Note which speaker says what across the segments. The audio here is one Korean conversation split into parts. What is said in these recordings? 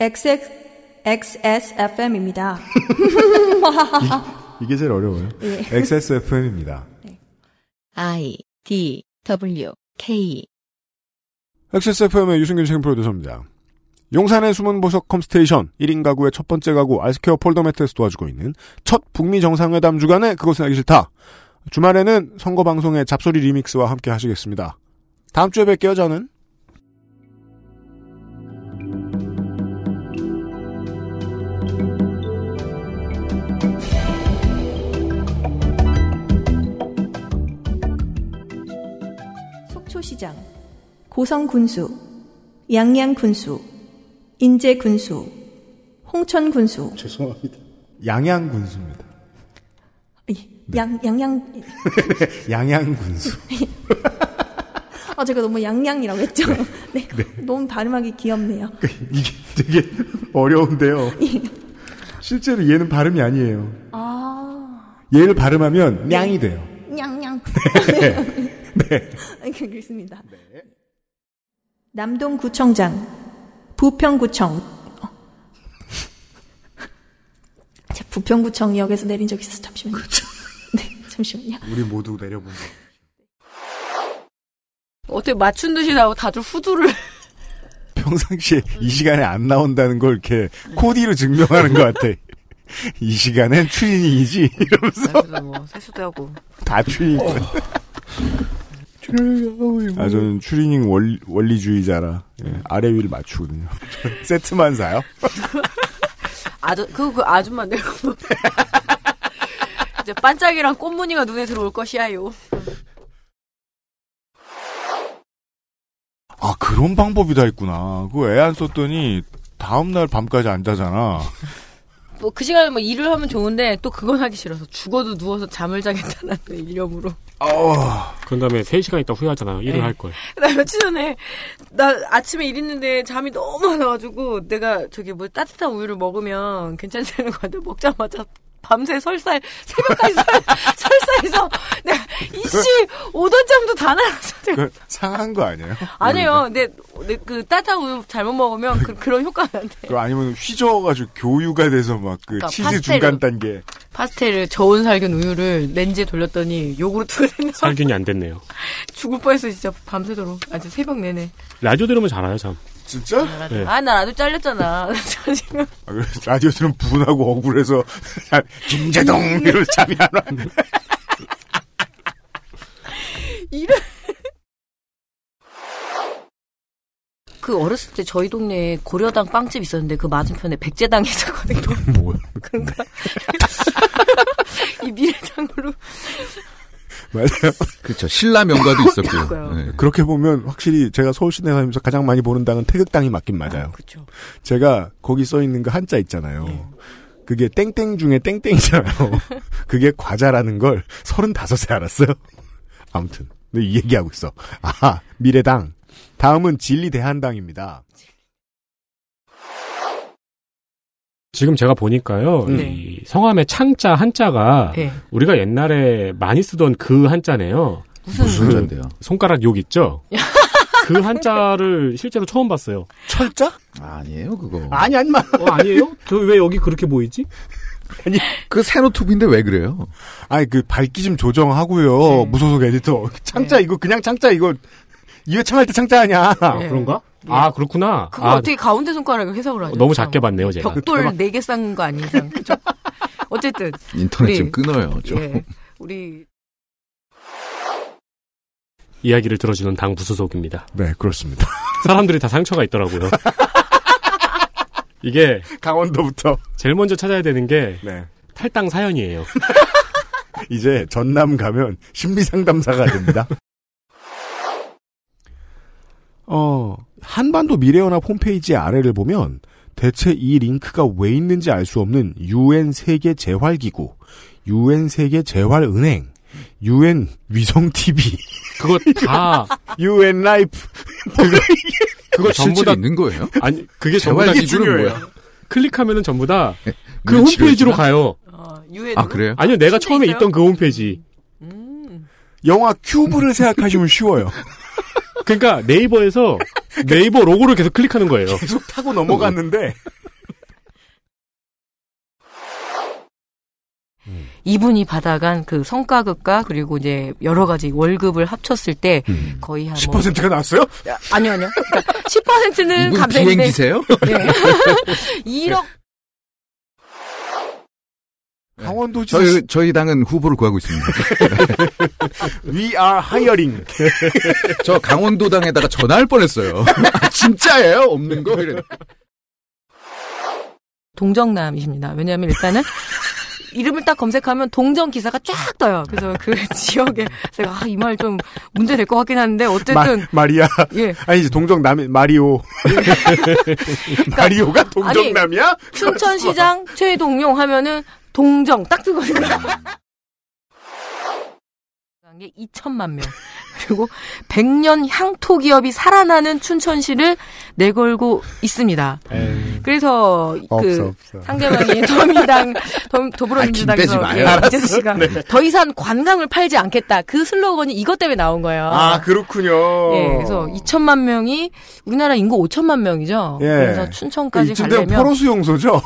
Speaker 1: XX, XSFM입니다.
Speaker 2: 이게 제일 어려워요. XSFM입니다.
Speaker 3: I D W K
Speaker 2: XSFM의 유승균 책임 프로듀서입니다. 용산의 숨은 보석 컴스테이션 1인 가구의 첫 번째 가구 알스케어 폴더 매트에서 도와주고 있는 첫 북미 정상회담 주간에 그것은 알기 싫다. 주말에는 선거 방송의 잡소리 리믹스와 함께 하시겠습니다. 다음 주에 뵐게요 저는.
Speaker 1: 속초시장, 고성군수, 양양군수, 인제군수, 홍천군수,
Speaker 4: 죄송합니다.
Speaker 2: 양양군수입니다.
Speaker 1: 아, 예, 양, 양양,
Speaker 2: 양양군수.
Speaker 1: 아, 제가 너무 양양이라고 했죠? 네. 그 너무 발음하기 귀엽네요.
Speaker 2: 이게 되게 어려운데요. 실제로 얘는 발음이 아니에요.
Speaker 1: 아,
Speaker 2: 얘를 발음하면 냥이 돼요.
Speaker 1: 양양. 네. 그렇습니다. 남동구청장, 부평구청. 어. 제가 부평구청역에서 내린 적 있어서 잠시만요. 네, 잠시만요.
Speaker 2: 우리 모두 내려본 거.
Speaker 5: 어떻게 맞춘 듯이 나오고 다들 후두를
Speaker 2: 평상시에 이 시간에 안 나온다는 걸 이렇게 코디로 증명하는 것 같아. 이 시간엔 추인이지 이러면서
Speaker 5: 뭐 세수도 하고
Speaker 2: 다 추인. 아 저는 추리닝 원리, 원리주의자라 예, 아래 위를 맞추거든요. 세트만 사요.
Speaker 5: 아저 그거 그 아줌마 내고 이제 반짝이랑 꽃무늬가 눈에 들어올 것이야요.
Speaker 2: 아 그런 방법이 다 있구나. 그거 애 안 썼더니 다음 날 밤까지 안 자잖아.
Speaker 5: 뭐 그 시간에 뭐 일을 하면 좋은데 또 그건 하기 싫어서 죽어도 누워서 잠을 자겠다는 일념으로.
Speaker 6: 그런 다음에 3시간 있다 후회하잖아요. 일을
Speaker 5: 네.
Speaker 6: 할 걸.
Speaker 5: 나 며칠 전에 나 아침에 일 있는데 잠이 너무 안 와가지고 내가 저기 뭐 따뜻한 우유를 먹으면 괜찮다는 것 같아 먹자마자 밤새 설사에 새벽까지 설, 설사해서 내가 이씨 오던 잠도 다 날아서 내가
Speaker 2: 그 상한 거 아니에요?
Speaker 5: 아니에요. 근데
Speaker 6: 네,
Speaker 5: 내- 그 따뜻한 우유 잘못 먹으면 그, 그런 효과가 안 돼.
Speaker 2: 그 아니면 휘저어가지고 교유가 돼서 막 그
Speaker 5: 그러니까
Speaker 2: 치즈
Speaker 5: 파스텔로.
Speaker 2: 중간 단계.
Speaker 5: 파스텔을 저온 살균 우유를 렌즈에 돌렸더니 요구르트가 생겨
Speaker 6: 살균이 안 됐네요.
Speaker 5: 죽을 뻔했어 진짜 밤새도록 아주 새벽 내내.
Speaker 6: 라디오 들으면 잘아요 참.
Speaker 2: 진짜?
Speaker 6: 네.
Speaker 5: 아 나 나도 잘렸잖아. 저 지금
Speaker 2: 아, 그래 라디오 들으면 분하고 억울해서 김재동 이럴 잠이 안 와.
Speaker 5: 이런. 그 어렸을 때 저희 동네에 고려당 빵집 있었는데 그 맞은편에 백제당이 있었거든요.
Speaker 2: 뭐
Speaker 5: 그러니까 이 미래당으로
Speaker 2: 맞아요.
Speaker 4: 그렇죠. 신라 명가도 있었고요.
Speaker 5: 그러니까요.
Speaker 4: 네.
Speaker 2: 그렇게 보면 확실히 제가 서울 시내 살면서 가장 많이 보는 당은 태극당이 맞긴 맞아요.
Speaker 5: 그렇죠.
Speaker 2: 제가 거기 써 있는 그 한자 있잖아요. 그게 땡땡 중에 땡땡이잖아요. 그게 과자라는 걸 35세 알았어요. 아무튼 근데 이 얘기하고 있어. 아 미래당. 다음은 진리대한당입니다.
Speaker 6: 지금 제가 보니까요.
Speaker 2: 음.
Speaker 6: 이 성함의 창자 한자가
Speaker 5: 네.
Speaker 6: 우리가 옛날에 많이 쓰던 그 한자네요.
Speaker 5: 무슨,
Speaker 4: 무슨 전데요?
Speaker 6: 손가락 욕 있죠? 그 한자를 실제로 처음 봤어요.
Speaker 2: 철자?
Speaker 4: 아니에요 그거.
Speaker 2: 아니 아니 마.
Speaker 6: 어, 아니에요? 저 왜 여기 그렇게 보이지?
Speaker 4: 그 세노투브인데 왜 그래요?
Speaker 2: 아니 그 밝기 좀 조정하고요. 무소속 에디터. 창자 이거 그냥 창자 이거 이거 창할 때 창자 아니야.
Speaker 6: 아, 그런가? 아, 그렇구나.
Speaker 5: 네. 그거
Speaker 6: 아,
Speaker 5: 어떻게 가운데 손가락을 해석을 하죠?
Speaker 6: 너무
Speaker 5: 참.
Speaker 6: 작게 봤네요, 제가.
Speaker 5: 벽돌 네 개 쌓은 거 아닌 이상 그죠? 어쨌든
Speaker 4: 인터넷
Speaker 5: 우리-
Speaker 4: 좀 끊어요 좀.
Speaker 5: 예. 우리
Speaker 6: 이야기를 들어주는 당 부소속입니다.
Speaker 2: 네 그렇습니다.
Speaker 6: 사람들이 다 상처가 있더라고요. 이게
Speaker 2: 강원도부터.
Speaker 6: 제일 먼저 찾아야 되는 게
Speaker 2: 네.
Speaker 6: 탈당 사연이에요.
Speaker 2: 이제 전남 가면 심리 상담사가 됩니다. 어, 한반도 미래연합 홈페이지 아래를 보면 대체 이 링크가 왜 있는지 알 수 없는 UN 세계 재활 기구, UN 세계 재활 은행, UN 위성 TV,
Speaker 6: 그거 다
Speaker 2: UN 라이프
Speaker 6: 그거 전부
Speaker 4: 실제로
Speaker 6: 다
Speaker 4: 있는 거예요?
Speaker 6: 아니 그게 전부 다
Speaker 4: 재활 기준은
Speaker 6: 기준은
Speaker 4: 뭐야?
Speaker 6: 뭐야? 클릭하면은 전부 다
Speaker 2: 네,
Speaker 6: 그
Speaker 4: 물
Speaker 6: 홈페이지로
Speaker 4: 치료해주나?
Speaker 6: 가요.
Speaker 5: 어, 유엔
Speaker 4: 아 그래요?
Speaker 6: 아니요, 내가
Speaker 5: 진짜
Speaker 6: 처음에
Speaker 5: 있어요?
Speaker 6: 있던 그 홈페이지.
Speaker 5: 음.
Speaker 2: 영화 큐브를 생각하시면 쉬워요.
Speaker 6: 그러니까 네이버에서 네이버 로고를 계속 클릭하는 거예요.
Speaker 2: 계속 타고 넘어갔는데
Speaker 5: 이분이 받아간 그 성과급과 그리고 이제 여러 가지 월급을 합쳤을 때
Speaker 2: 음.
Speaker 5: 거의 한 뭐-
Speaker 2: 10%가 나왔어요?
Speaker 5: 아니요 아니요. 그러니까 10%는
Speaker 4: 이분
Speaker 5: 감세인데 네.
Speaker 4: 비행기세요?
Speaker 5: 1억
Speaker 2: 강원도지
Speaker 4: 저희 저희 당은 후보를 구하고 있습니다.
Speaker 2: We are hiring.
Speaker 4: 저 강원도 당에다가 전화할 뻔했어요. 아, 진짜예요? 없는 거? 이래.
Speaker 5: 동정남이십니다. 왜냐하면 일단은 이름을 딱 검색하면 동정 기사가 쫙 떠요. 그래서 그 지역에 제가 아, 이 말 좀 문제 될 것 같긴 한데
Speaker 2: 마,
Speaker 5: 어쨌든
Speaker 2: 마리아.
Speaker 5: 예
Speaker 2: 아니, 이제 동정 남, 마리오.
Speaker 5: 그러니까
Speaker 2: 마리오가 동정남이야?
Speaker 5: 춘천시장 최동용 하면은 동정 딱 뜨거든요. 이게 2천만 명 그리고 100년 향토 기업이 살아나는 춘천시를 내걸고 있습니다. 그래서 그
Speaker 2: 없어, 없어.
Speaker 5: 상대방이 더민당 더-
Speaker 4: 아,
Speaker 5: 더불어민주당에서
Speaker 4: 김대지
Speaker 5: 예,
Speaker 4: 마요.
Speaker 5: 이재수 씨가
Speaker 2: 네.
Speaker 5: 더 이상 관광을 팔지 않겠다 그 슬로건이 이것 때문에 나온 거예요.
Speaker 2: 아, 그렇군요.
Speaker 5: 예, 그래서 2천만 명이 우리나라 인구 5천만 명이죠.
Speaker 2: 예.
Speaker 5: 그래서 춘천까지
Speaker 2: 이쯤 되면
Speaker 5: 가려면
Speaker 2: 포로수 용소죠?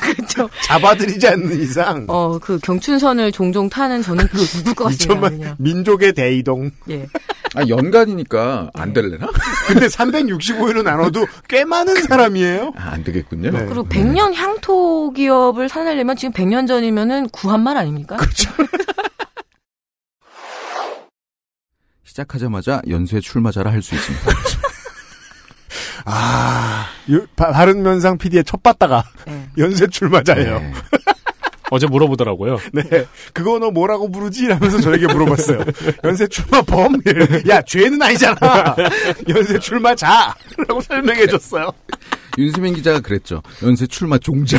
Speaker 5: 그렇죠.
Speaker 2: 잡아들이지 않는 이상.
Speaker 5: 어, 그 경춘선을 종종 타는 저는 그 누굴 것 같습니다.
Speaker 2: 2천만 민족의 대이동.
Speaker 5: 예.
Speaker 4: 아, 연간이니까 안
Speaker 5: 네.
Speaker 4: 될래나?
Speaker 2: 근데 365일로 나눠도 꽤 많은 사람이에요.
Speaker 4: 아, 안 되겠군요.
Speaker 2: 네.
Speaker 5: 그리고 100년 향토 기업을 사내려면 지금 100년 전이면은 구한 말 아닙니까?
Speaker 2: 그렇죠.
Speaker 4: 시작하자마자 연쇄 출마자라 할 수 있습니다.
Speaker 2: 아, 요- 바- 바른면상 PD의 첫 봤다가
Speaker 5: 네.
Speaker 2: 연쇄 출마자예요.
Speaker 4: 네.
Speaker 6: 어제 물어보더라고요.
Speaker 2: 네. 그거 너 뭐라고 부르지? 이러면서 저에게 물어봤어요. 연쇄 출마 범? 야, 죄는 아니잖아. 연쇄 출마 자! 라고 설명해줬어요.
Speaker 4: 윤수민 기자가 그랬죠. 연쇄 출마 종자.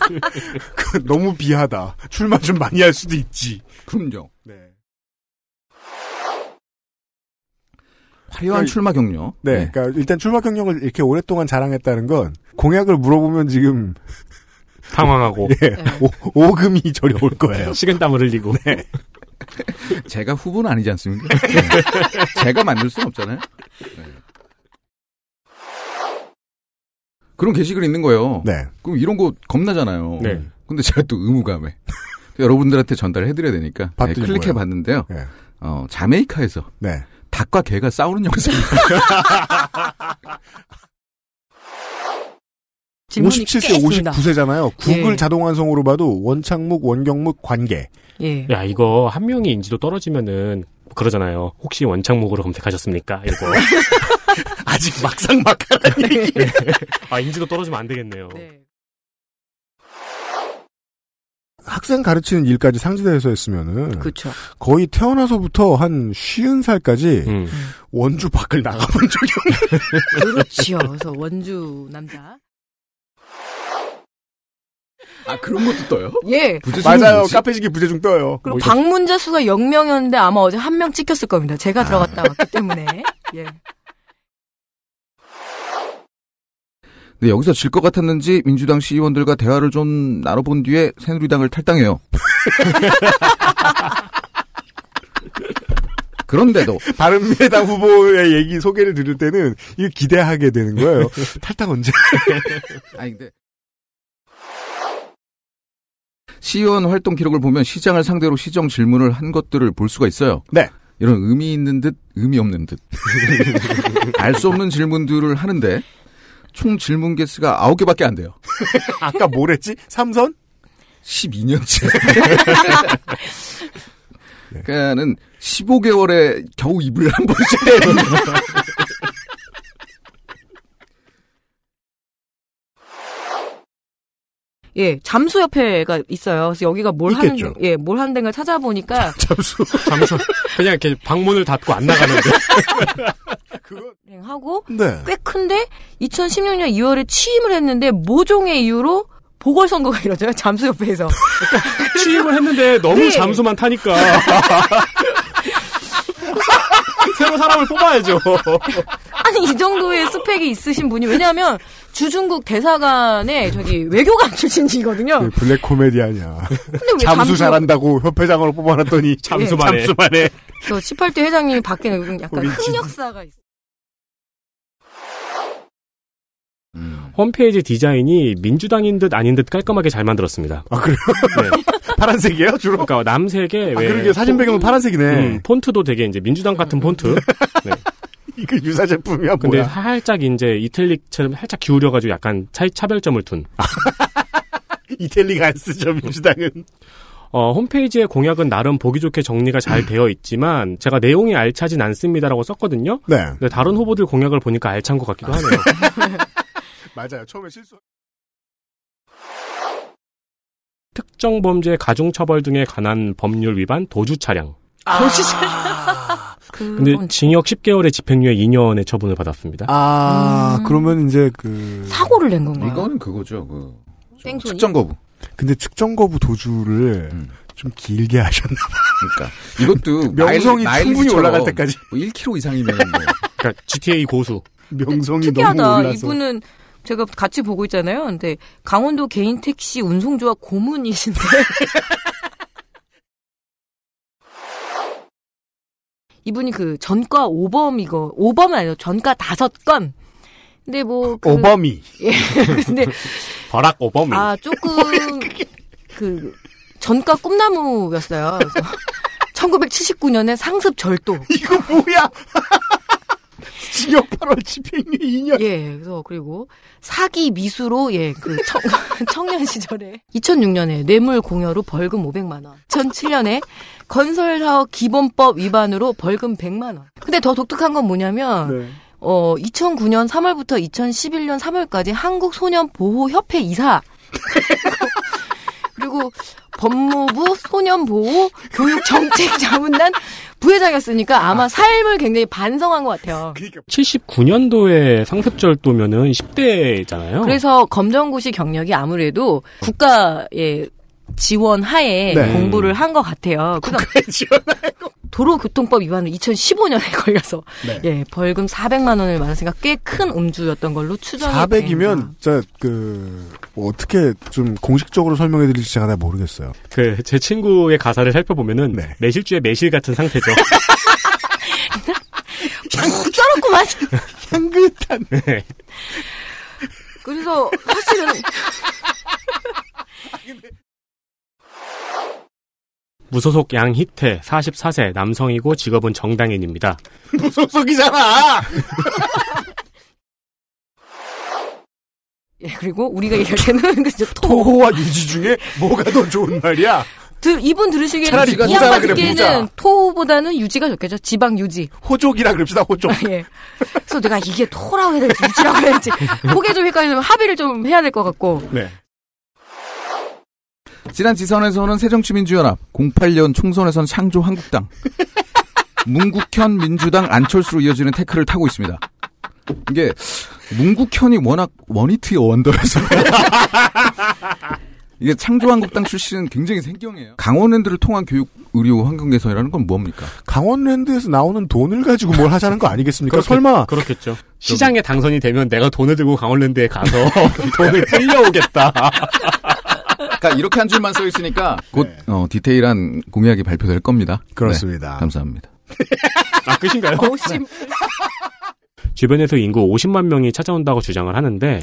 Speaker 2: 그, 너무 비하다. 출마 좀 많이 할 수도 있지.
Speaker 4: 그럼요.
Speaker 2: 네.
Speaker 4: 화려한
Speaker 2: 그러니까-
Speaker 4: 출마 경력.
Speaker 2: 네, 그러니까 일단 출마 경력을 이렇게 오랫동안 자랑했다는 건 공약을 물어보면 지금
Speaker 6: 당황하고
Speaker 2: 예,
Speaker 5: 네.
Speaker 2: 오, 오금이 저려올 거예요.
Speaker 6: 식은 네, 땀을 흘리고
Speaker 2: 네.
Speaker 4: 제가 후보는 아니지 않습니까? 네. 제가 만들 수는 없잖아요. 네. 그런 게시글 있는 거예요.
Speaker 2: 네.
Speaker 4: 그럼 이런 거 겁나잖아요.
Speaker 6: 네.
Speaker 4: 근데 제가 또 의무감에 또 여러분들한테 전달해드려야 되니까 네,
Speaker 2: 봤더니
Speaker 4: 클릭해
Speaker 2: 뭐예요?
Speaker 4: 봤는데요.
Speaker 2: 네.
Speaker 4: 어, 자메이카에서
Speaker 2: 네.
Speaker 4: 닭과 개가 싸우는 영상.
Speaker 2: 57세 59세잖아요. 구글
Speaker 5: 예.
Speaker 2: 자동 완성으로 봐도 원창묵, 원경묵, 관계.
Speaker 5: 예.
Speaker 6: 야 이거 한 명이 인지도 떨어지면은 그러잖아요. 혹시 원창목으로 검색하셨습니까? 이거
Speaker 2: 아직 막상 막하라는 얘기.
Speaker 6: 네. 아 인지도 떨어지면 안 되겠네요.
Speaker 5: 네.
Speaker 2: 학생 가르치는 일까지 상지대에서 했으면은
Speaker 5: 그렇죠.
Speaker 2: 거의 태어나서부터 한 쉬운 살까지
Speaker 6: 음.
Speaker 2: 원주 밖을 나가본 적이 없는
Speaker 5: 그렇지요. 그래서 원주 남자.
Speaker 4: 아 그런 것도 떠요?
Speaker 5: 예.
Speaker 4: 부재중은
Speaker 2: 맞아요.
Speaker 4: 뭐지?
Speaker 2: 뭐 카페식이 부재중 떠요.
Speaker 5: 그리고 방문자 수가 0명이었는데 아마 어제 한 명 찍혔을 겁니다. 제가 들어갔다 왔기 때문에. 예.
Speaker 4: 근데 네, 여기서 질 것 같았는지 민주당 시의원들과 대화를 좀 나눠본 뒤에 새누리당을 탈당해요. 그런데도
Speaker 2: 바른미래당 후보의 얘기 소개를 들을 때는 이거 기대하게 되는 거예요. 탈당 언제?
Speaker 4: 아니 근데 시의원 활동 기록을 보면 시장을 상대로 시정 질문을 한 것들을 볼 수가 있어요.
Speaker 2: 네.
Speaker 4: 이런 의미 있는 듯 의미 없는 듯. 알 수 없는 질문들을 하는데 총 질문 개수가 9개밖에 안 돼요.
Speaker 2: 아까 뭘 했지? 삼선?
Speaker 4: 12년째. 네. 그러니까는 15개월에 겨우 입을 한 번째.
Speaker 5: 예, 잠수협회가 있어요. 그래서 여기가 뭘
Speaker 2: 있겠죠.
Speaker 5: 하는, 예, 뭘 하는 데인가 찾아보니까.
Speaker 2: 잠수.
Speaker 6: 잠수 그냥 이렇게 방문을 닫고 안 나가는데
Speaker 2: 그건
Speaker 5: 하고,
Speaker 2: 네.
Speaker 5: 꽤 큰데, 2016년 2월에 취임을 했는데, 모종의 이유로 보궐선거가 이뤄져요. 잠수협회에서.
Speaker 6: 취임을 했는데 너무
Speaker 5: 네.
Speaker 6: 잠수만 타니까 새로 사람을 뽑아야죠.
Speaker 5: 아니, 이 정도의 스펙이 있으신 분이, 왜냐면, 하 주중국 대사관의 저기 외교관 출신이거든요.
Speaker 2: 그 블랙 코미디 아니야.
Speaker 5: 근데 왜
Speaker 2: 잠수 잘한다고 협회장으로 뽑아놨더니
Speaker 6: 잠수만 해.
Speaker 2: 잠수만 해.
Speaker 5: 저 18대 회장님이 밖에는 약간
Speaker 2: 우리 진-
Speaker 5: 흑역사가 있어요.
Speaker 4: 음.
Speaker 6: 홈페이지 디자인이 민주당인 듯 아닌 듯 깔끔하게 잘 만들었습니다.
Speaker 2: 아 그래요? 파란색이에요 주로?
Speaker 6: 그러니까 남색에
Speaker 2: 아,
Speaker 6: 왜
Speaker 2: 그러게 사진 배경은 파란색이네.
Speaker 6: 뭐, 음, 폰트도 되게 이제 민주당 같은 폰트. 네.
Speaker 2: 이거 유사 제품이야
Speaker 6: 근데
Speaker 2: 뭐야?
Speaker 6: 살짝 이제 이탈릭처럼 살짝 기울여가지고 약간 차이 차별점을 둔.
Speaker 2: 이탈리가 안 쓰죠
Speaker 6: 음.
Speaker 2: 민주당은.
Speaker 6: 어, 홈페이지의 공약은 나름 보기 좋게 정리가
Speaker 2: 음.
Speaker 6: 잘 되어 있지만 제가 내용이 알차진 않습니다라고 썼거든요.
Speaker 2: 네
Speaker 6: 근데 다른 후보들 공약을 보니까 알찬 것 같기도 하네요.
Speaker 2: 맞아요 처음에 실수.
Speaker 6: 특정 범죄 가중처벌 등에 관한 법률 위반 도주 차량. 근데 징역 10개월의 집행유예 2년의 처분을 받았습니다.
Speaker 2: 아
Speaker 5: 음.
Speaker 2: 그러면 이제 그
Speaker 5: 사고를 낸 건가요?
Speaker 4: 아. 이거는 그거죠. 그
Speaker 5: 뺑소니?
Speaker 4: 측정 거부.
Speaker 2: 근데 측정 거부 도주를
Speaker 4: 음.
Speaker 2: 좀 길게 하셨나?
Speaker 4: 그러니까 이것도
Speaker 2: 명성이
Speaker 4: 나일-
Speaker 2: 충분히
Speaker 4: 나일리스처럼
Speaker 2: 올라갈 때까지.
Speaker 4: 뭐 1kg 이상이면 뭐
Speaker 6: 그러니까 GTA 고수.
Speaker 2: 명성이 너무
Speaker 5: 특이하다.
Speaker 2: 올라서.
Speaker 5: 이분은 제가 같이 보고 있잖아요. 근데 강원도 개인 택시 운송조합 고문이신데 이분이 그 전과 5범 이거 5범은 아니고 전과 5건. 근데 뭐 그-
Speaker 2: 오범이
Speaker 5: 근데
Speaker 6: 버락 오범이.
Speaker 5: 아 조금 그 전과 꿈나무였어요. 그래서 1979년에 상습 절도.
Speaker 2: 이거 뭐야? 징역 8월 집행유예 2년.
Speaker 5: 예, 그래서 그리고 사기 미수로 예, 그 청, 청년 시절에 2006년에 뇌물 공여로 벌금 500만 원. 2007년에 건설 사업 기본법 위반으로 벌금 100만 원. 근데 더 독특한 건 뭐냐면
Speaker 2: 네.
Speaker 5: 어 2009년 3월부터 2011년 3월까지 한국 소년 보호 협회 이사 그리고 법무부 소년보호 교육정책자문단 부회장이었으니까 아마 삶을 굉장히 반성한 것 같아요.
Speaker 2: 그러니까
Speaker 6: 79년도에 상습절도면은
Speaker 2: 어.
Speaker 6: 10대잖아요.
Speaker 5: 그래서 검정고시 경력이 아무래도 국가의 지원 하에
Speaker 2: 네.
Speaker 5: 공부를 한 것 같아요. 그래서 도로교통법 위반으로 2015년에 걸려서
Speaker 2: 네.
Speaker 5: 예, 벌금 400만 원을 받았으니까 꽤 큰 음주였던 걸로 추정이
Speaker 2: 400이면 진짜 그 어떻게 좀 공식적으로 설명해 드릴지 제가 잘 모르겠어요.
Speaker 6: 그 제 친구의 가사를 살펴보면은
Speaker 2: 네.
Speaker 6: 매실주의 매실 같은 상태죠.
Speaker 5: 어, 쩔었구만.
Speaker 2: 향긋한
Speaker 6: 네.
Speaker 5: 그래서 사실은
Speaker 6: 무소속 양희태 44세 남성이고 직업은 정당인입니다.
Speaker 2: 무소속이잖아.
Speaker 5: 예, 그리고 우리가
Speaker 2: 음.
Speaker 5: 얘기할 때는 그저 토.
Speaker 2: 토호와 유지 중에 뭐가 더 좋은 말이야?
Speaker 5: 들, 이분 들으시기에는
Speaker 2: 차라리
Speaker 5: 이
Speaker 2: 부자라
Speaker 5: 양반
Speaker 2: 그래,
Speaker 5: 듣기에는
Speaker 2: 부자.
Speaker 5: 토보다는 유지가 좋겠죠. 지방 유지.
Speaker 2: 호족이라 그럽시다 호족.
Speaker 5: 예. 그래서 내가 이게 토라고 해야 될지 유지라고 해야 될지 그게 좀 헷갈리면 합의를 좀 해야 될 것 같고
Speaker 2: 네.
Speaker 4: 지난 지선에서는 새정치민주연합, 08년 총선에선 창조한국당, 문국현 민주당 안철수로 이어지는 태클을 타고 있습니다. 이게 문국현이 워낙 원히트 원더여서 이게 창조한국당 출신은 굉장히 생경해요. 강원랜드를 통한 교육, 의료, 환경 개선이라는 건 뭡니까?
Speaker 2: 강원랜드에서 나오는 돈을 가지고 뭘 하자는 거 아니겠습니까? 설마
Speaker 6: 그렇겠죠. 시장에 당선이 되면 내가 돈을 들고 강원랜드에 가서 돈을 끌려오겠다.
Speaker 4: 그러니까 이렇게 한 줄만 써 있으니까 곧 어, 디테일한 공약이 발표될 겁니다. 네,
Speaker 2: 네. 그렇습니다.
Speaker 4: 감사합니다.
Speaker 6: 아 끝인가요?
Speaker 5: 어우 심
Speaker 6: 주변에서 인구 50만 명이 찾아온다고 주장을 하는데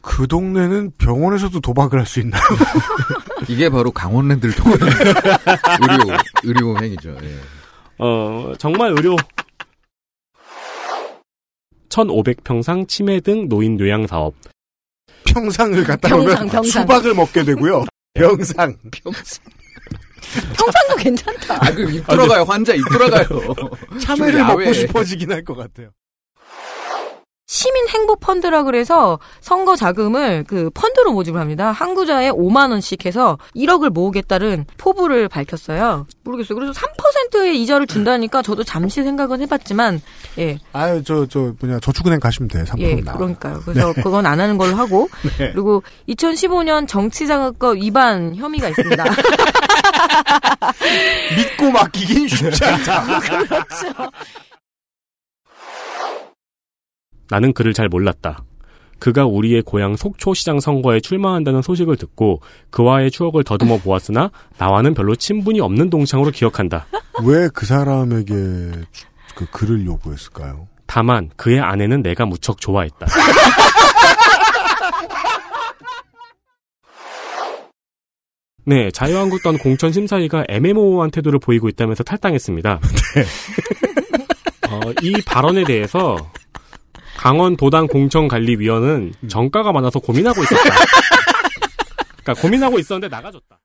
Speaker 2: 그 동네는 병원에서도 도박을 할 수 있나?
Speaker 4: 이게 바로 강원랜드를 통한 의료, 의료행위죠. 예.
Speaker 6: 어 정말 의료 1,500평상 치매 등 노인 요양 사업
Speaker 2: 평상을 갖다
Speaker 5: 평상,
Speaker 2: 놓으면
Speaker 5: 평상.
Speaker 2: 수박을 먹게 되고요. 병상.
Speaker 5: 평상도 괜찮다.
Speaker 4: 아, 그 입 돌아가요. 환자 입 돌아가요.
Speaker 2: 참외를
Speaker 4: 좀 야외.
Speaker 2: 먹고 싶어지긴 할 것 같아요.
Speaker 5: 시민 행보 펀드라 그래서 선거 자금을 그 펀드로 모집을 합니다. 항구자에 5만 원씩 해서 1억을 모으겠다는 포부를 밝혔어요. 모르겠어요. 그래서 3%의 이자를 준다니까 저도 잠시 생각은 해봤지만 예,
Speaker 2: 아유, 저, 저, 뭐냐, 저축은행 가시면 돼. 3%
Speaker 5: 예,
Speaker 2: 나와.
Speaker 5: 그러니까요. 그래서 그건 안 하는 걸로 하고
Speaker 2: 아, 네.
Speaker 5: 그리고 2015년 정치자금법 위반 혐의가 있습니다.
Speaker 2: 믿고 맡기긴 쉽지 않다.
Speaker 5: 그렇죠.
Speaker 6: 나는 그를 잘 몰랐다. 그가 우리의 고향 속초시장 선거에 출마한다는 소식을 듣고 그와의 추억을 더듬어 보았으나 나와는 별로 친분이 없는 동창으로 기억한다.
Speaker 2: 왜 그 사람에게 주- 그 글을 요구했을까요?
Speaker 6: 다만 그의 아내는 내가 무척 좋아했다. 네, 자유한국당 공천 심사위가 애매모호한 태도를 보이고 있다면서 탈당했습니다. 어, 이 발언에 대해서 강원 도당 공천관리위원은 정가가 많아서 고민하고 있었다. 그러니까 고민하고 있었는데 나가줬다.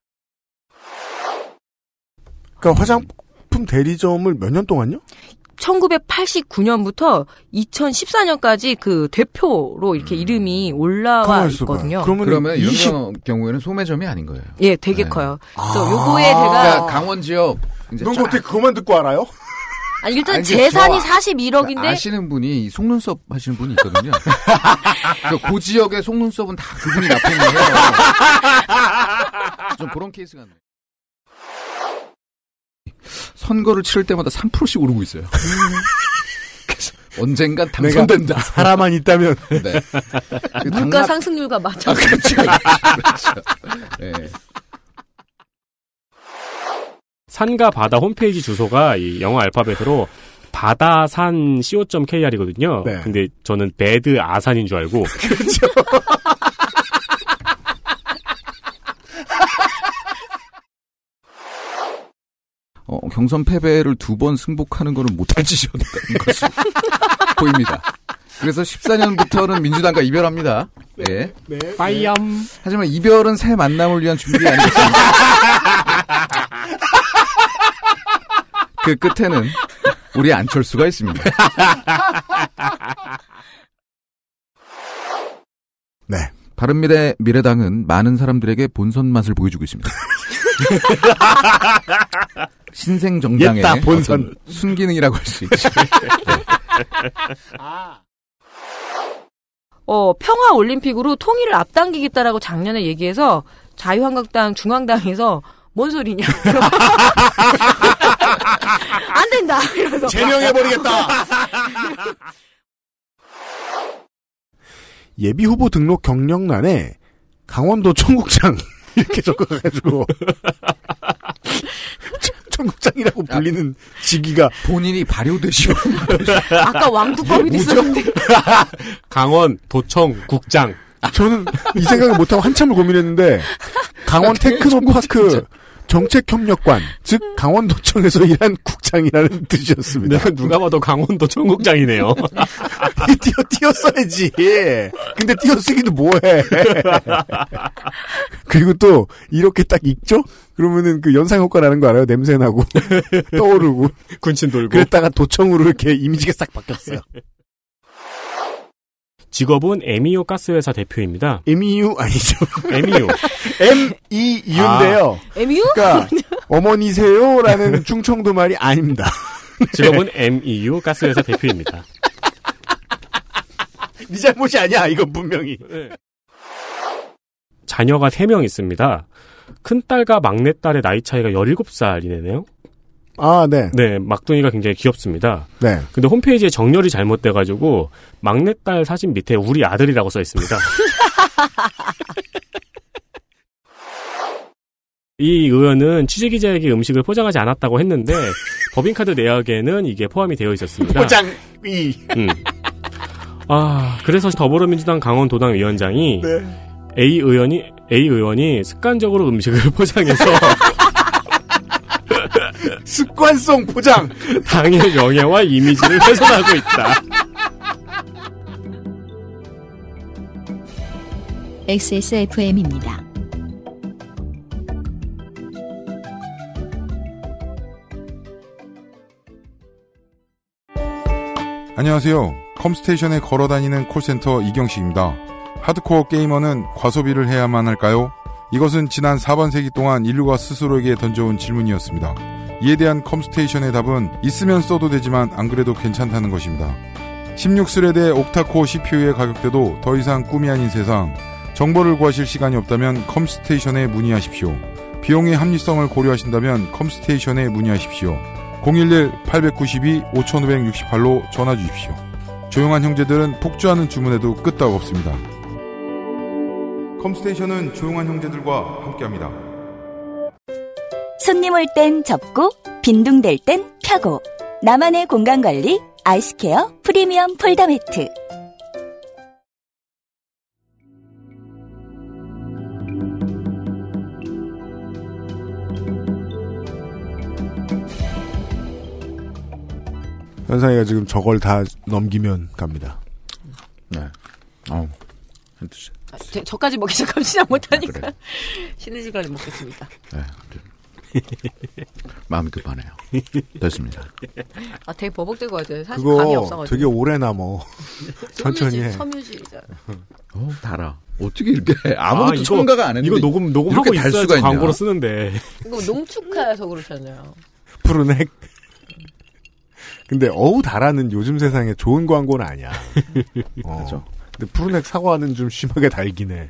Speaker 4: 음.
Speaker 2: 그러니까 화장품 대리점을 몇 년 동안요?
Speaker 5: 1989년부터 2014년까지 그 대표로 이렇게 이름이 올라와
Speaker 2: 가만히 있어봐.
Speaker 5: 아, 있거든요.
Speaker 2: 그러면,
Speaker 4: 음. 그러면 이런
Speaker 2: 20...
Speaker 4: 경우에는 소매점이 아닌 거예요.
Speaker 5: 예, 되게
Speaker 4: 네.
Speaker 5: 커요. 그래서 요거에 제가
Speaker 4: 그러니까 강원 지역 이제
Speaker 2: 넌
Speaker 4: 쫙
Speaker 2: 어떻게 아. 그것만 듣고 알아요?
Speaker 5: 아니 일단
Speaker 4: 아니,
Speaker 5: 재산이
Speaker 4: 저
Speaker 5: 41억인데
Speaker 4: 아시는 분이 이 속눈썹 하시는 분이 있거든요. 그러니까 그 지역의 속눈썹은 다 그분이 나쁜 거예요. 좀 그런 케이스 같네. 선거를 치를 때마다 3%씩 오르고 있어요. 그래서 언젠간 당선된다.
Speaker 2: 사람만 있다면.
Speaker 4: 네. 그
Speaker 5: 물가
Speaker 4: 당락-
Speaker 5: 상승률과 맞춰.
Speaker 4: 아, 그렇죠. 그렇죠. 네.
Speaker 6: 산과 바다 홈페이지 주소가 이 영어 알파벳으로 바다산 co.kr이거든요.
Speaker 2: 네.
Speaker 6: 근데 저는 배드 아산인 줄 알고
Speaker 4: 어, 경선 패배를 두 번 승복하는 거는 못할 짓이었다는 것으로 보입니다. 그래서 14년부터는 민주당과 이별합니다. 네.
Speaker 6: 파이엄
Speaker 4: 하지만 이별은 새 만남을 위한 준비 아니겠습니까? 그 끝에는 우리 안철수가 있습니다.
Speaker 2: 네.
Speaker 4: 바른미래 미래당은 많은 사람들에게 본선 맛을 보여주고 있습니다. 신생 정당의
Speaker 2: 옛다, 본선.
Speaker 4: 어떤 순기능이라고 할 수 있죠.
Speaker 5: 어, 평화 올림픽으로 통일을 앞당기겠다라고 작년에 얘기해서 자유한국당 중앙당에서 뭔 소리냐. 안 된다. 이러면서
Speaker 2: 제명해버리겠다! 예비 후보 등록 경력란에 강원도 청국장 이렇게 적어가지고 청국장이라고 불리는 직위가
Speaker 4: 본인이 발효되시오.
Speaker 5: 아까 왕두꺼비도 있었는데.
Speaker 6: 강원 도청 국장
Speaker 2: 저는 이 생각을 못하고 한참을 고민했는데 강원 테크노파크 정책협력관 즉 강원도청에서 일한 국장이라는 뜻이었습니다.
Speaker 6: 내가 그 누가 봐도 강원 도청 국장이네요.
Speaker 2: 띄어 띄어 써야지. 근데 띄어 쓰기도 뭐해. 그리고 또 이렇게 딱 읽죠? 그러면은 그 연상 효과라는 거 알아요? 냄새 나고 떠오르고
Speaker 6: 군침 돌고
Speaker 2: 그랬다가 도청으로 이렇게 이미지가 싹 바뀌었어요.
Speaker 6: 직업은 에미오 가스회사 대표입니다. E
Speaker 2: MEU E 아니죠?
Speaker 6: 에미오
Speaker 2: E MEU인데요.
Speaker 5: MU?
Speaker 2: 그러니까 어머니세요라는 충청도 말이 아닙니다.
Speaker 6: 직업은 MEU 가스회사 대표입니다.
Speaker 2: 네 잘못이 아니야. 이건
Speaker 6: 네.
Speaker 2: 분명히.
Speaker 6: 자녀가 3명 있습니다. 큰딸과 막내딸의 나이 차이가 17살이네요.
Speaker 2: 아, 네.
Speaker 6: 네, 막둥이가 굉장히 귀엽습니다.
Speaker 2: 네.
Speaker 6: 근데 홈페이지에 정렬이 잘못돼가지고 막내딸 사진 밑에 우리 아들이라고 써 있습니다. 이 의원은 취재기자에게 음식을 포장하지 않았다고 했는데 법인카드 내역에는 이게 포함이 되어 있었습니다.
Speaker 2: 포장이.
Speaker 6: 음. 아 그래서 더불어민주당 강원도당 위원장이
Speaker 2: 네.
Speaker 6: A 의원이 A 의원이 습관적으로 음식을 포장해서
Speaker 2: 습관성 포장.
Speaker 6: 당의 명예와 이미지를 훼손하고 있다.
Speaker 3: XSFM입니다.
Speaker 7: 안녕하세요. 컴스테이션에 걸어 다니는 콜센터 이경식입니다. 하드코어 게이머는 과소비를 해야만 할까요? 이것은 지난 4번 세기 동안 인류가 스스로에게 던져온 질문이었습니다. 이에 대한 컴스테이션의 답은 있으면 써도 되지만 안 그래도 괜찮다는 것입니다. 16스레드의 옥타코어 CPU의 가격대도 더 이상 꿈이 아닌 세상. 정보를 구하실 시간이 없다면 컴스테이션에 문의하십시오. 비용의 합리성을 고려하신다면 컴스테이션에 문의하십시오. 011-892-5568로 전화 주십시오. 조용한 형제들은 폭주하는 주문에도 끄떡 없습니다. 컴스테이션은 조용한 형제들과 함께합니다.
Speaker 8: 손님 올 땐 접고 빈둥댈 땐 펴고 나만의 공간 관리 아이스케어 프리미엄 폴더 매트
Speaker 2: 현상이가 지금 저걸 다 넘기면 갑니다.
Speaker 4: 네. 어. 한두
Speaker 5: 아, 저, 저까지 먹기 시작하면 시작 못하니까
Speaker 4: 아, 그래.
Speaker 5: 쉬는 시간에 먹겠습니다.
Speaker 4: 네. 마음이 급하네요. 됐습니다.
Speaker 5: 아 되게 버벅대고 하죠. 사실 감이
Speaker 2: 그거
Speaker 5: 없어가지고.
Speaker 2: 되게 뭐 오래 남어. 천천히 해.
Speaker 5: 섬유질이잖아.
Speaker 4: 어, 달아. 어떻게 이렇게 아무것도
Speaker 6: 이거-
Speaker 4: 첨가가 안 했는데
Speaker 6: 이거 녹음 녹음하고
Speaker 4: 이렇게 달
Speaker 6: 있어야지
Speaker 4: 수가 있냐?
Speaker 6: 광고로 쓰는데
Speaker 5: 이거 농축화여서 그러잖아요.
Speaker 2: 푸른 핵. 근데 어우 달아는 요즘 세상에 좋은 광고는 아니야. 어.
Speaker 4: 맞아.
Speaker 2: 근데 푸른 핵 사과는 좀 심하게 달긴 해.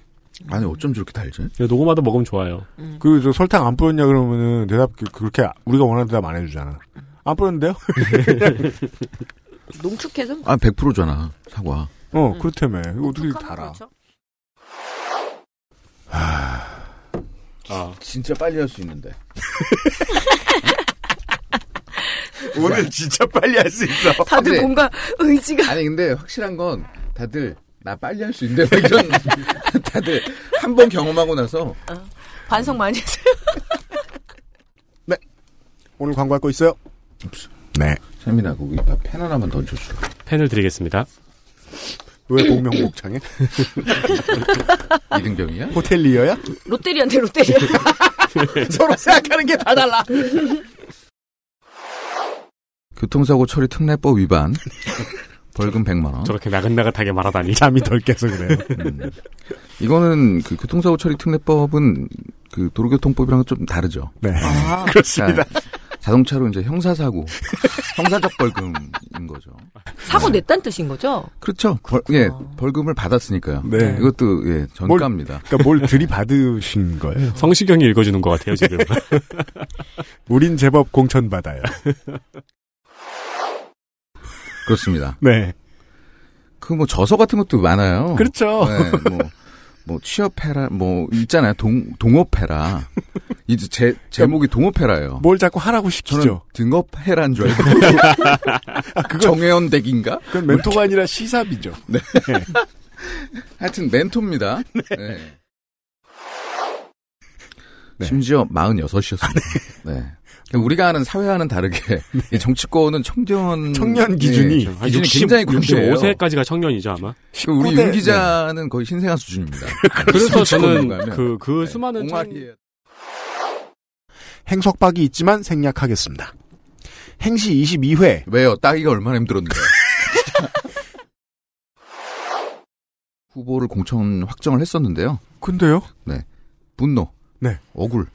Speaker 4: 아니 어쩜 저렇게 달지?
Speaker 6: 이거 녹음하다 먹으면 좋아요.
Speaker 2: 그 저 설탕 안 뿌렸냐 그러면은 대답 그- 그렇게 우리가 원하는 대답 안 해주잖아.
Speaker 5: 음.
Speaker 2: 안 뿌렸는데요?
Speaker 5: 농축해서
Speaker 4: 아 100%잖아 사과.
Speaker 2: 어
Speaker 5: 음.
Speaker 2: 그렇다며. 이거 어떻게 이렇게
Speaker 5: 하면
Speaker 2: 달아?
Speaker 5: 그렇죠.
Speaker 6: 아,
Speaker 4: 진짜 빨리 할 수 있는데.
Speaker 2: 오늘 진짜 빨리 할 수 있어.
Speaker 5: 다들
Speaker 4: 그래.
Speaker 5: 뭔가 의지가
Speaker 4: 아니 근데 확실한 건 다들 나 빨리 할 수 있는데 막 이런 다들 한 번 경험하고 나서
Speaker 5: 반성 많이 했어요.
Speaker 2: 오늘 광고할 거 있어요? 네.
Speaker 4: 세민아 거기 나펜 하나만 던져줘.
Speaker 6: 펜을 드리겠습니다.
Speaker 2: 왜 공명목창에?
Speaker 4: 이등병이야?
Speaker 2: 호텔리어야?
Speaker 5: 롯데리아인데 롯데리아. 네.
Speaker 2: 서로 생각하는 게 다 달라.
Speaker 4: 교통사고 처리 특례법 위반 벌금 100만 원.
Speaker 6: 저렇게 나긋나긋하게 말하다니.
Speaker 2: 잠이 덜 깨서 그래요.
Speaker 4: 음. 이거는 그 교통사고 처리 특례법은 그 도로교통법이랑은 좀 다르죠.
Speaker 2: 네.
Speaker 4: 그렇습니다. 자동차로 이제 형사사고, 형사적 벌금인 거죠.
Speaker 5: 사고 냈단 뜻인 거죠?
Speaker 4: 그렇죠. 벌, 예, 벌금을 받았으니까요.
Speaker 2: 네.
Speaker 4: 이것도 예, 전가입니다.
Speaker 2: 그러니까 뭘 들이받으신 거예요?
Speaker 6: 성시경이 읽어주는 것 같아요 지금.
Speaker 2: 우린 제법 공천받아요.
Speaker 4: 그렇습니다.
Speaker 2: 네.
Speaker 4: 그 뭐 저서 같은 것도 많아요.
Speaker 2: 그렇죠.
Speaker 4: 네, 뭐, 뭐 취업해라, 뭐 있잖아요. 동 동업해라. 이제 제 제목이 동업해라예요.
Speaker 2: 뭘 자꾸 하라고
Speaker 4: 저는
Speaker 2: 시키죠.
Speaker 4: 등업해라인 줄 알고 아, 정혜원 댁인가?
Speaker 2: 그건 멘토가 아니라 시삽이죠.
Speaker 4: 하여튼 멘토입니다. 네. 심지어 46이었습니다. 네. 그러니까 우리가 아는 사회와는 다르게 이 정치권은 청년
Speaker 2: 청년
Speaker 4: 예,
Speaker 2: 기준이
Speaker 6: 한
Speaker 4: 기준이 굉장히 고대예요.
Speaker 6: 65세까지가 청년이죠 아마.
Speaker 4: 그 우리
Speaker 2: 19대
Speaker 4: 윤 기자는 거의 신생아 수준입니다.
Speaker 6: 그래서 저는
Speaker 4: 정치권으로 가면.
Speaker 6: 그, 그
Speaker 4: 네,
Speaker 6: 수많은
Speaker 4: 옹알이에요.
Speaker 2: 행석박이 있지만 생략하겠습니다. 행시 22회
Speaker 4: 왜요? 따기가 얼마나 힘들었는데. 후보를 공천 확정을 했었는데요.
Speaker 2: 근데요?
Speaker 4: 분노,
Speaker 2: 네.
Speaker 4: 억울,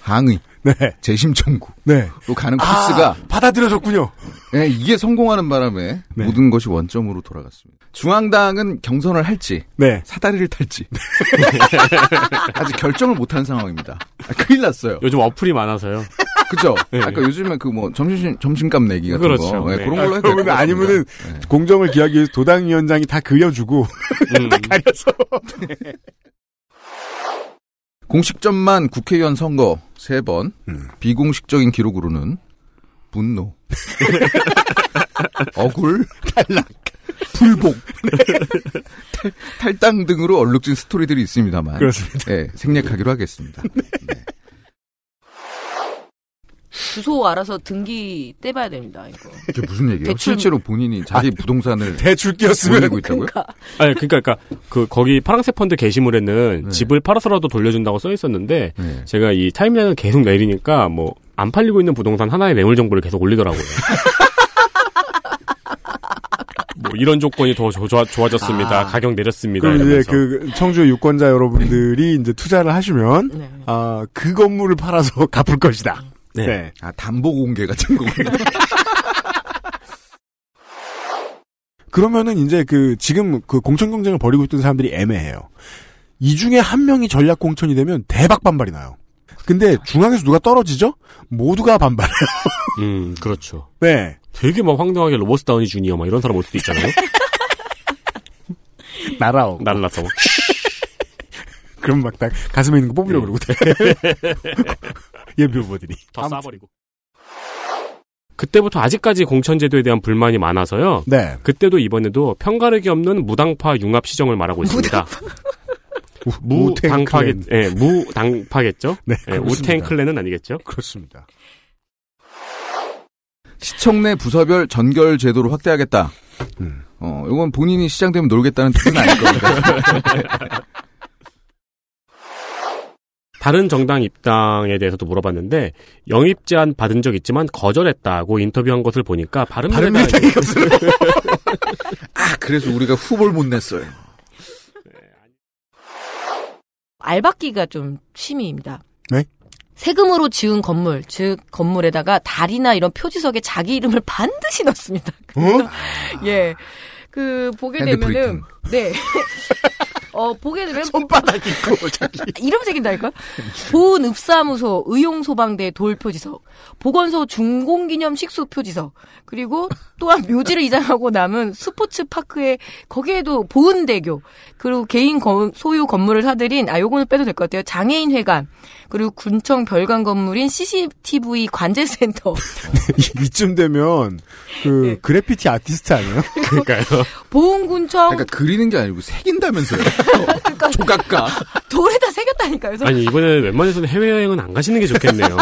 Speaker 4: 항의,
Speaker 2: 네.
Speaker 4: 재심 청구로
Speaker 2: 네.
Speaker 4: 가는 코스가
Speaker 2: 아, 받아들여졌군요.
Speaker 4: 네, 이게 성공하는 바람에
Speaker 2: 네.
Speaker 4: 모든 것이 원점으로 돌아갔습니다. 중앙당은 경선을 할지
Speaker 2: 네.
Speaker 4: 사다리를 탈지 아직 결정을 못한 상황입니다. 아, 큰일 났어요.
Speaker 6: 요즘 어플이 많아서요.
Speaker 4: 그죠?
Speaker 6: 네.
Speaker 4: 아까 요즘에 그 뭐 점심 점심값 내기 같은
Speaker 6: 그렇죠.
Speaker 4: 거 네,
Speaker 6: 네.
Speaker 4: 그런 걸로 해도 될것
Speaker 2: 아, 그러면
Speaker 4: 같습니다.
Speaker 2: 아니면은 공정을 기하기 위해서 도당위원장이 다 그려주고
Speaker 6: 음.
Speaker 4: 공식점만 국회의원 선거 3번,
Speaker 2: 음.
Speaker 4: 비공식적인 기록으로는 분노, 억울, 탈락, 네. 불복, 탈- 탈당 등으로 얼룩진 스토리들이 있습니다만
Speaker 2: 그렇습니다.
Speaker 4: 예, 생략하기로 하겠습니다. 네.
Speaker 5: 주소 알아서 등기 떼봐야 됩니다. 이거.
Speaker 4: 이게 무슨 얘기예요?
Speaker 5: 대출-
Speaker 4: 실제로 본인이 자기 부동산을
Speaker 2: 대출 끼었으면
Speaker 4: 올리고 있다고요?
Speaker 6: 아니 그러니까 그러니까 그 거기 파랑새 펀드 게시물에는
Speaker 4: 네.
Speaker 6: 집을 팔아서라도 돌려준다고 써 있었는데
Speaker 4: 네.
Speaker 6: 제가 이 타임라인을 계속 내리니까 뭐 안 팔리고 있는 부동산 하나의 매물 정보를 계속 올리더라고요. 뭐 이런 조건이 더 조- 좋아, 좋아졌습니다. 가격 내렸습니다.
Speaker 9: 예,
Speaker 2: 그럼 이제
Speaker 6: 이러면서.
Speaker 2: 그 청주의 유권자 여러분들이 이제 투자를 하시면
Speaker 5: 네.
Speaker 2: 아, 그 건물을 팔아서 갚을 것이다.
Speaker 6: 네.
Speaker 4: 아, 담보 공개 같은 거군요.
Speaker 2: 그러면은 이제 그 지금 그 공천 경쟁을 벌이고 있던 사람들이 애매해요. 이 중에 한 명이 전략 공천이 되면 대박 반발이 나요. 근데 중앙에서 누가 떨어지죠? 모두가 반발해요.
Speaker 6: 음 그렇죠.
Speaker 2: 네.
Speaker 6: 되게 막 황당하게 로버스 다우니 주니어 막 이런 사람 올 수도 있잖아요.
Speaker 2: 날아오고.
Speaker 6: 날라서
Speaker 2: 그럼 막 다 가슴에 있는 거 뽑으려고 그러고. 예비 후보들이.
Speaker 6: 예. 더 싸버리고. 그때부터 아직까지 공천제도에 대한 불만이 많아서요.
Speaker 2: 네.
Speaker 6: 그때도 이번에도 편가르기 없는 무당파 융합 시정을 말하고 있습니다. 무당파겠,
Speaker 2: 우탱클랜.
Speaker 6: 예, 무당파겠죠?
Speaker 2: 네.
Speaker 6: 예,
Speaker 2: 그렇습니다.
Speaker 6: 우탱 클랜은 아니겠죠?
Speaker 2: 그렇습니다.
Speaker 4: 시청 내 부서별 전결 제도를 확대하겠다. 어, 이건 본인이 시장 되면 놀겠다는 뜻은 아닐 겁니다.
Speaker 6: 다른 정당 입당에 대해서도 물어봤는데 영입 제안 받은 적 있지만 거절했다고 인터뷰한 것을 보니까 바른미래당
Speaker 4: 아, 그래서 우리가 후보를 못 냈어요.
Speaker 5: 알박기가 좀 취미입니다.
Speaker 2: 네?
Speaker 5: 세금으로 지은 건물, 즉 건물에다가 달이나 이런 표지석에 자기 이름을 반드시 넣습니다. 예. 그 보게
Speaker 4: 핸드프린팅.
Speaker 5: 되면은 네. 어 보게 되면
Speaker 4: 손바닥 있고 자기.
Speaker 5: 이름 새긴다니까? 보은읍사무소, 의용소방대 돌표지석, 보건소 중공기념 식수표지석, 그리고 또한 묘지를 이장하고 남은 스포츠파크에, 거기에도 보은대교, 그리고 개인 거- 소유 건물을 사들인, 아, 요거는 빼도 될 것 같아요. 장애인회관, 그리고 군청 별관 건물인 CCTV 관제센터,
Speaker 2: 이쯤 되면 그 그래피티 아티스트 아니에요?
Speaker 5: 보은군청,
Speaker 4: 그러니까 그리는 게 아니고 새긴다면서요. 조각가.
Speaker 5: 아, 돌에다 새겼다니까요. 그래서
Speaker 6: 아니 이번에 웬만해서는 해외여행은 안 가시는 게 좋겠네요.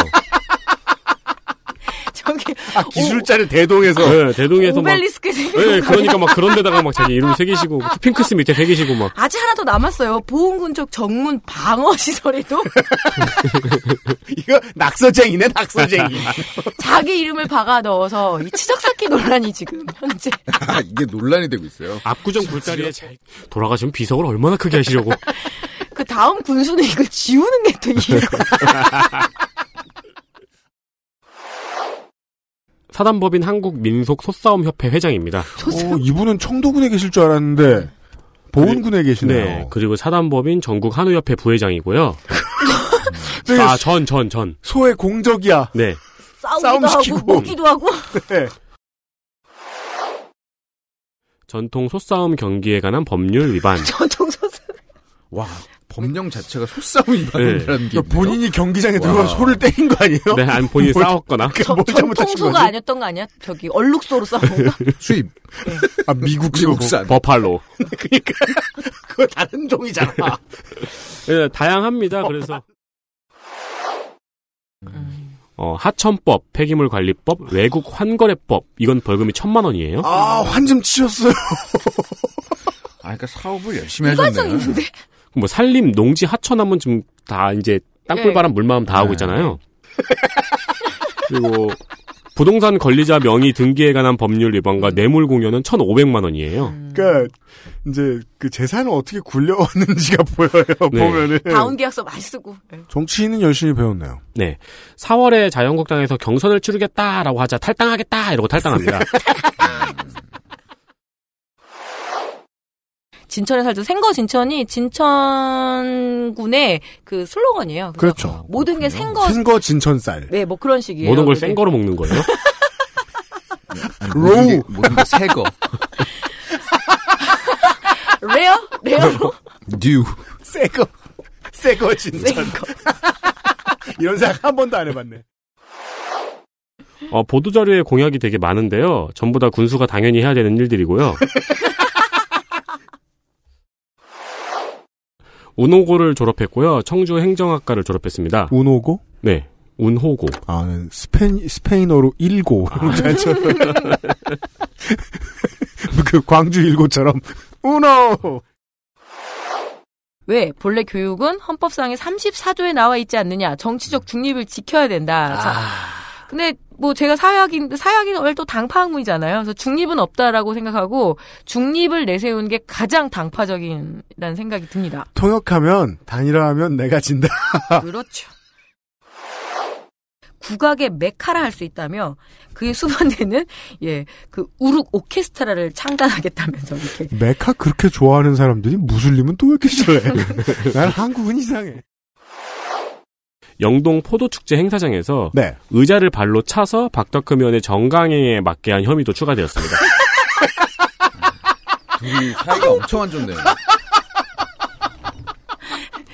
Speaker 5: 저기,
Speaker 2: 기술자를 대동해서
Speaker 6: 네, 대동에서 막
Speaker 5: 오벨리스크 새긴 거
Speaker 6: 네, 그러니까 막 그런 데다가 막 자기 이름 새기시고 핑크스 밑에 새기시고 막
Speaker 5: 아직 하나 더 남았어요. 보은군 쪽 정문 방어 시설에도
Speaker 2: 이거 낙서쟁이네 낙서쟁이.
Speaker 5: 자기 이름을 박아 넣어서 이 치적 쌓기 논란이 지금 현재
Speaker 4: 아, 이게 논란이 되고 있어요.
Speaker 6: 압구정 굴다리에 잘 돌아가시면 비석을 얼마나 크게 하시려고
Speaker 5: 그 다음 군수는 이걸 지우는 게 되게
Speaker 2: 네,
Speaker 6: 사단법인 한국민속소싸움협회 회장입니다.
Speaker 2: 어, 이분은 청도군에 계실 줄 알았는데 보은군에 계시네요.
Speaker 6: 네, 그리고 사단법인 전국 한우협회 부회장이고요.
Speaker 2: 되게
Speaker 6: 아, 전, 전, 전.
Speaker 2: 소의 공적이야.
Speaker 6: 네.
Speaker 5: 싸우기도
Speaker 2: 싸움시키고.
Speaker 5: 하고 먹기도 하고
Speaker 2: 네.
Speaker 6: 전통 소싸움 경기에 관한 법률 위반.
Speaker 5: 전통소수
Speaker 4: 와, 법령 자체가 소싸움 위반이라는 게.
Speaker 2: 그러니까
Speaker 4: 있네요.
Speaker 2: 본인이 경기장에 들어가
Speaker 4: 와.
Speaker 2: 소를 때린 거 아니에요?
Speaker 6: 네, 아니, 본인이
Speaker 2: 뭘-
Speaker 6: 싸웠거나.
Speaker 2: 그러니까 뭘 잘못하신 거지?
Speaker 5: 전통소가 아니었던 거 아니야? 저기 얼룩소로 싸운 거?
Speaker 4: 수입,
Speaker 2: 아 미국
Speaker 4: 미국산.
Speaker 6: 버팔로.
Speaker 2: 네, 그러니까. 그거 다른 종이잖아.
Speaker 6: 네, 다양합니다. 그래서.
Speaker 4: 음.
Speaker 6: 어, 하천법, 폐기물 관리법, 외국 환거래법. 이건 벌금이 천만 원이에요.
Speaker 2: 아 환 좀 치셨어요.
Speaker 4: 아, 그러니까 사업을 열심히
Speaker 5: 일관성
Speaker 4: 하셨네요.
Speaker 5: 있는데
Speaker 6: 뭐 산림, 농지, 하천 하면 지금 다 이제
Speaker 5: 예.
Speaker 6: 땅굴 바람 물마음 다 하고
Speaker 4: 네.
Speaker 6: 있잖아요. 그리고 부동산 권리자 명의 등기에 관한 법률 위반과 뇌물 공여는 1,500만 원이에요.
Speaker 2: 그러니까 이제 그 재산을 어떻게 굴려왔는지가 보여요.
Speaker 6: 네.
Speaker 2: 보면은
Speaker 5: 다운 계약서 많이 쓰고 예.
Speaker 2: 정치인은 열심히 배웠네요.
Speaker 6: 네. 4월에 자유한국당에서 경선을 치르겠다라고 하자 탈당하겠다 이러고 탈당합니다.
Speaker 5: 진천에 살던 생거 진천이 진천군의 그 슬로건이에요. 그래서
Speaker 2: 그렇죠.
Speaker 5: 모든 게 생거
Speaker 2: 생거 진천쌀.
Speaker 5: 네 뭐 그런 식이에요.
Speaker 6: 모든 걸
Speaker 5: 근데
Speaker 6: 센 거로 먹는 거예요.
Speaker 4: 아니, 모든 게-
Speaker 2: 로우.
Speaker 4: 모든 게 새거.
Speaker 5: 네. 레어 레어로
Speaker 4: 뉴.
Speaker 2: 새거. 새거 진천. 이런 생각 한 번도 안 해봤네.
Speaker 6: 어, 보도 자료에 공약이 되게 많은데요. 전부 다 군수가 당연히 해야 되는 일들이고요. 운호고를 졸업했고요. 청주 행정학과를 졸업했습니다.
Speaker 2: 운호고?
Speaker 6: 네. 운호고.
Speaker 2: 아, 는 스페인, 스페인어로 일고. 그 광주 일고처럼. 운호!
Speaker 5: 왜 본래 교육은 헌법상의 34조에 나와 있지 않느냐 정치적 중립을 지켜야 된다. 자, 근데 뭐 제가 사회학인 사회학인 원래 또 당파학문이잖아요. 그래서 중립은 없다라고 생각하고 중립을 내세우는 게 가장 당파적인라는 생각이 듭니다.
Speaker 2: 통역하면, 단일화하면 내가 진다.
Speaker 5: 그렇죠. 국악의 메카라 할 수 있다며 그의 수반대는 예 그 우룩 오케스트라를 창단하겠다면서 이렇게
Speaker 9: 아.
Speaker 2: 메카 그렇게 좋아하는 사람들이 무슬림은 또 왜 이렇게 싫어해? 난 한국은 이상해.
Speaker 6: 영동 포도축제 행사장에서
Speaker 2: 네.
Speaker 6: 의자를 발로 차서 박덕흠 의원의 정강이에 맞게 한 혐의도 추가되었습니다.
Speaker 4: 둘이 사이가 엄청 안 좋네요.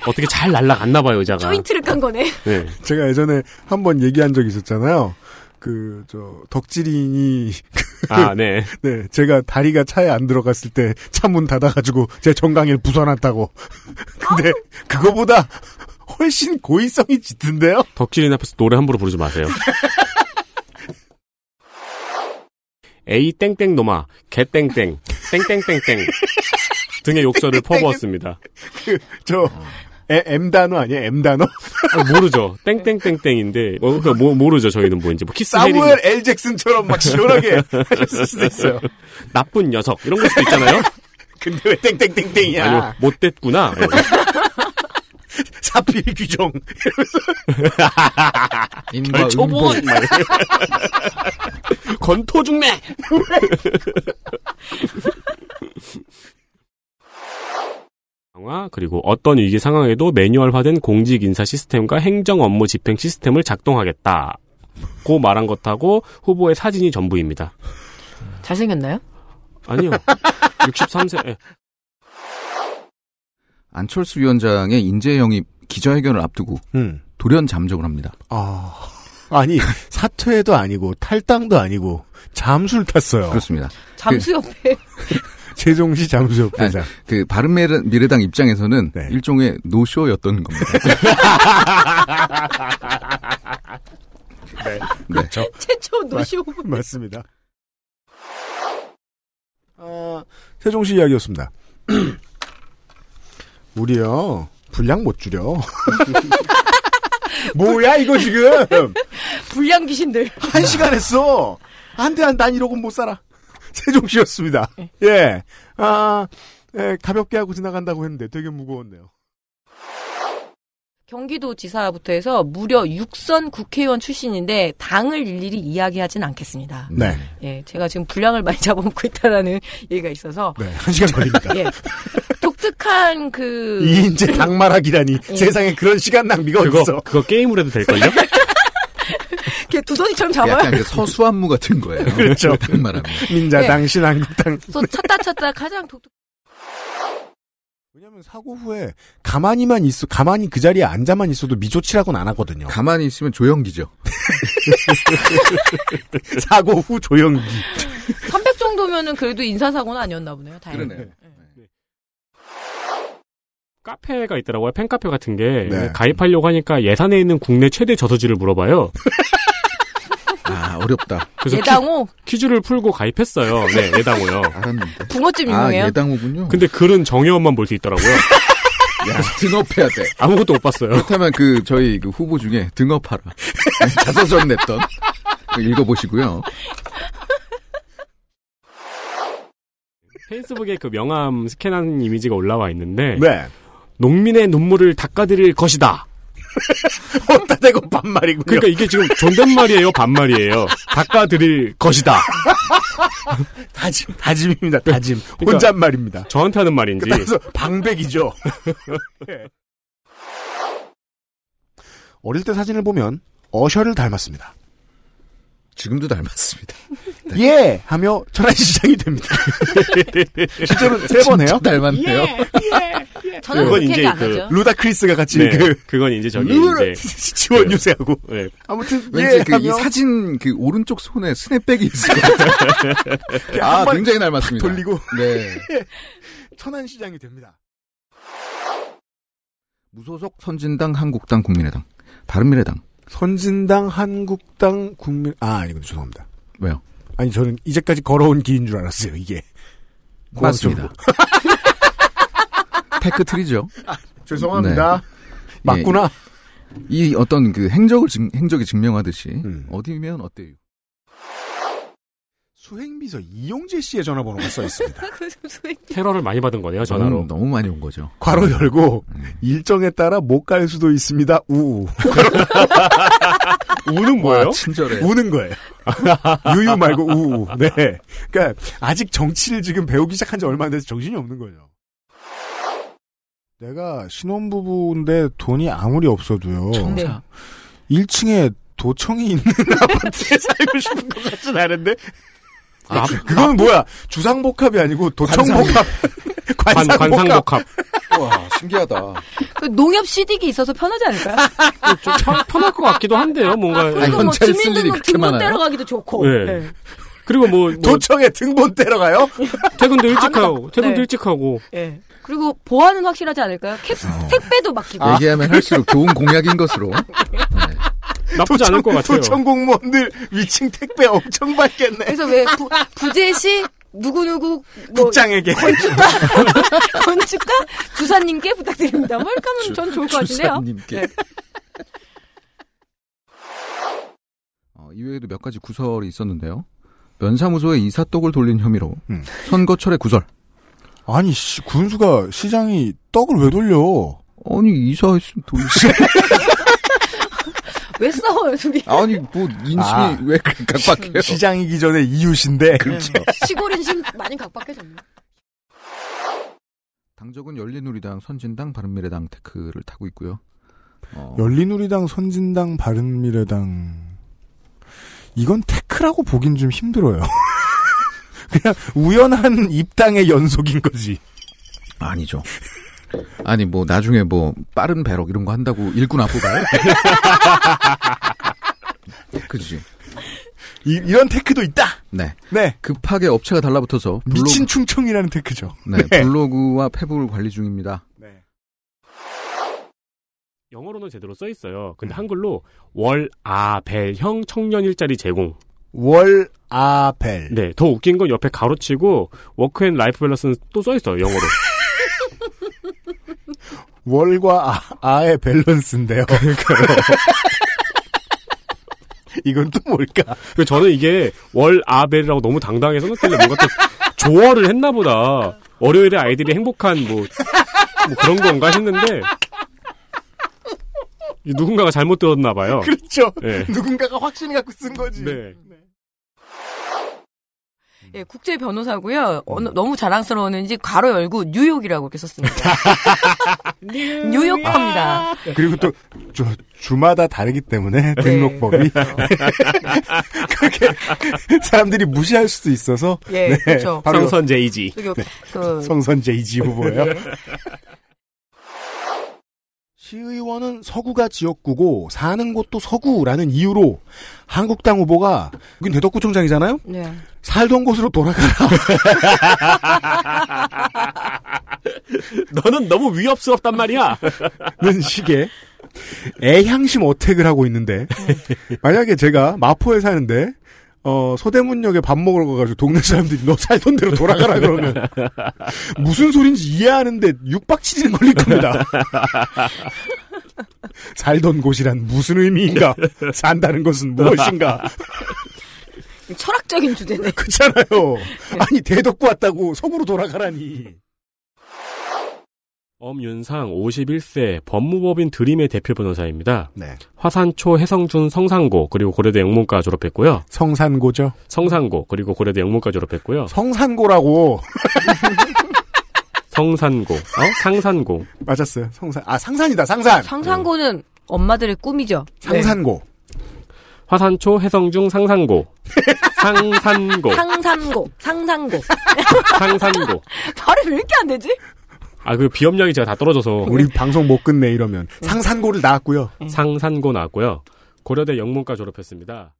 Speaker 6: 어떻게 잘 날라갔나 봐요, 의자가.
Speaker 5: 조인트를 깐 거네.
Speaker 6: 네.
Speaker 2: 제가 예전에 한 번 얘기한 적이 있었잖아요. 그, 저, 덕질인이,
Speaker 6: 아, 네.
Speaker 2: 네, 제가 다리가 차에 안 들어갔을 때 차 문 닫아가지고 제 정강이를 부숴놨다고. 근데 그거보다 훨씬 고의성이 짙은데요?
Speaker 6: 덕질인 앞에서 노래 함부로 부르지 마세요. A 땡땡 놈아, 개 땡땡, 땡땡땡땡 등의 욕설을 퍼부었습니다.
Speaker 2: 저 에, M 단어 아니에요? M 단어?
Speaker 6: 아, 모르죠. 땡땡땡땡인데 어, 그러니까 뭐, 모르죠. 저희는 뭔지 뭐 키스 헤링,
Speaker 2: 사무엘
Speaker 4: 네.
Speaker 2: 엘 잭슨처럼 막 시원하게 하셨을 수도 있어요.
Speaker 6: 나쁜 녀석 이런 것도 있잖아요.
Speaker 2: 근데 왜 땡땡땡땡이야?
Speaker 6: 아니요, 못됐구나. 예. 이러고.
Speaker 2: 사필 규정.
Speaker 4: 인과 음보.
Speaker 6: 건토 중매. 강화 그리고 어떤 위기 상황에도 매뉴얼화된 공직 인사 시스템과 행정 업무 집행 시스템을 작동하겠다. 고 말한 것하고 후보의 사진이 전부입니다.
Speaker 5: 잘생겼나요?
Speaker 6: 아니요. 63세. 예.
Speaker 4: 안철수 위원장의 인재 영입 기자회견을 앞두고
Speaker 2: 음.
Speaker 4: 돌연 잠적을 합니다.
Speaker 2: 아. 아니, 사퇴도 아니고, 탈당도 아니고, 잠수를 탔어요.
Speaker 4: 그렇습니다.
Speaker 5: 잠수 옆에
Speaker 2: 세종시 잠수협회장.
Speaker 4: 그 바른미래당 입장에서는
Speaker 2: 네.
Speaker 4: 일종의 노쇼였던 겁니다. 네.
Speaker 2: 그렇죠.
Speaker 5: 최초 노시오
Speaker 2: 맞습니다. 아, 세종시 이야기였습니다. 우리요, 분량 못 줄여. 뭐야, 이거 지금!
Speaker 5: 불량 귀신들.
Speaker 2: 한 시간 했어. 안 돼, 안, 난 이러고 못 살아. 세종시였습니다. 예. 아, 예, 가볍게 하고 지나간다고 했는데 되게 무거웠네요.
Speaker 5: 경기도 지사부터 해서 무려 육선 국회의원 출신인데 당을 일일이 이야기하진 않겠습니다.
Speaker 2: 네.
Speaker 5: 예, 제가 지금 분량을 많이 잡아먹고 있다라는 얘기가 있어서
Speaker 2: 네, 한 시간 걸립니다.
Speaker 5: 예, 독특한 그
Speaker 2: 이 이제 당말하기라니
Speaker 5: 예.
Speaker 2: 세상에 그런 시간 낭비가
Speaker 6: 그거
Speaker 2: 어딨어.
Speaker 6: 그거 게임으로 해도 될걸요?
Speaker 5: 이렇게 두더지처럼 잡아요.
Speaker 4: 약간 그 서수안무 같은 거예요.
Speaker 2: 그렇죠.
Speaker 4: 그런 말하면.
Speaker 2: 민자당, 신한국당.
Speaker 5: 그래서
Speaker 4: 네.
Speaker 5: 찾다 찾다 가장 독특.
Speaker 2: 왜냐면 사고 후에 가만히만 있어, 가만히 그 자리에 앉아만 있어도 미조치라고는 안 하거든요.
Speaker 4: 가만히 있으면 조영기죠.
Speaker 2: 그 사고 후 조용히.
Speaker 5: 300 정도면은 그래도 인사사고는 아니었나 보네요. 다행히.
Speaker 4: 그러네요.
Speaker 6: 카페가 있더라고요. 팬카페 같은 게
Speaker 2: 네.
Speaker 6: 가입하려고 하니까 예산에 있는 국내 최대 저서지를 물어봐요.
Speaker 4: 아, 어렵다.
Speaker 6: 그래서
Speaker 5: 예당호
Speaker 6: 퀴, 즈를 풀고 가입했어요. 네, 예당호요.
Speaker 4: 알았는데.
Speaker 5: 붕어집
Speaker 4: 아,
Speaker 5: 유명해요.
Speaker 4: 예당호군요.
Speaker 6: 근데 글은 정혜원만 볼 수 있더라고요.
Speaker 4: 야, 등업해야 돼.
Speaker 6: 아무것도 못 봤어요.
Speaker 4: 그렇다면 그 저희 그 후보 중에 등업하라 자서전 냈던 그거 읽어보시고요.
Speaker 6: 페이스북에 그 명함 스캔한 이미지가 올라와 있는데
Speaker 2: 네.
Speaker 6: 농민의 눈물을 닦아드릴 것이다.
Speaker 2: 어따 대고 반말이군요.
Speaker 6: 그러니까 이게 지금 존댓말이에요, 반말이에요. 닦아드릴 것이다.
Speaker 2: 다짐, 다짐입니다, 다짐.
Speaker 6: 그러니까-
Speaker 2: 혼잣말입니다.
Speaker 6: 저한테 하는 말인지.
Speaker 2: 그래서 방백이죠. 예. 어릴 때 사진을 보면 어셔를 닮았습니다.
Speaker 4: 지금도 닮았습니다.
Speaker 2: 예 하며 천안시장이 됩니다. 실제로는 세 번 해요.
Speaker 4: 좀 닮았네요.
Speaker 5: 예.
Speaker 4: 예.
Speaker 6: 그건
Speaker 5: 저는 그렇게
Speaker 6: 이제
Speaker 5: 얘기 안
Speaker 6: 그
Speaker 5: 하죠.
Speaker 2: 루다크리스가 같이
Speaker 6: 네,
Speaker 2: 그
Speaker 6: 그건 이제 저기
Speaker 2: 루라-
Speaker 6: 이제
Speaker 2: 지원 유세하고
Speaker 6: 네,
Speaker 2: 아무튼
Speaker 4: 왠지
Speaker 2: 예
Speaker 4: 그 이
Speaker 2: 하며
Speaker 4: 사진 그 오른쪽 손에 스냅백이 있을 것 같아요.
Speaker 2: 한
Speaker 4: 아,
Speaker 2: 번에
Speaker 4: 굉장히 닮았습니다.
Speaker 2: 돌리고
Speaker 4: 네.
Speaker 2: 천안시장이 됩니다.
Speaker 4: 무소속 선진당, 한국당, 국민의당, 바른미래당.
Speaker 2: 선진당, 한국당, 국민 아 아니군요 죄송합니다.
Speaker 4: 왜요?
Speaker 2: 아니 저는 이제까지 걸어온 길인 줄 알았어요 이게
Speaker 4: 맞습니다. 테크트리죠.
Speaker 2: 죄송합니다. 네. 예, 맞구나.
Speaker 4: 이 어떤 그 행적을 증, 행적이 증명하듯이
Speaker 2: 음.
Speaker 4: 어디면 어때요?
Speaker 2: 수행비서 이용재 씨의 전화번호가 써 있습니다.
Speaker 6: 테러를 많이 받은 거네요, 전화로.
Speaker 2: 음.
Speaker 4: 너무, 너무 많이 온 거죠.
Speaker 2: 괄호 열고 일정에 따라 못 갈 수도 있습니다. 우
Speaker 6: 아, 우는 뭐예요?
Speaker 2: 아,
Speaker 4: 와, 아, 친절해.
Speaker 9: 어.
Speaker 2: 우는 거예요. 유유 말고 우. 네. 그러니까 아직 정치를 지금 배우기 시작한 지 얼마 안 돼서 정신이 없는 거죠. 내가 신혼부부인데 돈이 아무리 없어도요.
Speaker 4: 청사.
Speaker 2: 1층에 도청이 있는 아파트에 살고 싶은 것 같진 않은데.
Speaker 6: 아,
Speaker 2: 그건 뭐야? 주상복합이 아니고 도청복합.
Speaker 6: 관,
Speaker 2: 관상복합.
Speaker 6: 관상복합.
Speaker 4: 와, 신기하다.
Speaker 5: 그 농협 CD기 있어서 편하지 않을까요?
Speaker 6: 좀 편, 편할 것 같기도 한데요, 뭔가.
Speaker 4: 아, 아니,
Speaker 5: 그리고 뭐
Speaker 4: 현찰 쓸 일이
Speaker 5: 주민등록
Speaker 4: 그렇게
Speaker 5: 등본
Speaker 4: 많아요? 예.
Speaker 5: 떼러 가기도 좋고.
Speaker 6: 네.
Speaker 5: 네.
Speaker 6: 그리고 뭐, 뭐
Speaker 2: 도청에 등본 떼러 가요?
Speaker 6: 퇴근도
Speaker 2: 아,
Speaker 6: 일찍 하고, 퇴근도
Speaker 5: 네.
Speaker 6: 일찍 하고.
Speaker 5: 예. 그리고 보안은
Speaker 4: 어.
Speaker 5: 아. 확실하지 않을까요? 캡, 택배도 맡기고.
Speaker 4: 얘기하면 할수록 좋은 공약인 것으로. 네.
Speaker 6: 나쁘지 않을 것 같아요.
Speaker 2: 도청 공무원들 위층 택배 엄청 받겠네.
Speaker 5: 그래서 왜 부, 부재시 누구누구 뭐
Speaker 2: 국장에게.
Speaker 5: 건축가 주사님께 부탁드립니다. 뭐 이렇게 하면 전 좋을 것 같은데요.
Speaker 4: 주사님께.
Speaker 5: 네.
Speaker 4: 어, 이외에도 몇 가지 구설이 있었는데요. 면사무소에 이사떡을 돌린 혐의로
Speaker 2: 음.
Speaker 4: 선거철에 구설.
Speaker 2: 아니 씨, 군수가 시장이 떡을 왜 돌려?
Speaker 4: 아니 이사했으면 돌리지.
Speaker 5: 왜 싸워요, 둘이?
Speaker 4: 아니 뭐 인심이
Speaker 2: 아.
Speaker 4: 왜 그렇게 각박해요?
Speaker 2: 시장이기 전에 이웃인데. 그렇죠.
Speaker 5: 시골인 심 많이 각박해졌네.
Speaker 4: 당적은 열린우리당, 선진당, 바른미래당 테크를 타고 있고요. 어,
Speaker 2: 열린우리당, 선진당, 바른미래당. 이건 테크라고 보긴 좀 힘들어요. 그냥 우연한 입당의 연속인 거지.
Speaker 4: 아니죠. 아니 뭐 나중에 뭐 빠른 배럭 이런 거 한다고 일꾼 안 뽑아요? 그지.
Speaker 2: 이, 이런 테크도 있다.
Speaker 4: 네.
Speaker 2: 네.
Speaker 4: 급하게 업체가 달라붙어서 블로그,
Speaker 2: 미친 충청이라는 테크죠.
Speaker 4: 네, 블로그와 페북을 관리 중입니다.
Speaker 2: 네.
Speaker 6: 영어로는 제대로 써 있어요. 근데 한글로 월, 아, 벨, 형, 청년 일자리 제공.
Speaker 2: 월 아벨.
Speaker 6: 네, 더 웃긴 건 옆에 가로치고 워크 앤 라이프 밸런스는 또 써 있어요, 영어로.
Speaker 2: 월과 아, 의 밸런스인데요. 이건 또 뭘까?
Speaker 6: 그 저는 이게 월, 아, 벨이라고 너무 당당해서 그냥 뭔가 또 조화를 했나 보다. 월요일에 아이들이 행복한 뭐, 뭐 그런 건가 했는데 이 누군가가 잘못 들었나 봐요.
Speaker 2: 그렇죠.
Speaker 6: 네.
Speaker 2: 누군가가 확신을 갖고 쓴 거지.
Speaker 6: 네.
Speaker 5: 예, 국제 변호사고요. 어, 너무 자랑스러웠는지 괄호 열고 뉴욕이라고 이렇게 썼습니다. 뉴욕합니다.
Speaker 2: 그리고 또 저, 주마다 다르기 때문에 등록법이 그렇게 사람들이 무시할 수도 있어서
Speaker 5: 예,
Speaker 4: 네.
Speaker 5: 그렇죠.
Speaker 2: 바로
Speaker 6: 성선 제이지.
Speaker 5: 저기 그
Speaker 2: 성선 제이지 후보예요. 시의원은 서구가 지역구고 사는 곳도 서구라는 이유로 한국당 후보가 여긴 대덕구청장이잖아요.
Speaker 4: 어.
Speaker 5: 네.
Speaker 2: 살던 곳으로 돌아가라.
Speaker 6: 너는 너무 위협스럽단 말이야.
Speaker 2: 는 식의 애향심 어택을 하고 있는데 만약에 제가 마포에 사는데 어 서대문역에 밥 먹으러 가가지고 동네 사람들이 너 살던 대로 돌아가라 그러면 무슨 소린지 이해하는데 육박치질 걸릴 겁니다. 살던 곳이란 무슨 의미인가? 산다는 것은 무엇인가?
Speaker 5: 철학적인 주제네. 네.
Speaker 2: 그렇잖아요. 아니 대덕구 왔다고 서구로 돌아가라니.
Speaker 6: 엄윤상 51세 법무법인 드림의 대표 변호사입니다.
Speaker 2: 네.
Speaker 6: 화산초 해성준 성산고 그리고 고려대 영문과 졸업했고요.
Speaker 2: 성산고죠.
Speaker 6: 성산고 그리고 고려대 영문과 졸업했고요.
Speaker 2: 성산고라고
Speaker 6: 성산고, 어? 상산고.
Speaker 2: 맞았어요. 성산 아 상산이다 상산.
Speaker 4: 네.
Speaker 5: 상상고는 엄마들의 꿈이죠.
Speaker 2: 상산고.
Speaker 6: 화산초 해성중 상산고. 상산고.
Speaker 5: 네. 상산고,
Speaker 4: 어.
Speaker 5: 상상고.
Speaker 6: 상산고.
Speaker 5: 발음 왜 이렇게 안 되지?
Speaker 6: 아, 그 비염량이 제가 다 떨어져서
Speaker 4: 네.
Speaker 6: 네.
Speaker 2: 우리 방송 못 끝내 이러면 상산고를 나왔고요.
Speaker 6: 상산고 나왔고요. 고려대 영문과 졸업했습니다.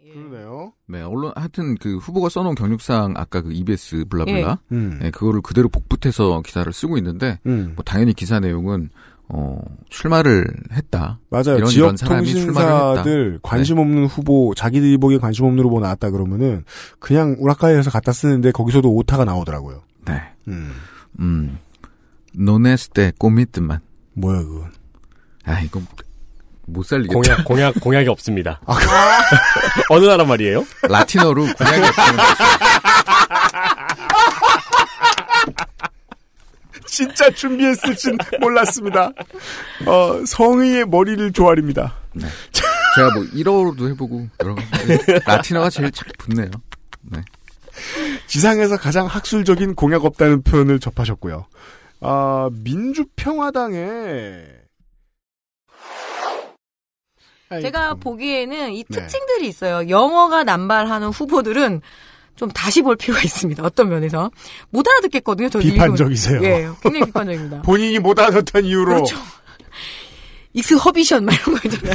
Speaker 2: 그러네요.
Speaker 4: 네, 언론 하여튼 그 후보가 써놓은 경력상 아까 그 EBS 블라블라
Speaker 9: 예.
Speaker 2: 음.
Speaker 4: 네, 그거를 그대로 복붙해서 기사를 쓰고 있는데
Speaker 2: 음.
Speaker 4: 뭐 당연히 기사 내용은 어 출마를 했다.
Speaker 2: 맞아요.
Speaker 4: 이런-
Speaker 2: 지역
Speaker 4: 이런 사람이 출마를 네.
Speaker 2: 통신사들 관심 없는 후보, 자기들이 보기에 관심 없는 후보 나왔다 그러면은 그냥 우라카이에서 갖다 쓰는데 거기서도 오타가 나오더라고요.
Speaker 4: 네,
Speaker 2: 음.
Speaker 4: 음, 노네스테 꼬미트만.
Speaker 2: 뭐야 그건?
Speaker 4: 아 이거 못 살리겠다.
Speaker 6: 공약, 공약, 공약이 없습니다.
Speaker 2: 아,
Speaker 6: 어느 나라 말이에요?
Speaker 4: 라틴어로 공약이 없다는 거.
Speaker 2: 진짜 준비했을 진 몰랐습니다. 어, 성의의 머리를 조아립니다.
Speaker 4: 제가 뭐 1어로도 해보고 여러 가지 근데 라틴어가 제일 착 붙네요.
Speaker 2: 지상에서 가장 학술적인 공약 없다는 표현을 접하셨고요. 아, 민주평화당에 아이,
Speaker 5: 제가
Speaker 2: 참.
Speaker 5: 보기에는 이
Speaker 2: 네.
Speaker 5: 특징들이 있어요. 영어가 남발하는 후보들은 좀 다시 볼 필요가 있습니다. 어떤 면에서. 못 알아듣겠거든요. 저
Speaker 2: 비판적이세요.
Speaker 5: 예, 굉장히 비판적입니다.
Speaker 2: 본인이 못 알아듣던 이유로
Speaker 5: 그렇죠. 익스허비션 막 이런 거 있잖아요.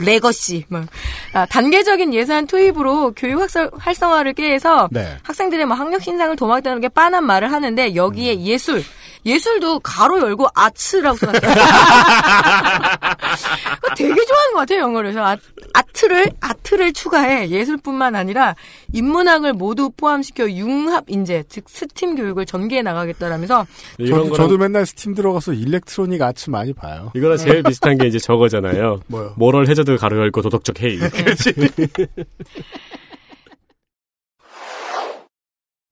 Speaker 5: 레거시 막 아, 단계적인 예산 투입으로 교육 학설- 활성화를 깨해서
Speaker 2: 네.
Speaker 5: 학생들의 뭐 학력 신상을 도맡다는 게 빤한 말을 하는데 여기에 예술 예술도 가로 열고 아츠라고 써놨어요. 그거 되게 좋아하는 것 같아요, 영어를. 그래서 아, 아트를, 아트를 추가해 예술뿐만 아니라 인문학을 모두 포함시켜 융합인재, 즉 스팀 교육을 전개해 나가겠다라면서
Speaker 6: 이런
Speaker 2: 저,
Speaker 6: 거랑
Speaker 2: 도 맨날 스팀 들어가서 일렉트로닉 아츠 많이 봐요.
Speaker 6: 이거랑 제일 비슷한 게 이제 저거잖아요.
Speaker 2: 뭐요?
Speaker 6: 모럴 해저드 가로 열고 도덕적 해이. 그렇지.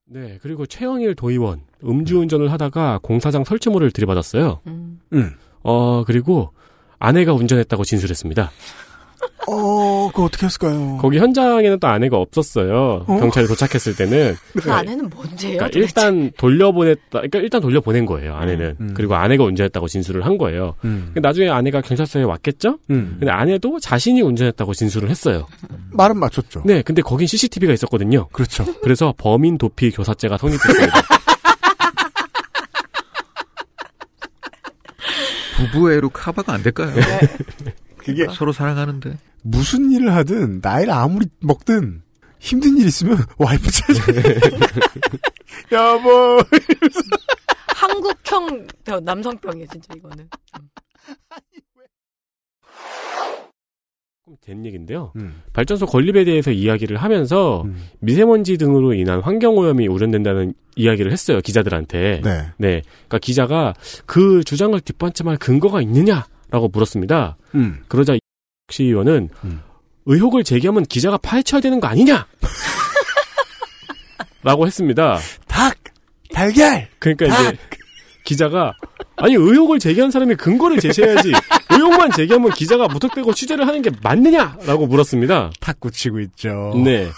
Speaker 6: 네, 그리고 최영일 도의원 음주운전을 하다가 공사장 설치물을 들이받았어요.
Speaker 5: 음,
Speaker 6: 어 그리고 아내가 운전했다고 진술했습니다.
Speaker 2: 어, 그거 어떻게 했을까요?
Speaker 6: 거기 현장에는 또 아내가 없었어요.
Speaker 2: 어?
Speaker 6: 경찰이 도착했을 때는
Speaker 5: 그 안에는 뭔데요?
Speaker 6: 그러니까
Speaker 5: 도대체?
Speaker 6: 일단 돌려보냈다. 그러니까 일단 돌려보낸 거예요. 아내는
Speaker 2: 음.
Speaker 6: 그리고 아내가 운전했다고 진술을 한 거예요.
Speaker 2: 음.
Speaker 6: 근데 나중에 아내가 경찰서에 왔겠죠?
Speaker 2: 음.
Speaker 6: 근데 아내도 자신이 운전했다고 진술을 했어요.
Speaker 2: 말은 맞췄죠.
Speaker 6: 네, 근데 거긴 CCTV가 있었거든요.
Speaker 2: 그렇죠.
Speaker 6: 그래서 범인 도피 교사죄가 성립됐습니다.
Speaker 4: 부부애로 커버가 안 될까요?
Speaker 2: 그게
Speaker 4: 서로 사랑하는데.
Speaker 2: 무슨 일을 하든 나이를 아무리 먹든 힘든 일 있으면 와이프 찾아요.
Speaker 6: 네.
Speaker 2: 여보.
Speaker 5: 한국형 더 남성병이에요, 진짜 이거는.
Speaker 6: 조금 된 얘기인데요.
Speaker 2: 음.
Speaker 6: 발전소 건립에 대해서 이야기를 하면서
Speaker 2: 음.
Speaker 6: 미세먼지 등으로 인한 환경 오염이 우려된다는 이야기를 했어요 기자들한테.
Speaker 2: 네.
Speaker 6: 네. 그러니까 기자가 그 주장을 뒷받침할 근거가 있느냐라고 물었습니다.
Speaker 2: 음.
Speaker 6: 그러자 이 시의원은
Speaker 2: 음.
Speaker 6: 의혹을 제기하면 기자가 파헤쳐야 되는 거 아니냐? 라고 했습니다.
Speaker 2: 닭, 달걀.
Speaker 6: 그러니까 이제 기자가 아니 의혹을 제기한 사람이 근거를 제시해야지 의혹만 제기하면 기자가 무턱대고 취재를 하는 게 맞느냐라고 물었습니다.
Speaker 2: 탁구 치고 있죠.
Speaker 5: 어.
Speaker 6: 네.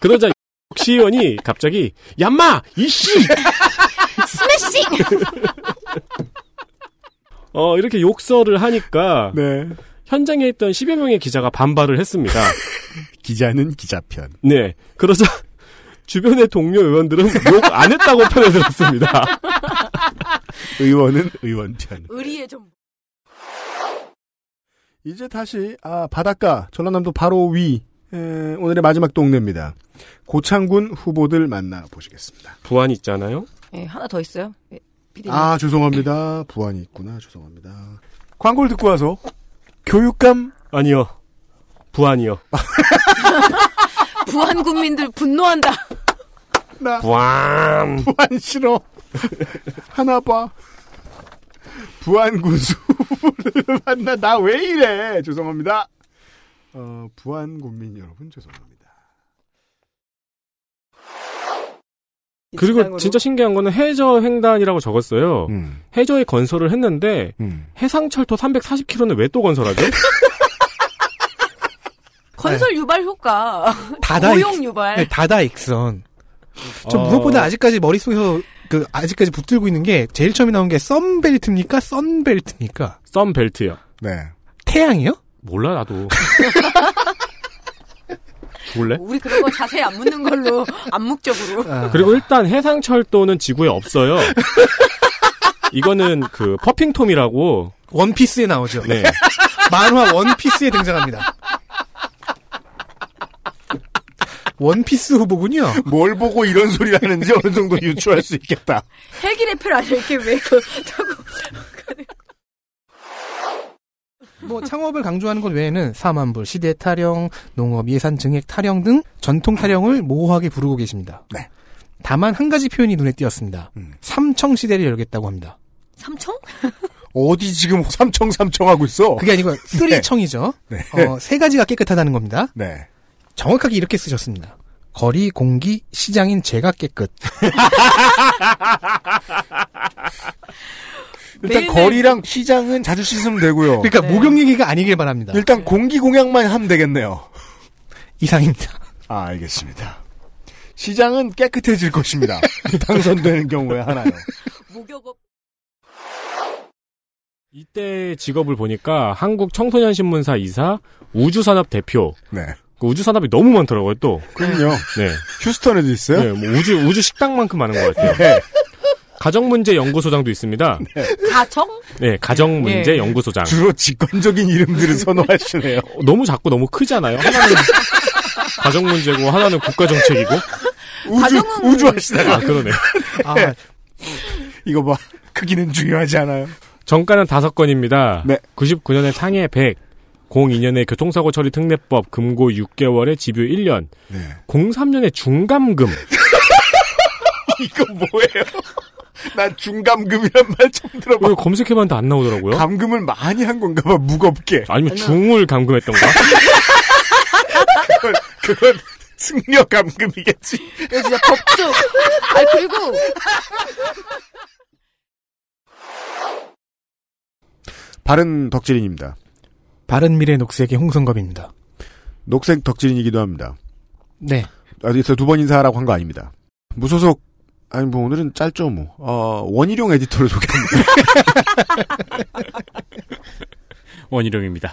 Speaker 6: 그러자 시의원이 갑자기 얌마 이씨
Speaker 5: 스매싱!
Speaker 6: 어 이렇게 욕설을 하니까
Speaker 2: 네.
Speaker 6: 현장에 있던 10여 명의 기자가 반발을 했습니다.
Speaker 2: 기자는 기자편.
Speaker 6: 네. 그러자 주변의 동료 의원들은 욕 안 했다고 편해들었습니다.
Speaker 2: 의원은 의원편.
Speaker 5: 의리의 좀.
Speaker 2: 이제 다시 아 바닷가 전라남도 바로 위 에, 오늘의 마지막 동네입니다. 고창군 후보들 만나 보시겠습니다.
Speaker 6: 부안 있잖아요.
Speaker 5: 예, 하나 더 있어요. 예, 피디님.
Speaker 2: 아 죄송합니다. 부안이 있구나. 죄송합니다. 광고를 듣고 와서 교육감
Speaker 6: 아니요. 부안이요.
Speaker 5: 부안 국민들 분노한다.
Speaker 2: 나
Speaker 6: 부안.
Speaker 2: 부안 싫어. 하나 봐. 부안 군수 후보를 만나 나 왜 이래? 죄송합니다. 어, 부안 군민 여러분 죄송합니다.
Speaker 5: 이
Speaker 6: 그리고
Speaker 5: 세상으로.
Speaker 6: 진짜 신기한 거는 해저 횡단이라고 적었어요.
Speaker 2: 음,
Speaker 6: 해저에 건설을 했는데
Speaker 2: 음.
Speaker 6: 해상철도 340km는 왜 또 건설하죠?
Speaker 5: 건설 유발 효과.
Speaker 9: 다다익,
Speaker 5: 고용 유발.
Speaker 9: 네, 다다익선. 저
Speaker 6: 어,
Speaker 9: 무엇보다 아직까지 머릿속에서 그 아직까지 붙들고 있는 게 제일 처음에 나온 게 썬벨트입니까? 썬벨트입니까?
Speaker 6: 썬벨트요.
Speaker 2: 네.
Speaker 9: 태양이요?
Speaker 6: 몰라 나도. 몰래?
Speaker 5: 우리 그런 거 자세히 안 묻는 걸로 암묵적으로.
Speaker 9: 아.
Speaker 6: 그리고 일단 해상철도는 지구에 없어요. 이거는 그 퍼핑톰이라고
Speaker 9: 원피스에 나오죠.
Speaker 6: 네.
Speaker 9: 만화 원피스에 등장합니다. 원피스 후보군요.
Speaker 2: 뭘 보고 이런 소리를 하는지 어느 정도 유추할 수 있겠다.
Speaker 5: 헬기레펠 아니야 이렇게 왜 그렇다고.
Speaker 9: 뭐 창업을 강조하는 것 외에는 사만불, 시대 타령, 농업 예산 증액 타령 등 전통 타령을 모호하게 부르고 계십니다.
Speaker 2: 네.
Speaker 9: 다만 한 가지 표현이 눈에 띄었습니다.
Speaker 2: 음.
Speaker 9: 삼청 시대를 열겠다고 합니다.
Speaker 5: 삼청?
Speaker 2: 어디 지금 삼청 삼청하고 있어?
Speaker 9: 그게 아니고 쓰리청이죠.
Speaker 2: 네.
Speaker 9: 어, 세 가지가 깨끗하다는 겁니다.
Speaker 2: 네.
Speaker 9: 정확하게 이렇게 쓰셨습니다. 거리, 공기, 시장인 제가 깨끗.
Speaker 2: 일단
Speaker 5: 매일매일-
Speaker 2: 거리랑 시장은 자주 씻으면 되고요.
Speaker 9: 그러니까
Speaker 5: 네.
Speaker 9: 목욕 얘기가 아니길 바랍니다.
Speaker 2: 일단 공기 공양만 하면 되겠네요.
Speaker 9: 이상입니다.
Speaker 2: 아, 알겠습니다. 시장은 깨끗해질 것입니다. 당선되는 경우에 하나요.
Speaker 5: 목욕업.
Speaker 6: 이때 직업을 보니까 한국 청소년 신문사 이사, 우주산업 대표.
Speaker 2: 네.
Speaker 6: 그 우주산업이 너무 많더라고요 또.
Speaker 2: 그럼요.
Speaker 6: 네.
Speaker 2: 휴스턴에도 있어요?
Speaker 6: 네, 뭐 우주 우주 식당만큼 많은 것 같아요.
Speaker 2: 네.
Speaker 6: 가정문제 연구소장도 있습니다.
Speaker 5: 가청?
Speaker 6: 네, 가정문제
Speaker 5: 예.
Speaker 6: 연구소장.
Speaker 2: 주로 직관적인 이름들을 선호하시네요.
Speaker 6: 어, 너무 작고 너무 크잖아요. 하나는 가정문제고 하나는 국가정책이고.
Speaker 2: 우주,
Speaker 5: 가정은- 네.
Speaker 2: 우주 하시다가.
Speaker 6: 아 그러네.
Speaker 9: 아,
Speaker 2: 이거 봐. 크기는 중요하지 않아요.
Speaker 6: 정가는 다섯 건입니다.
Speaker 2: 네.
Speaker 6: 99년에 상해 100, 02년에 교통사고 처리 특례법, 금고 6개월에 집유 1년,
Speaker 2: 네.
Speaker 6: 03년에 중감금.
Speaker 2: 이거 뭐예요? 난 중감금이란 말 처음 들어봐.
Speaker 6: 이거 검색해봤는데 안 나오더라고요.
Speaker 2: 감금을 많이 한 건가 봐, 무겁게.
Speaker 6: 아니면 중을 감금했던가?
Speaker 2: 그건, 그건 승려 감금이겠지.
Speaker 5: 이거 진짜 법조. 아 그리고
Speaker 2: 바른 덕질인입니다.
Speaker 9: 바른미래 녹색의 홍성갑입니다.
Speaker 2: 녹색 덕질인이기도 합니다.
Speaker 9: 네.
Speaker 2: 어디서 두 번 인사하라고 한 거 아닙니다. 무소속, 아니 뭐 오늘은 짧죠 뭐. 어, 원희룡 에디터를 소개합니다.
Speaker 6: 원희룡입니다.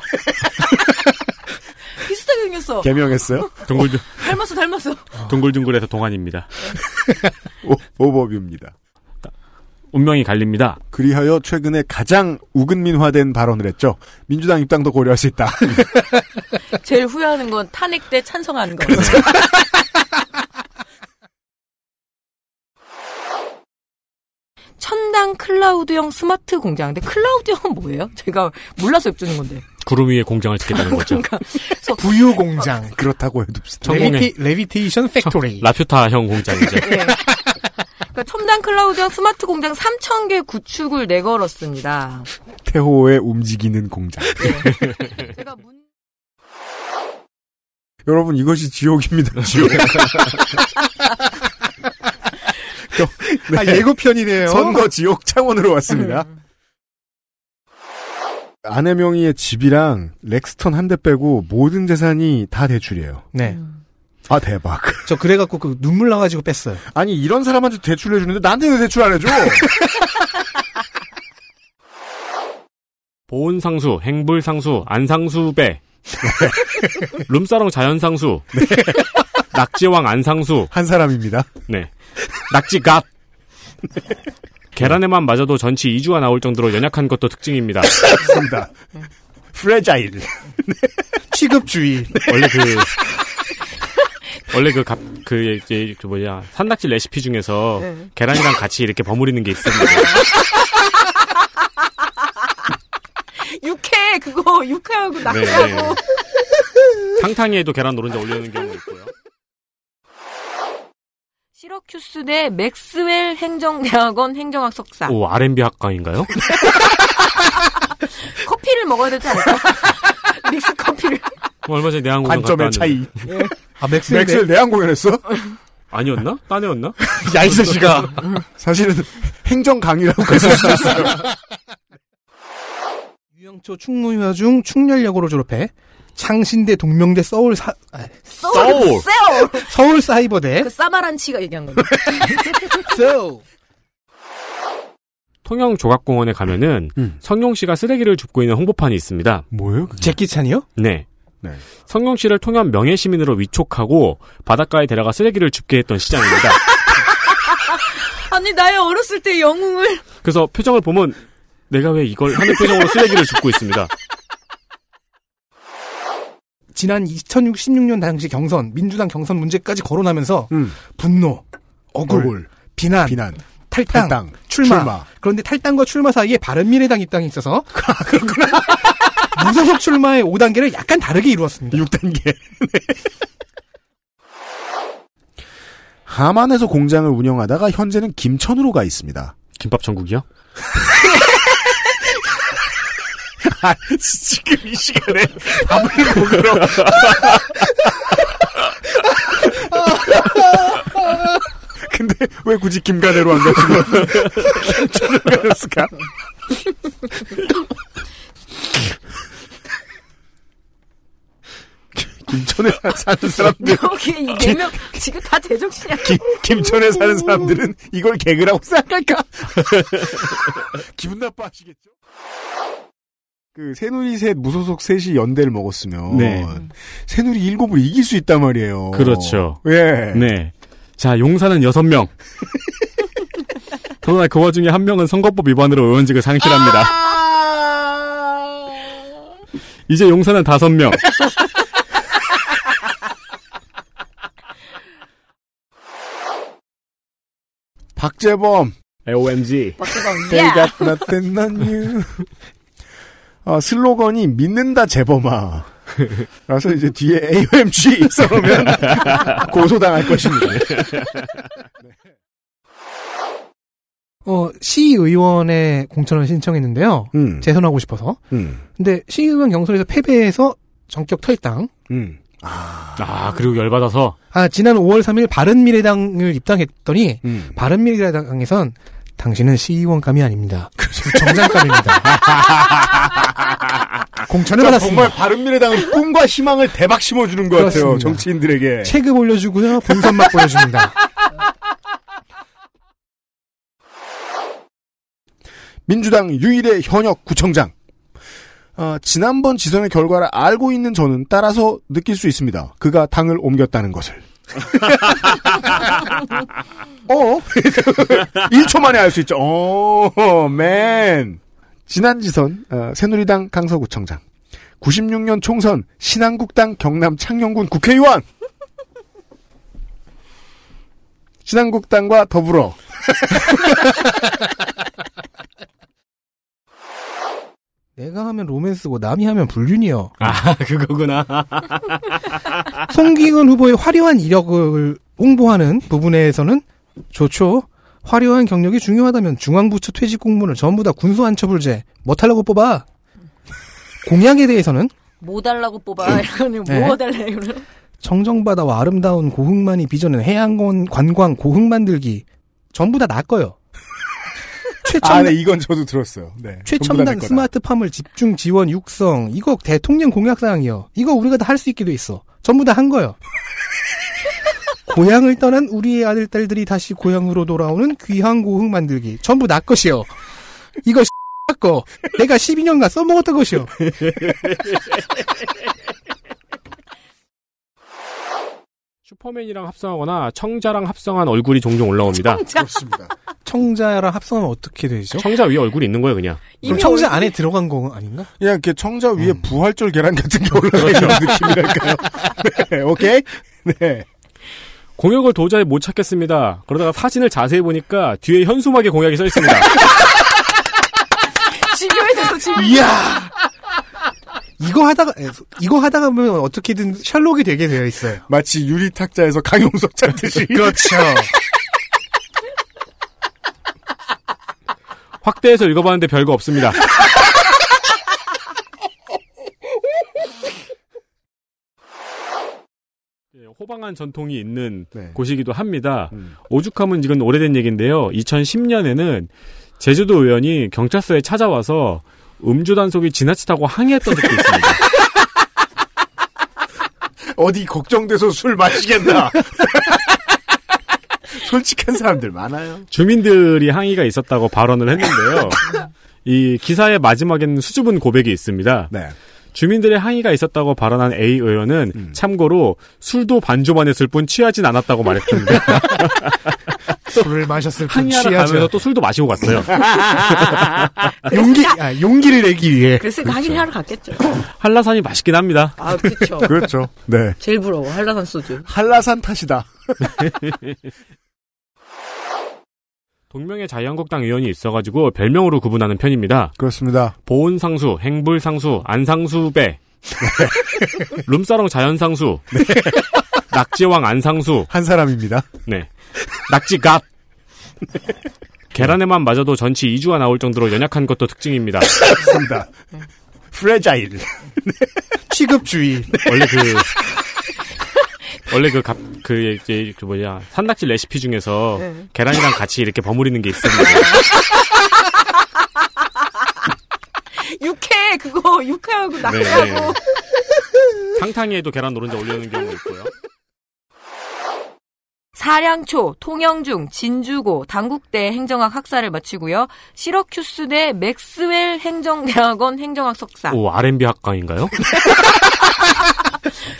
Speaker 5: 비슷하게 생겼어.
Speaker 2: 개명했어요?
Speaker 6: 둥글둥,
Speaker 5: 닮았어 닮았어.
Speaker 6: 둥글둥글해서 동안입니다.
Speaker 2: 오, 오버뷰입니다.
Speaker 6: 운명이 갈립니다.
Speaker 2: 그리하여 최근에 가장 우근민화된 발언을 했죠. 민주당 입당도 고려할 수 있다.
Speaker 5: 제일 후회하는 건 탄핵 때 찬성하는 거.
Speaker 2: 그렇죠.
Speaker 5: 천당 클라우드형 스마트 공장. 근데 클라우드형은 뭐예요? 제가 몰라서 엽주는 건데.
Speaker 6: 구름 위에 공장을 짓겠다는 거죠.
Speaker 5: 그러니까
Speaker 9: 부유 공장.
Speaker 2: 그렇다고 해둡시다.
Speaker 6: 전공의-
Speaker 9: 레비테, 레비테이션 팩토리.
Speaker 6: 라퓨타형 공장이죠.
Speaker 5: 예. 그러니까 첨단 클라우드형 스마트 공장 3,000개 구축을 내걸었습니다.
Speaker 2: 태호의 움직이는 공장.
Speaker 5: 네. 제가 문...
Speaker 2: 여러분 이것이 지옥입니다. 지옥.
Speaker 9: 아, 예고편이네요.
Speaker 2: 선거 지옥 창원으로 왔습니다.
Speaker 5: 음.
Speaker 2: 아내 명의의 집이랑 렉스턴 한 대 빼고 모든 재산이 다 대출이에요.
Speaker 9: 네.
Speaker 2: 아 대박.
Speaker 9: 저 그래갖고 그 눈물 나가지고 뺐어요.
Speaker 2: 아니 이런 사람한테 대출을 해주는데 나한테는 대출 안 해줘.
Speaker 6: 보온상수, 행불상수, 안상수배. 룸사롱 자연상수. 낙지왕 안상수.
Speaker 2: 한 사람입니다.
Speaker 6: 네. 낙지갑. 계란에만 맞아도 전치 2주가 나올 정도로 연약한 것도 특징입니다.
Speaker 2: 맞습니다. 프레자일.
Speaker 9: 네.
Speaker 2: 취급주의.
Speaker 6: 원래 그 원래 그 갑 그 이제 그 뭐냐 산낙지 레시피 중에서 계란이랑 같이 이렇게 버무리는 게 있습니다.
Speaker 5: 육회 그거 육회하고
Speaker 6: 네,
Speaker 5: 낙지하고
Speaker 6: 네. 탕탕이에도 계란 노른자 올려놓는 경우 있고요.
Speaker 5: 시러큐스대 맥스웰 행정대학원 행정학
Speaker 2: 아.
Speaker 5: 석사.
Speaker 6: 오 R&B 학과인가요?
Speaker 5: 커피를 먹어야 되지 않을까? 믹스 커피를.
Speaker 6: 뭐 얼마 전에 내한 공연 갔다
Speaker 2: 관점의
Speaker 9: 네.
Speaker 6: 왔는데
Speaker 2: 차이.
Speaker 9: 아, 맥스.
Speaker 2: 맥스웰 내한 공연했어?
Speaker 9: 네.
Speaker 6: 아니었나? 딴 애였나?
Speaker 2: 야이 자식아. 사실은 행정 강의라고
Speaker 9: 네.
Speaker 2: 했을 수도 있어요.
Speaker 9: 유영초 충무여 중 충렬여고로 졸업해 창신대 동명대 서울 사, 아,
Speaker 5: 서울. 세요.
Speaker 9: 서울 사이버대
Speaker 5: 그 사마란치가 얘기한 건데.
Speaker 9: 서울
Speaker 6: 통영 조각공원에 가면은
Speaker 2: 음.
Speaker 6: 성룡 씨가 쓰레기를 줍고 있는 홍보판이 있습니다.
Speaker 2: 뭐예요? 그게?
Speaker 9: 제키찬이요?
Speaker 6: 네.
Speaker 2: 네.
Speaker 6: 성룡 씨를 통영 명예 시민으로 위촉하고 바닷가에 데려가 쓰레기를 줍게 했던 시장입니다.
Speaker 5: 아니 나의 어렸을 때 영웅을.
Speaker 6: 그래서 표정을 보면 내가 왜 이걸 하는 표정으로 쓰레기를 줍고 있습니다.
Speaker 9: 지난 2016년 당시 경선 민주당 경선 문제까지 거론하면서
Speaker 2: 음.
Speaker 9: 분노, 억울,
Speaker 2: 억울,
Speaker 9: 비난,
Speaker 2: 비난.
Speaker 9: 탈당,
Speaker 2: 탈당,
Speaker 9: 출마.
Speaker 2: 출마.
Speaker 9: 그런데 탈당과 출마 사이에 바른미래당 입당이 있어서 무소속 출마의 5단계를 약간 다르게 이루었습니다.
Speaker 2: 6단계. 하만에서 공장을 운영하다가 현재는 김천으로 가 있습니다.
Speaker 6: 김밥 천국이요?
Speaker 2: 아, 지금 이 시간에 밥을 먹으러. 근데 왜 굳이 김가대로 안 가시고 김천을 가셨을까? 김천에 사는 사람들,
Speaker 5: 여기 이네명 지금 다 제정신이야.
Speaker 2: 김, 김천에 사는 사람들은 이걸 개그라고 생각할까? 기분 나빠하시겠죠? 그 새누리 셋 무소속 셋이 연대를 먹었으면
Speaker 6: 네.
Speaker 2: 새누리 일곱을 이길 수 있단 말이에요.
Speaker 6: 그렇죠.
Speaker 2: 예.
Speaker 6: 네. 자, 용사는 여섯 명 그러나 그 와중에 한 명은 선거법 위반으로 의원직을 상실합니다. 이제 용사는 다섯 명
Speaker 2: 박재범
Speaker 6: OMG.
Speaker 5: 버스방
Speaker 2: They
Speaker 5: 야!
Speaker 2: got nothing on you. 아, 슬로건이 믿는다 제범아. 라서 이제 뒤에 AOMG 써놓으면 고소당할 것입니다.
Speaker 9: 어, 시의원에 공천을 신청했는데요.
Speaker 2: 음,
Speaker 9: 재선하고 싶어서.
Speaker 2: 음,
Speaker 9: 근데 시의원 경선에서 패배해서 전격 탈당.
Speaker 2: 음.
Speaker 6: 아, 그리고 열받아서.
Speaker 9: 아, 지난 5월 3일 바른미래당을 입당했더니
Speaker 2: 음.
Speaker 9: 바른미래당에선 당신은 시의원감이 아닙니다. 정장감입니다. 공천을 받았습니다.
Speaker 2: 정말 바른미래당은 꿈과 희망을 대박 심어주는 것 같아요.
Speaker 9: 그렇습니다.
Speaker 2: 정치인들에게.
Speaker 9: 체급 올려주고요. 본선 맛 보여줍니다.
Speaker 2: 민주당 유일의 현역 구청장. 아, 지난번 지선의 결과를 알고 있는 저는 따라서 느낄 수 있습니다. 그가 당을 옮겼다는 것을. 어? 1초 만에 알 수 있죠. 오, 맨. 지난 지선 어, 새누리당 강서구청장. 96년 총선 신한국당 경남 창녕군 국회의원. 신한국당과 더불어
Speaker 9: 내가 하면 로맨스고 남이 하면 불륜이요.
Speaker 6: 아, 그거구나.
Speaker 9: 송기근 후보의 화려한 이력을 홍보하는 부분에서는 좋죠. 화려한 경력이 중요하다면 중앙부처 퇴직 공무원을 전부 다 군소 안처불제 못하려고 뽑아. 공약에 대해서는
Speaker 5: 뭐 달라고 뽑아. 이거는
Speaker 9: 네.
Speaker 5: 뭐 달래, 이거는.
Speaker 9: 정정바다와 아름다운 고흥만이 빚어낸 해양권 관광 고흥 만들기 전부 다 낚어요.
Speaker 2: 아,
Speaker 9: 최첨단,
Speaker 2: 네, 이건 저도 들었어요. 네, 전부 다내
Speaker 9: 최첨단
Speaker 2: 거다.
Speaker 9: 스마트팜을 집중 지원 육성 이거 대통령 공약사항이요. 이거 우리가 다 할 수 있기도 있어. 전부 다 한 거요. 고향을 떠난 우리의 아들 딸들이 다시 고향으로 돌아오는 귀한 고흥 만들기 전부 나 것이요. 이거 거 내가 12년간 써먹었던 것이요.
Speaker 6: 슈퍼맨이랑 합성하거나 청자랑 합성한 얼굴이 종종 올라옵니다.
Speaker 2: 그렇습니다.
Speaker 9: 청자랑 합성하면 어떻게 되죠?
Speaker 6: 청자 위에 얼굴이 있는 거예요, 그냥.
Speaker 9: 그럼 청자 안에 들어간 거 아닌가?
Speaker 2: 그냥 이렇게 청자 위에 부활절 계란 같은 게 올라가 있는 느낌이랄까요. 네, 오케이. 네.
Speaker 6: 공약을 도저히 못 찾겠습니다. 그러다가 사진을 자세히 보니까 뒤에 현수막에 공약이 써 있습니다.
Speaker 5: 집요해졌어, 집요.
Speaker 2: 이야.
Speaker 9: 이거 하다가 이거 하다가 보면 어떻게든 셜록이 되게 되어 있어요.
Speaker 2: 마치 유리 탁자에서 강용석 찾듯이. 그렇죠.
Speaker 6: 확대해서 읽어봤는데 별거 없습니다. 예, 호방한 전통이 있는
Speaker 2: 네.
Speaker 6: 곳이기도 합니다.
Speaker 2: 음.
Speaker 6: 오죽하면 이건 오래된 얘기인데요. 2010년에는 제주도 의원이 경찰서에 찾아와서 음주 단속이 지나치다고 항의했던 적도 있습니다.
Speaker 2: 어디 걱정돼서 술 마시겠나. 솔직한 사람들 많아요.
Speaker 6: 주민들이 항의가 있었다고 발언을 했는데요. 이 기사의 마지막에는 수줍은 고백이 있습니다.
Speaker 2: 네.
Speaker 6: 주민들의 항의가 있었다고 발언한 A 의원은 참고로 술도 반주만 했을 뿐 취하진 않았다고 말했는데
Speaker 9: 술을 마셨을 뿐
Speaker 6: 항의하러 가면서 음.
Speaker 9: 취하죠.
Speaker 6: 또 술도 마시고 갔어요.
Speaker 5: 아,
Speaker 2: 용기, 아, 용기를 내기 위해.
Speaker 5: 그래서 강의를 하러 갔겠죠.
Speaker 6: 한라산이 맛있긴 합니다.
Speaker 5: 아, 그쵸.
Speaker 2: 그렇죠. 네.
Speaker 5: 제일 부러워, 한라산 소주.
Speaker 2: 한라산 탓이다.
Speaker 6: 동명의 자유한국당 의원이 있어가지고 별명으로 구분하는 편입니다.
Speaker 2: 그렇습니다.
Speaker 6: 보온상수, 행불상수, 안상수배, 룸사롱 자연상수, 낙지왕 안상수,
Speaker 2: 한 사람입니다.
Speaker 6: 네. 낙지갑. 계란에만 맞아도 전치 2주가 나올 정도로 연약한 것도 특징입니다.
Speaker 2: 그렇습니다. 프레자일. 취급주의.
Speaker 6: 원래 그 원래 그 갑 그 이제 그 뭐냐 산낙지 레시피 중에서
Speaker 2: 네.
Speaker 6: 계란이랑 같이 이렇게 버무리는 게 있습니다.
Speaker 5: 육회, 그거, 육회하고 낙
Speaker 6: 네,
Speaker 5: 지 하고
Speaker 2: 어.
Speaker 6: 네. 탕탕이에도 계란 노른자 올려놓는 경우 있고요.
Speaker 5: 사량초, 통영중, 진주고, 당국대 행정학 학사를 마치고요. 시러큐스대 맥스웰 행정대학원 행정학 석사.
Speaker 6: 오 R&B 학과인가요?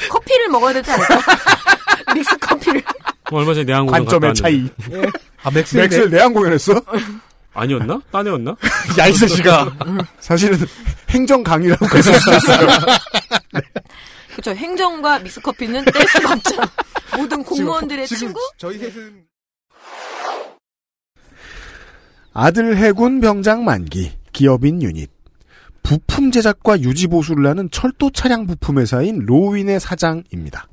Speaker 5: 커피를 먹어야 되지 않을까? 믹스 커피를.
Speaker 6: 얼마 전에 내한 공연 갔다
Speaker 2: 관점의
Speaker 6: 왔는데
Speaker 2: 차이.
Speaker 10: 네.
Speaker 9: 아 맥스웰
Speaker 2: 맥스를 내한 공연했어?
Speaker 6: 아니었나? 딴 애였나?
Speaker 2: 야이세 씨가 사실은 행정 강의라고 했을 수도 있어요.
Speaker 5: 그쵸. 행정과 믹스 커피는 뗄 수가 없죠. 모든 공무원들의 친구?
Speaker 9: 저희 셋은
Speaker 2: 아들 해군 병장 만기, 기업인 유닛. 부품 제작과 유지 보수를 하는 철도 차량 부품 회사인 로윈의 사장입니다.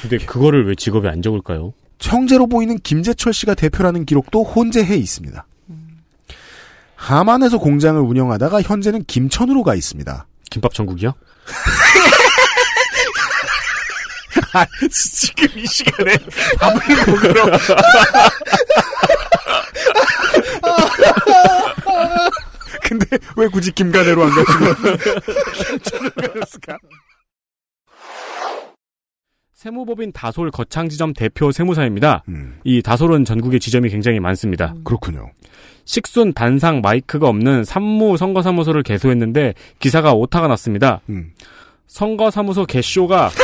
Speaker 6: 근데 그거를 왜 직업에 안 적을까요?
Speaker 2: 형제로 보이는 김재철 씨가 대표라는 기록도 혼재해 있습니다. 하만에서 공장을 운영하다가 현재는 김천으로 가 있습니다.
Speaker 6: 김밥 천국이요?
Speaker 2: 아, 지금 이 시간에 밥을 먹으러. 근데 왜 굳이 김가대로 안 가시고 김천을 가셨을까?
Speaker 6: 세무법인 다솔 거창지점 대표 세무사입니다.
Speaker 2: 음,
Speaker 6: 이 다솔은 전국에 지점이 굉장히 많습니다.
Speaker 2: 그렇군요.
Speaker 6: 식순 단상 마이크가 없는 산무 선거사무소를 개소했는데 기사가 오타가 났습니다.
Speaker 2: 음.
Speaker 6: 선거사무소 개쇼가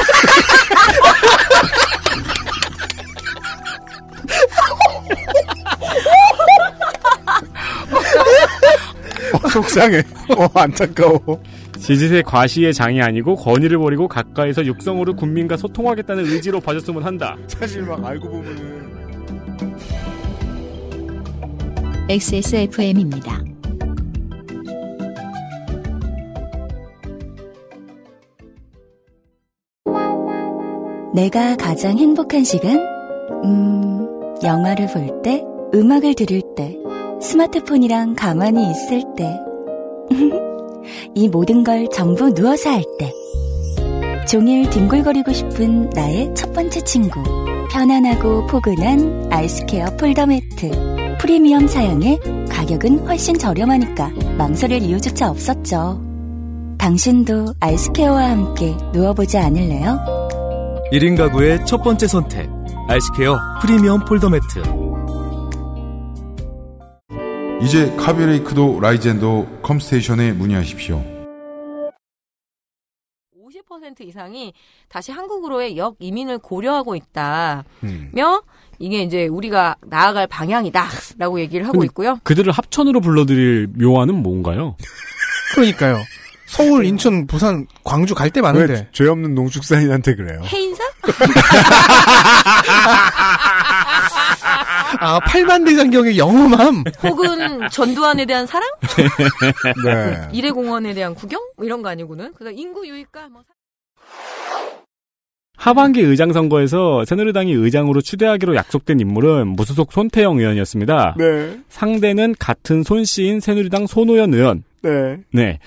Speaker 2: 어, 속상해. 어, 안타까워.
Speaker 6: 지짓의 과시의 장이 아니고 권위를 버리고 가까이서 육성으로 국민과 소통하겠다는 의지로 봐줬으면 한다.
Speaker 2: 사실 막 알고 보면은
Speaker 3: XSFM입니다.
Speaker 8: 내가 가장 행복한 시간? 음, 영화를 볼 때, 음악을 들을 때, 스마트폰이랑 가만히 있을 때. 이 모든 걸 전부 누워서 할 때. 종일 뒹굴거리고 싶은 나의 첫 번째 친구. 편안하고 포근한 아이스케어 폴더 매트. 프리미엄 사양에 가격은 훨씬 저렴하니까 망설일 이유조차 없었죠. 당신도 아이스케어와 함께 누워보지 않을래요?
Speaker 10: 1인 가구의 첫 번째 선택 아이스케어 프리미엄 폴더 매트
Speaker 7: 이제 카비레이크도 라이젠도 컴스테이션에 문의하십시오.
Speaker 5: 50% 이상이 다시 한국으로의 역 이민을 고려하고 있다며
Speaker 2: 음.
Speaker 5: 이게 이제 우리가 나아갈 방향이다라고 얘기를 하고
Speaker 6: 근데-
Speaker 5: 있고요.
Speaker 6: 그들을 합천으로 불러드릴 묘안은 뭔가요?
Speaker 9: 그러니까요. 서울, 인천, 부산, 광주 갈 때 많은데.
Speaker 2: 왜 죄 없는 농축산인한테 그래요?
Speaker 5: 해인사?
Speaker 9: 아, 팔만대장경의 영험함.
Speaker 5: 혹은 전두환에 대한 사랑?
Speaker 2: 네.
Speaker 5: 이래공원에 대한 구경? 뭐 이런 거 아니고는. 그래서 인구 유입과 뭐 사-
Speaker 6: 하반기 의장 선거에서 새누리당이 의장으로 추대하기로 약속된 인물은 무소속 손태영 의원이었습니다.
Speaker 2: 네.
Speaker 6: 상대는 같은 손 씨인 새누리당 손호연 의원.
Speaker 2: 네.
Speaker 6: 네.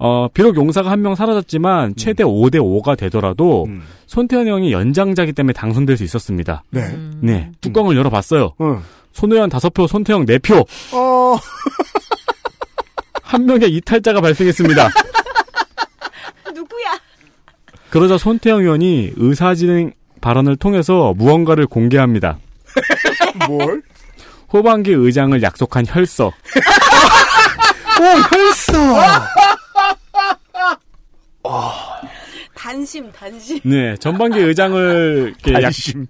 Speaker 6: 어, 비록 용사가 한 명 사라졌지만 최대 5대 5가 되더라도
Speaker 2: 음.
Speaker 6: 손태현 형이 연장자기 때문에 당선될 수 있었습니다.
Speaker 2: 네.
Speaker 5: 음.
Speaker 6: 네. 뚜껑을 열어봤어요.
Speaker 2: 응.
Speaker 6: 손호연 5표, 손태영 4표.
Speaker 2: 어.
Speaker 6: 한 명의 이탈자가 발생했습니다.
Speaker 5: 누구야?
Speaker 6: 그러자 손태영 의원이 의사진행 발언을 통해서 무언가를 공개합니다.
Speaker 2: 뭘?
Speaker 6: 후반기 의장을 약속한 혈서.
Speaker 9: 오, 혈서!
Speaker 6: 어.
Speaker 5: 단심, 단심.
Speaker 6: 네, 전반기 의장을 이렇게 약,
Speaker 2: 관심.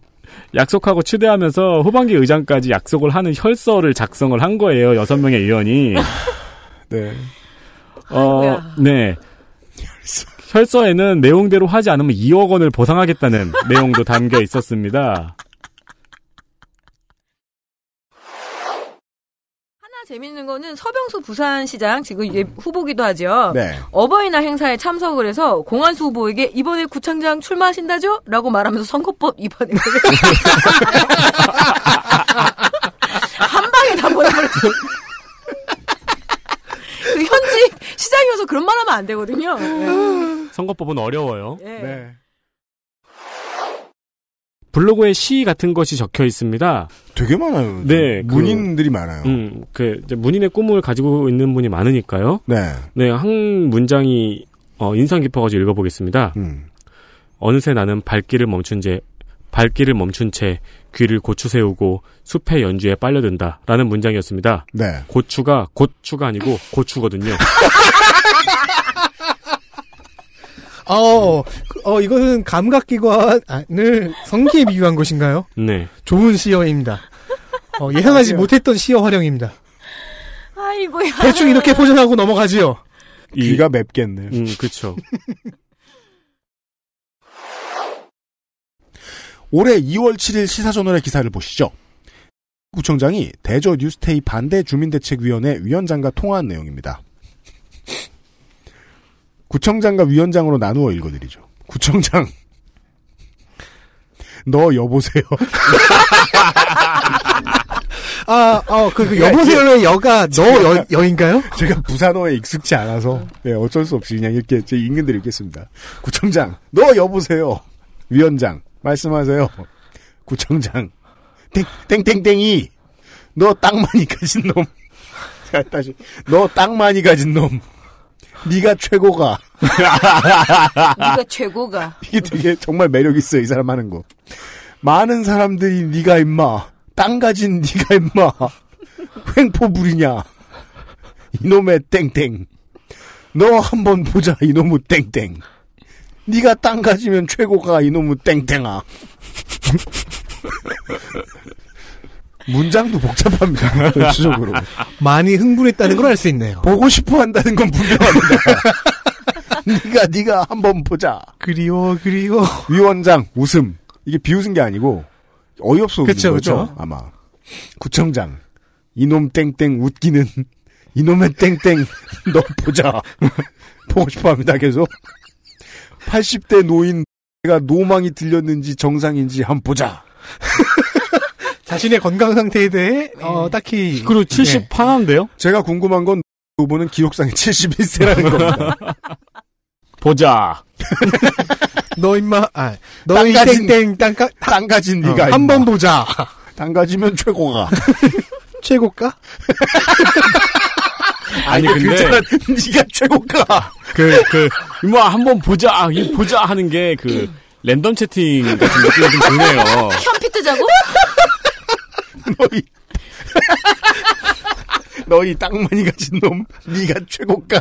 Speaker 6: 약속하고 추대하면서 후반기 의장까지 약속을 하는 혈서를 작성을 한 거예요. 여섯 명의 의원이.
Speaker 2: 네.
Speaker 6: 어,
Speaker 5: 아이고야.
Speaker 6: 네. 혈서에는 내용대로 하지 않으면 2억 원을 보상하겠다는 내용도 담겨 있었습니다.
Speaker 5: 하나 재밌는 거는 서병수 부산시장 지금 이제 후보기도 하죠.
Speaker 2: 네.
Speaker 5: 어버이날 행사에 참석을 해서 공안수 후보에게 이번에 구청장 출마하신다죠? 라고 말하면서 선거법 이번에 한 방에 다 보내버렸어요. 그 현지 시장이어서 그런 말 하면 안 되거든요. 네.
Speaker 6: 선거법은 어려워요.
Speaker 5: 예.
Speaker 2: 네.
Speaker 6: 블로그에 시 같은 것이 적혀 있습니다.
Speaker 2: 되게 많아요.
Speaker 6: 네, 그-
Speaker 2: 문인들이 많아요.
Speaker 6: 음, 그 이제 문인의 꿈을 가지고 있는 분이 많으니까요.
Speaker 2: 네.
Speaker 6: 네, 한 문장이 어, 인상 깊어가지고 읽어보겠습니다.
Speaker 2: 음.
Speaker 6: 어느새 나는 발길을 멈춘 채 발길을 멈춘 채 귀를 고추 세우고 숲의 연주에 빨려든다라는 문장이었습니다.
Speaker 2: 네.
Speaker 6: 고추가 고추가 아니고 고추거든요.
Speaker 9: 어, 그, 어, 이것은 감각기관을 성기에 비유한 것인가요?
Speaker 6: 네.
Speaker 9: 좋은 시어입니다. 어, 예상하지 못했던 시어 활용입니다.
Speaker 5: 아이고야.
Speaker 9: 대충 이렇게 포장하고 넘어가지요.
Speaker 6: 이-
Speaker 2: 귀가 맵겠네.
Speaker 6: 음, 그렇죠.
Speaker 2: 올해 2월 7일 시사저널의 기사를 보시죠. 구청장이 대저 뉴스테이 반대 주민대책위원회 위원장과 통화한 내용입니다. 구청장과 위원장으로 나누어 읽어드리죠. 구청장, 너 여보세요.
Speaker 9: 아, 어, 그, 그 여보세요의 여가 너 여, 여인가요?
Speaker 2: 제가 부산어에 익숙치 않아서 네, 어쩔 수 없이 그냥 이렇게 제 읽는대로 읽겠습니다. 구청장, 너 여보세요. 위원장, 말씀하세요. 구청장, 땡, 땡땡땡이, 너 땅 많이 가진 놈. 자, 다시, 너 땅 많이 가진 놈. 네가 최고가.
Speaker 5: 네가 최고가.
Speaker 2: 이게 되게 정말 매력 있어요 이 사람 하는 거. 많은 사람들이 네가 임마 땅 가진 네가 임마 횡포 부리냐 이놈의 땡땡 너 한번 보자 이놈의 땡땡 네가 땅 가지면 최고가 이놈의 땡땡아 문장도 복잡합니다 전체적으로
Speaker 9: 많이 흥분했다는 걸 알 수 있네요.
Speaker 2: 보고 싶어 한다는 건 분명합니다 네가 네가 한번 보자
Speaker 9: 그리워, 그리워.
Speaker 2: 위원장 웃음 이게 비웃은 게 아니고 어이없어 웃는
Speaker 9: 그쵸,
Speaker 2: 거죠
Speaker 9: 그쵸.
Speaker 2: 아마 구청장 이놈 땡땡 웃기는 이놈의 땡땡 너 보자 보고 싶어합니다 계속 80대 노인가 노망이 들렸는지 정상인지 한번 보자
Speaker 9: 자신의 건강 상태에 대해, 어, 딱히.
Speaker 11: 그리고
Speaker 6: 네.
Speaker 11: 70
Speaker 9: 예.
Speaker 11: 하나인데요?
Speaker 2: 제가 궁금한 건 후보는 기록상에 71세라는 겁니다
Speaker 11: 보자.
Speaker 9: 너 임마, 아, 너희
Speaker 2: 땅가진-
Speaker 9: 땡땡, 땅가,
Speaker 2: 땅 가진
Speaker 9: 어,
Speaker 2: 네가 임마.
Speaker 9: 한번 보자.
Speaker 2: 땅 가지면 최고가
Speaker 9: 최고가?
Speaker 11: 아니, 근데,
Speaker 2: 괜찮아 네가 최고가
Speaker 11: 그, 그, 뭐, 한번
Speaker 6: 아,
Speaker 11: 보자, 이 보자 하는 게, 그, 랜덤 채팅 같은 느낌이 좀 드네요.
Speaker 5: 현피 뜨자고?
Speaker 2: 너희 너희 땅 많이 가진 놈 네가 최고가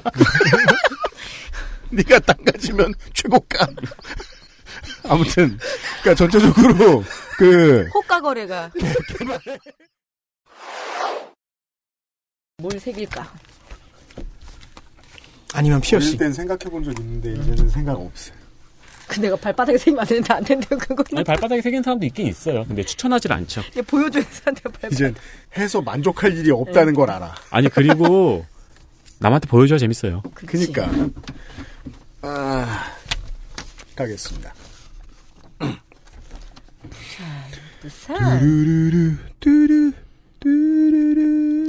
Speaker 2: 네가 땅 가지면 최고가 아무튼 그러니까 전체적으로 그
Speaker 5: 호가 거래가. 뭘 새길까?
Speaker 9: 아니면 피어싱.
Speaker 2: 생각해본 적 있는데 이제는 생각 없어요.
Speaker 5: 그 내가 발바닥에 새기면 안 되는데 안 된대요 그거는.
Speaker 6: 아니, 발바닥에 새긴 사람도 있긴 있어요. 근데 추천하질 않죠.
Speaker 5: 이게 보여줘야 되는데 발바닥.
Speaker 2: 이젠 해서 만족할 일이 없다는 걸 알아.
Speaker 6: 아니, 그리고, 남한테 보여줘야 재밌어요.
Speaker 5: 그치.
Speaker 2: 그니까 아 가겠습니다.
Speaker 5: 부산.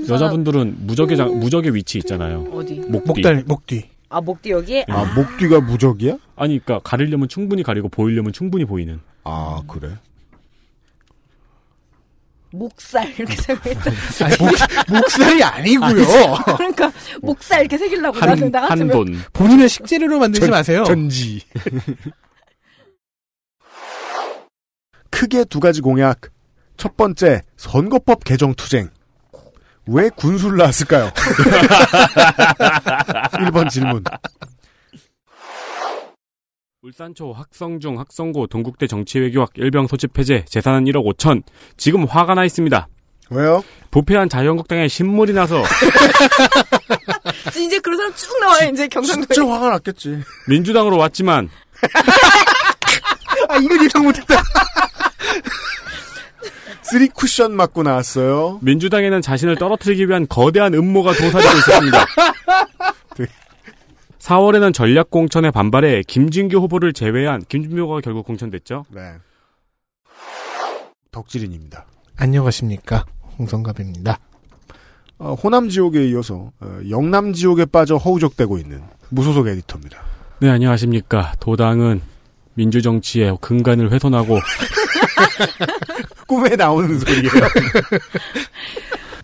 Speaker 6: 여자분들은 무적의, 장- 무적의 위치 있잖아요.
Speaker 5: 음. 어디?
Speaker 6: 목뒤.
Speaker 9: 목달, 목뒤.
Speaker 5: 아 목뒤 여기에.
Speaker 2: 아 목뒤가 무적이야?
Speaker 6: 아니, 그니까, 가리려면 충분히 가리고, 보이려면 충분히 보이는.
Speaker 2: 아 그래?
Speaker 5: 목살 이렇게 생각했다.
Speaker 9: 아니, 목, 목살이 아니고요
Speaker 5: 그러니까 목살 이렇게 새기려고 어, 나는
Speaker 6: 한,
Speaker 5: 나
Speaker 6: 한
Speaker 5: 같으면
Speaker 6: 돈.
Speaker 9: 본인의 식재료로 만들지 마세요.
Speaker 2: 전지. 크게 두 가지 공약. 첫 번째, 선거법 개정 투쟁. 왜 군수를 낳았을까요? 1번 질문.
Speaker 6: 울산초 학성중 학성고 동국대 정치외교학 일병 소집 해제 재산은 1억 5천 지금 화가 나 있습니다.
Speaker 2: 왜요?
Speaker 6: 부패한 자유한국당에 신물이 나서
Speaker 5: 이제 그런 사람 쭉 나와요 이제 경상도에.
Speaker 2: 진짜 화가 났겠지.
Speaker 6: 민주당으로 왔지만
Speaker 9: 아, 이건 예상 못했다.
Speaker 2: 쓰리 쿠션 맞고 나왔어요.
Speaker 6: 민주당에는 자신을 떨어뜨리기 위한 거대한 음모가 도사되고 있었습니다. 4월에는 전략 공천에 반발해 김진규 후보를 제외한 김준표가 결국 공천됐죠.
Speaker 2: 네. 덕질인입니다.
Speaker 9: 안녕하십니까. 홍성갑입니다.
Speaker 2: 어, 호남 지옥에 이어서 어, 영남 지옥에 빠져 허우적대고 있는 무소속 에디터입니다.
Speaker 6: 네 안녕하십니까. 도당은 민주정치의 근간을 훼손하고
Speaker 2: 꿈에 나오는 소리예요.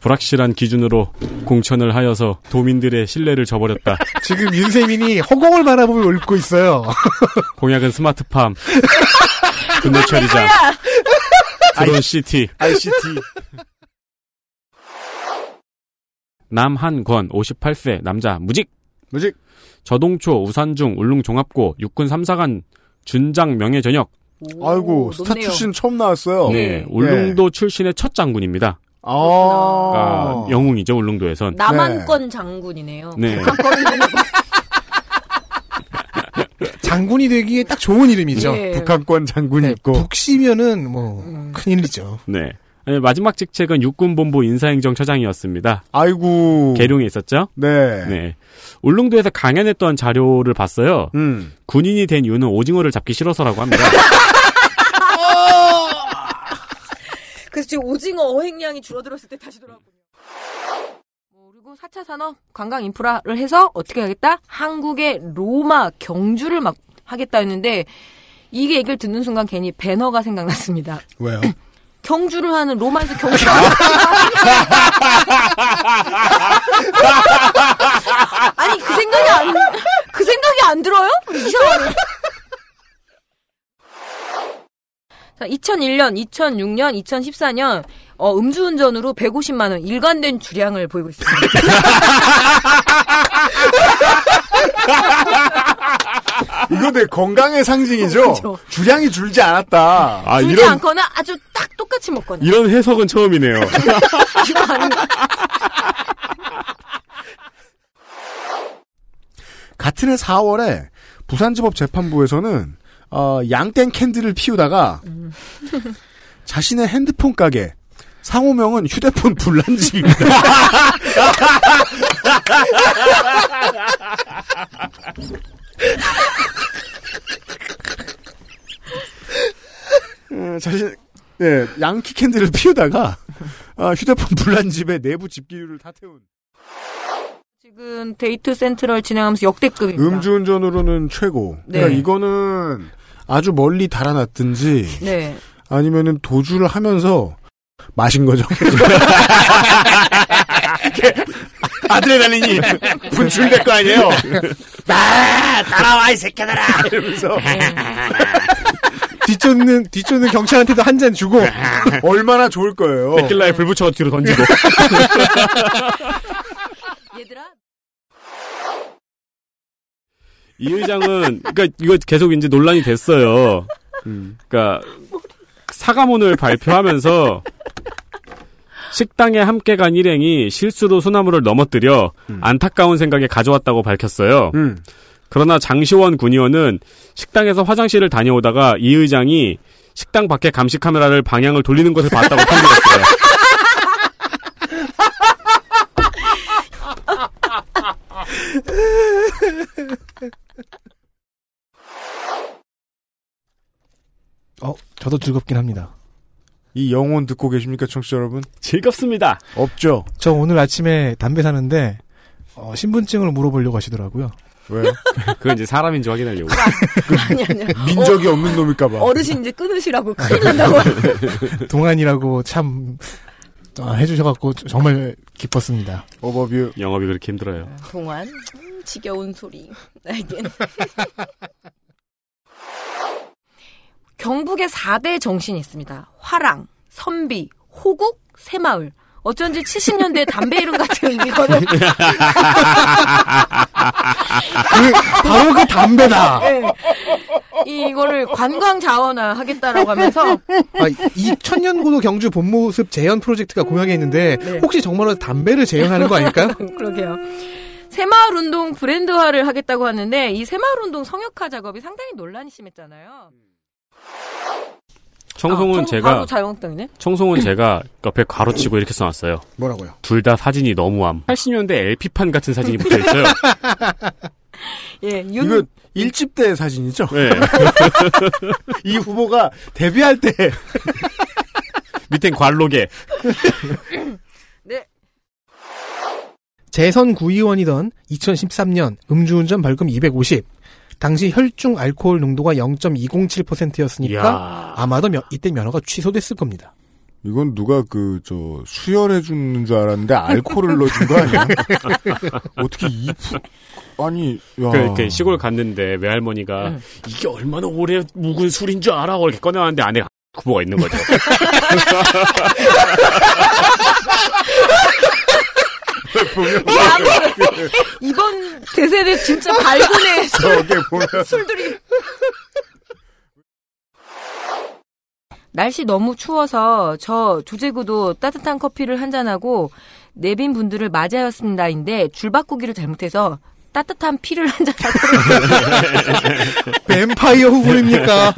Speaker 6: 불확실한 기준으로 공천을 하여서 도민들의 신뢰를 저버렸다.
Speaker 9: 지금 윤세민이 허공을 바라보며 울고 있어요.
Speaker 6: 공약은 스마트팜, 분노 처리장, 드론 시티,
Speaker 2: ICT.
Speaker 6: 남한권 58세 남자 무직,
Speaker 2: 뭐지?
Speaker 6: 저동초 우산중 울릉종합고 육군 3사관 준장 명예 전역.
Speaker 5: 오,
Speaker 2: 아이고 스타
Speaker 5: 높네요.
Speaker 2: 출신 처음 나왔어요.
Speaker 6: 네, 울릉도 출신의 첫 장군입니다.
Speaker 2: 아,
Speaker 6: 그러니까 영웅이죠 울릉도에선.
Speaker 2: 네.
Speaker 5: 남한권 장군이네요.
Speaker 6: 네.
Speaker 9: 장군이 되기에 딱 좋은 이름이죠.
Speaker 5: 예. 음.
Speaker 2: 북한권 장군이
Speaker 9: 네,
Speaker 2: 있고
Speaker 9: 북시면은 뭐 큰일이죠.
Speaker 6: 네. 네, 마지막 직책은 육군본부 인사행정처장이었습니다.
Speaker 2: 아이고.
Speaker 6: 계룡에 있었죠?
Speaker 2: 네.
Speaker 6: 울릉도에서 강연했던 자료를 봤어요.
Speaker 2: 음.
Speaker 6: 군인이 된 이유는 오징어를 잡기 싫어서라고 합니다.
Speaker 5: 그래서 지금 오징어 어획량이 줄어들었을 때 다시 돌아왔군요. 뭐, 그리고 4차 산업 관광 인프라를 해서 어떻게 하겠다? 한국의 로마 경주를 막 하겠다 했는데 이게 얘기를 듣는 순간 괜히 배너가 생각났습니다.
Speaker 2: 왜요?
Speaker 5: 경주를 하는 로마에서 경주. 아니 그 생각이 안 그 생각이 안 들어요? 이상하네. 자, 2001년, 2006년, 2014년 어, 음주운전으로 150만 원 일관된 주량을 보이고 있습니다.
Speaker 2: 이거 내 건강의 상징이죠?
Speaker 5: 그죠.
Speaker 2: 주량이 줄지 않았다.
Speaker 6: 아,
Speaker 5: 그렇죠. 줄지
Speaker 6: 이런,
Speaker 5: 않거나 아주 딱 똑같이 먹거나.
Speaker 6: 이런 해석은 처음이네요.
Speaker 5: 이거 아닌가?
Speaker 2: 같은 해 4월에 부산지법 재판부에서는 어, 양땡 캔들을 피우다가 자신의 핸드폰 가게 상호명은 휴대폰 불난집입니다. 어, 자신 예 양키 캔들을 피우다가 아, 휴대폰 불난집의 내부 집기율을 다 태운
Speaker 5: 지금 데이트 센트럴 진행하면서 역대급입니다.
Speaker 2: 음주운전으로는 최고.
Speaker 5: 네.
Speaker 2: 그러니까 이거는 아주 멀리 달아났든지
Speaker 5: 네.
Speaker 2: 아니면은 도주를 하면서 마신 거죠.
Speaker 11: 아드레날린이 분출될 거 아니에요?
Speaker 2: 나 아, 따라와 이 새끼들아. 이러면서
Speaker 5: 네.
Speaker 2: 뒤쫓는 뒤쫓는 경찰한테도 한 잔 주고 얼마나 좋을
Speaker 6: 어.
Speaker 2: 거예요.
Speaker 11: 데킬라에 불 붙여 뒤로 던지고.
Speaker 5: 얘들아.
Speaker 6: 이 의장은 그러니까 이거 계속 이제 논란이 됐어요. 그러니까 사과문을 발표하면서 식당에 함께 간 일행이 실수로 소나무를 넘어뜨려 안타까운 생각에 가져왔다고 밝혔어요.
Speaker 2: 음.
Speaker 6: 그러나 장시원 군의원은 식당에서 화장실을 다녀오다가 이 의장이 식당 밖에 감시 카메라를 방향을 돌리는 것을 봤다고 판결했어요.
Speaker 9: 어, 저도 즐겁긴 합니다.
Speaker 2: 이 영혼 듣고 계십니까, 청취자 여러분?
Speaker 6: 즐겁습니다.
Speaker 2: 없죠.
Speaker 9: 저 오늘 아침에 담배 사는데 어, 신분증을 물어보려고 하시더라고요.
Speaker 2: 왜요?
Speaker 6: 그건 이제 사람인지 확인하려고.
Speaker 5: 아니, 아니.
Speaker 2: 민적이 없는 놈일까봐.
Speaker 5: 어르신 이제 끊으시라고 큰일 난다고.
Speaker 9: 동안이라고 참 아, 해주셔갖고 저- 정말 기뻤습니다.
Speaker 2: 오버뷰.
Speaker 6: 영업이 그렇게 힘들어요.
Speaker 5: 동안 음, 지겨운 소리 나에겐 경북에 4대 정신이 있습니다. 화랑, 선비, 호국, 새마을. 어쩐지 70년대 담배 이름 같은 이거는
Speaker 9: 바로 그 담배다.
Speaker 5: 예. 이거를 관광 자원화 하겠다라고 하면서
Speaker 9: 아, 이 천년고도 경주 본모습 재현 프로젝트가 공약에 있는데
Speaker 5: 음, 네.
Speaker 9: 혹시 정말로 담배를 재현하는 거 아닐까요?
Speaker 5: 그러게요. 새마을 운동 브랜드화를 하겠다고 하는데 이 새마을 운동 성역화 작업이 상당히 논란이 심했잖아요.
Speaker 6: 청송은
Speaker 5: 아,
Speaker 6: 제가
Speaker 5: 바로 자영당이네.
Speaker 6: 청송은 제가 옆에 가로치고 이렇게 써놨어요.
Speaker 9: 뭐라고요?
Speaker 6: 둘 다 사진이 너무함. 80년대 LP판 같은 사진이 붙어있어요.
Speaker 5: 예, 윤
Speaker 2: 이거 일집 때 사진이죠?
Speaker 6: 네.
Speaker 2: 이 후보가 데뷔할 때
Speaker 6: 밑엔 관록에.
Speaker 9: 재선 구의원이던 2013년 음주운전 벌금 250. 당시 혈중 알코올 농도가 0.207%였으니까
Speaker 6: 이야.
Speaker 9: 그러니까? 아마도 면- 이때 면허가 취소됐을 겁니다.
Speaker 2: 이건 누가 그 저 수혈해 주는 줄 알았는데 알코올을 넣어준 거 아니야? 어떻게 이 푸... 아니 야
Speaker 9: 뭐.
Speaker 6: 그, 이렇게 시골 갔는데 외할머니가 이게 얼마나 오래 묵은 술인 줄 알아? 뭐 이렇게 꺼내왔는데 안에 구보가 있는 거죠.
Speaker 5: 예, 이번 대세는 진짜 발군의
Speaker 2: 저게 보면
Speaker 5: 술들이. 날씨 너무 추워서 저 조제구도 따뜻한 커피를 한잔하고 내빈 분들을 맞이하였습니다인데 줄바꾸기를 잘못해서 따뜻한 피를 한잔하고
Speaker 9: 뱀파이어 후보입니까?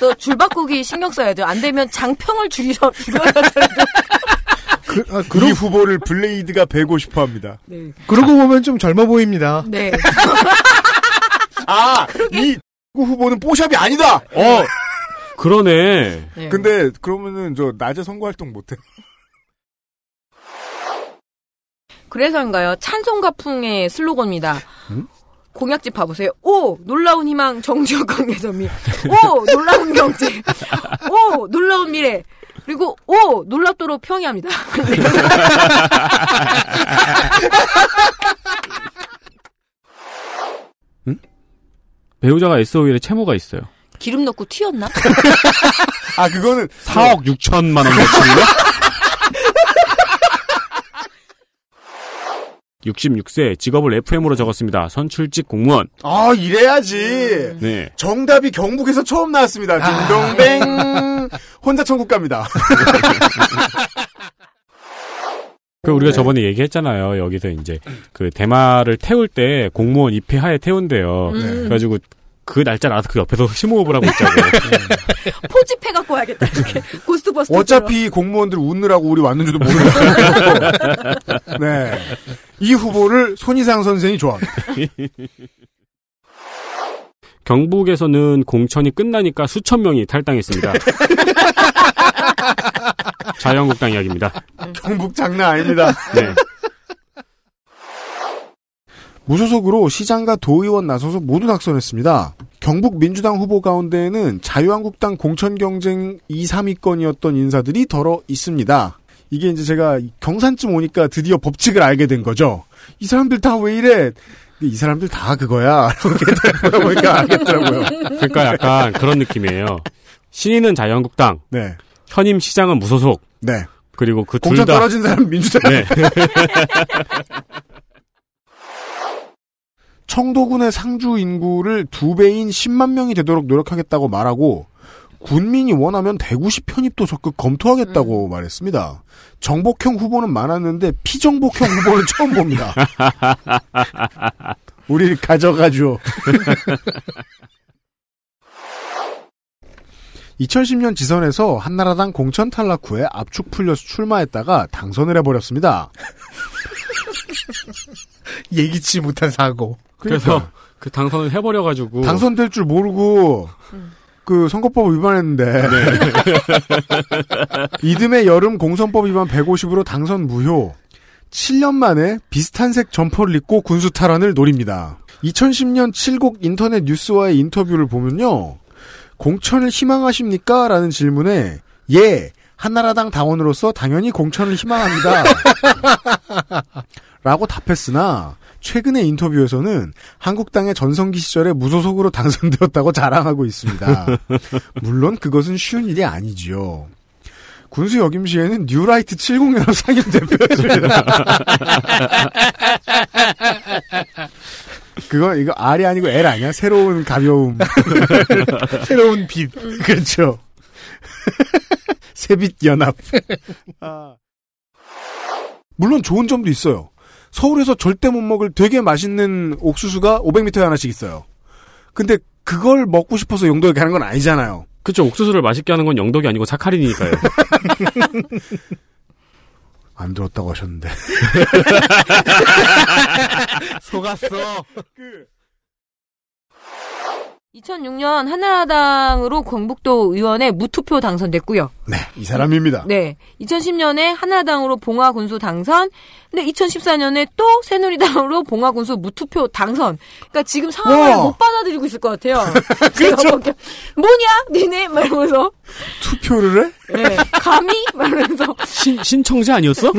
Speaker 5: 또 줄바꾸기 신경 써야죠. 안 되면 장평을 줄이서 줄여야
Speaker 2: 그, 이 후보를 블레이드가 베고 싶어 합니다.
Speaker 5: 네.
Speaker 9: 그러고 보면 좀 젊어 보입니다.
Speaker 5: 네.
Speaker 2: 아, 이 후보는 뽀샵이 아니다! 어!
Speaker 6: 그러네.
Speaker 5: 네.
Speaker 2: 근데 그러면은 저 낮에 선거활동 못해.
Speaker 5: 그래서인가요? 찬송가풍의 슬로건입니다. 공약집 봐보세요. 오 놀라운 희망 정지혁 관계자입니다. 오 놀라운 경제. 오 놀라운 미래. 그리고 오 놀랍도록 평이합니다.
Speaker 6: 배우자가 SOE에 채무가 있어요.
Speaker 5: 기름 넣고 튀었나?
Speaker 2: 아, 그거는
Speaker 6: 4억 6천만 원 매출이요? 66세 직업을 FM으로 적었습니다. 선출직 공무원.
Speaker 2: 아, 이래야지!
Speaker 6: 네.
Speaker 2: 정답이 경북에서 처음 나왔습니다. 딩동댕! 혼자 천국 갑니다.
Speaker 6: 그 우리가 저번에 얘기했잖아요. 여기서 이제 그 대마를 태울 때 공무원 입회하에 태운대요.
Speaker 5: 네.
Speaker 6: 그래가지고 그 날짜 나서 그 옆에서 심호흡을 하고 있자고.
Speaker 5: 포집해 갖고 와야겠다. 이렇게 고스트버스터.
Speaker 2: 어차피 공무원들 웃느라고 우리 왔는지도 모르겠어요. 네. 이 후보를 손희상 선생이 좋아합니다.
Speaker 6: 경북에서는 공천이 끝나니까 수천 명이 탈당했습니다. 자유한국당 이야기입니다.
Speaker 2: 경북 장난 아닙니다.
Speaker 6: 네.
Speaker 2: 무소속으로 시장과 도의원 나서서 모두 낙선했습니다. 경북 민주당 후보 가운데에는 자유한국당 공천 경쟁 2, 3위권이었던 인사들이 덜어 있습니다. 이게 이제 제가 경산쯤 오니까 드디어 법칙을 알게 된 거죠. 이 사람들 다 왜 이래? 근데 이 사람들 다 그거야. 라고 보니까 알겠더라고요.
Speaker 6: 그러니까 약간 그런 느낌이에요. 신인은 자유한국당,
Speaker 2: 네.
Speaker 6: 현임 시장은 무소속,
Speaker 2: 네.
Speaker 6: 그리고 그 둘
Speaker 2: 공천
Speaker 6: 다
Speaker 2: 떨어진 사람 민주당.
Speaker 6: 네.
Speaker 2: 청도군의 상주 인구를 두 배인 10만 명이 되도록 노력하겠다고 말하고 군민이 원하면 대구시 편입도 적극 검토하겠다고 말했습니다. 정복형 후보는 많았는데 피정복형 후보는 처음 봅니다. 우리 가져가죠. 2010년 지선에서 한나라당 공천 탈락 후에 압축 풀려서 출마했다가 당선을 해버렸습니다.
Speaker 9: 예기치 못한 사고.
Speaker 2: 그러니까
Speaker 11: 그러니까.
Speaker 6: 그래서 그 당선을 해버려가지고
Speaker 2: 당선될 줄 모르고 그 선거법 위반했는데
Speaker 6: 음.
Speaker 2: 이듬해 여름 공선법 위반 150으로 당선 무효. 7년 만에 비슷한 색 점퍼를 입고 군수 탈환을 노립니다. 2010년 7곡 인터넷 뉴스와의 인터뷰를 보면요. 공천을 희망하십니까? 라는 질문에 예, 한나라당 당원으로서 당연히 공천을 희망합니다. 라고 답했으나 최근의 인터뷰에서는 한국당의 전성기 시절에 무소속으로 당선되었다고 자랑하고 있습니다. 물론 그것은 쉬운 일이 아니지요. 군수 역임시에는 뉴라이트 70연합 상임 대표였습니다. 그건 이거 R이 아니고 L 아니야? 새로운 가벼움. 새로운 빛. 그렇죠. 새빛 연합. 아. 물론 좋은 점도 있어요. 서울에서 절대 못 먹을 되게 맛있는 옥수수가 500m에 하나씩 있어요. 근데 그걸 먹고 싶어서 용도에 가는 건 아니잖아요.
Speaker 6: 그쵸 옥수수를 맛있게 하는 건 영덕이 아니고 사카린이니까요.
Speaker 2: 안 들었다고 하셨는데.
Speaker 9: 속았어.
Speaker 5: 2006년 한나라당으로 경북도 의원에 무투표 당선됐고요.
Speaker 2: 네, 이 사람입니다.
Speaker 5: 네. 2010년에 한나라당으로 봉화군수 당선. 근데 2014년에 또 새누리당으로 봉화군수 무투표 당선. 그러니까 지금 상황을
Speaker 2: 와.
Speaker 5: 못 받아들이고 있을 것 같아요. 제가 보기엔. 뭐냐? 니네? 말면서.
Speaker 2: 투표를 해?
Speaker 5: 네. 감히? 말면서.
Speaker 6: 신, 신청자 아니었어?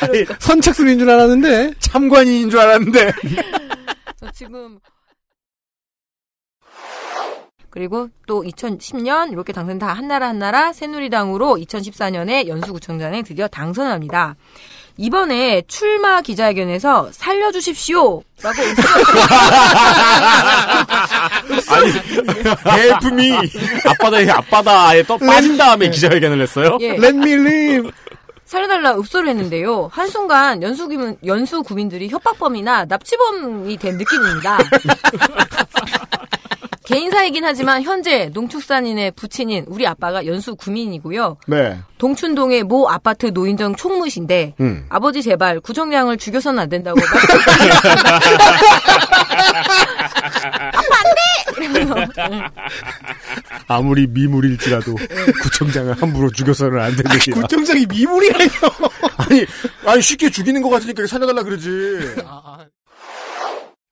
Speaker 9: 그러니까. 선착순인 줄 알았는데.
Speaker 2: 참관인인 줄 알았는데.
Speaker 5: 저 지금 그리고 또 2010년 이렇게 당선 다 한나라 한나라 새누리당으로 2014년에 연수구청장에 드디어 당선합니다. 이번에 출마 기자회견에서 살려주십시오라고
Speaker 11: 헬프미 앞바다에 앞바다에 떠 빠진
Speaker 6: 네.
Speaker 11: 다음에 기자회견을 했어요.
Speaker 5: 예,
Speaker 2: 네.
Speaker 9: Let me live.
Speaker 5: 살려달라 읍소를 했는데요. 한순간 연수 구민, 연수 구민들이 협박범이나 납치범이 된 느낌입니다. 개인사이긴 하지만 현재 농축산인의 부친인 우리 아빠가 연수 구민이고요.
Speaker 2: 네.
Speaker 5: 동춘동의 모 아파트 노인정 총무신데
Speaker 2: 음.
Speaker 5: 아버지 제발 구정량을 죽여서는 안 된다고 말씀-
Speaker 2: 아무리 미물일지라도 구청장을 함부로 죽여서는 안 되는 일이야.
Speaker 9: 네. 구청장이 미물이라니.
Speaker 2: 아니, 아니 쉽게 죽이는 것 같으니까 살려달라 그러지. 아,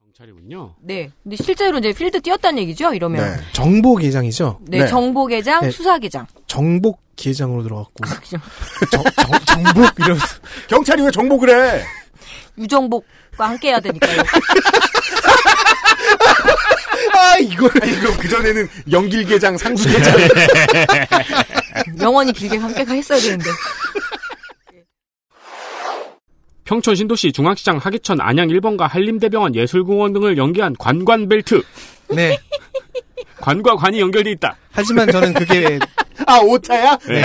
Speaker 6: 경찰이군요.
Speaker 5: 네. 근데 실제로 이제 필드 뛰었다는 얘기죠.
Speaker 9: 네.
Speaker 5: 이러면
Speaker 2: 네.
Speaker 9: 정복 예장이죠.
Speaker 5: 네, 정보계장,
Speaker 9: 네.
Speaker 5: 수사계장.
Speaker 9: 정복 예장으로 들어갔고
Speaker 5: 그죠.
Speaker 9: 정, 복 이러면서
Speaker 2: 경찰이 왜 정복을 해?
Speaker 5: 유정복과 함께 해야 되니까요.
Speaker 2: 아 이걸 이거 그 전에는 연길계장 상수계장
Speaker 5: 영원히 길게 함께가 했어야 되는데.
Speaker 6: 평촌 신도시 중앙시장 하계천 안양 1번가 한림대병원 예술공원 등을 연계한 관관벨트.
Speaker 9: 네.
Speaker 6: 관과 관이 연결돼 있다.
Speaker 9: 하지만 저는 그게
Speaker 2: 아 오차야?
Speaker 6: 네.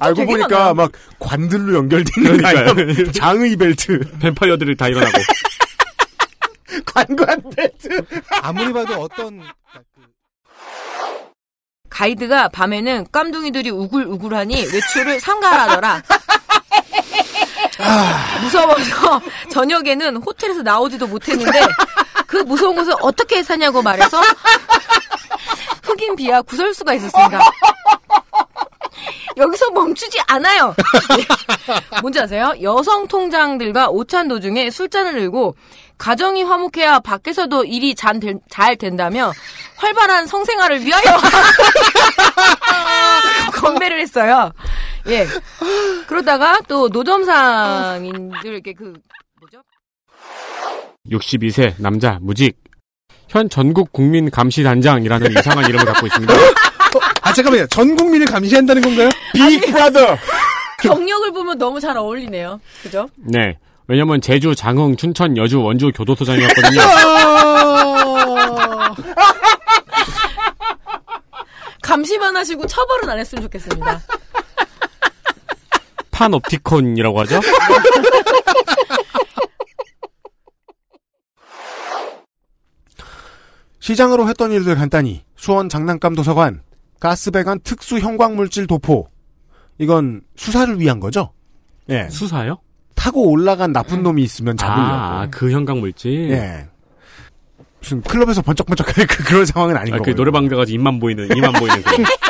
Speaker 2: 알고
Speaker 5: 되게
Speaker 2: 보니까
Speaker 5: 많아요.
Speaker 2: 막 관들로 연결되는 거
Speaker 6: 그러니까요.
Speaker 2: 아니야? 장의 벨트
Speaker 6: 뱀파이어들이 다 일어나고.
Speaker 2: 관관 벨트
Speaker 9: 아무리 봐도 어떤
Speaker 5: 가이드가 밤에는 깜둥이들이 우글우글하니 외출을 삼가라더라. 무서워서 저녁에는 호텔에서 나오지도 못했는데 그 무서운 곳을 어떻게 사냐고 말해서 흑인 비하 구설수가 있었습니다. 여기서 멈추지 않아요. 네. 뭔지 아세요? 여성 통장들과 오찬 도중에 술잔을 들고 가정이 화목해야 밖에서도 일이 잔 된- 잘 된다며 활발한 성생활을 위하여 건배를 했어요. 예. 그러다가 또 노점상인들 이렇게 그 뭐죠?
Speaker 6: 62세 남자 무직. 현 전국 국민 감시 단장이라는 이상한 이름을 갖고 있습니다.
Speaker 9: 아 잠깐만요. 전 국민을 감시한다는 건가요?
Speaker 2: 빅 브라더
Speaker 5: 경력을 보면 너무 잘 어울리네요. 그죠?
Speaker 6: 네. 왜냐면 제주, 장흥, 춘천, 여주, 원주 교도소장이었거든요.
Speaker 5: 감시만 하시고 처벌은 안 했으면 좋겠습니다.
Speaker 6: 판옵티콘이라고 하죠.
Speaker 2: 시장으로 했던 일들 간단히 수원 장난감 도서관 가스배관 특수 형광물질 도포 이건 수사를 위한 거죠? 예
Speaker 6: 수사요?
Speaker 2: 타고 올라간 나쁜 놈이 있으면 잡으려고
Speaker 6: 아, 그 형광물질.
Speaker 2: 예 무슨 클럽에서 번쩍번쩍할 그- 그런 상황은 아닌
Speaker 6: 아, 그
Speaker 2: 거예요.
Speaker 6: 노래방 가가지고 입만 보이는, 이만 보이는 그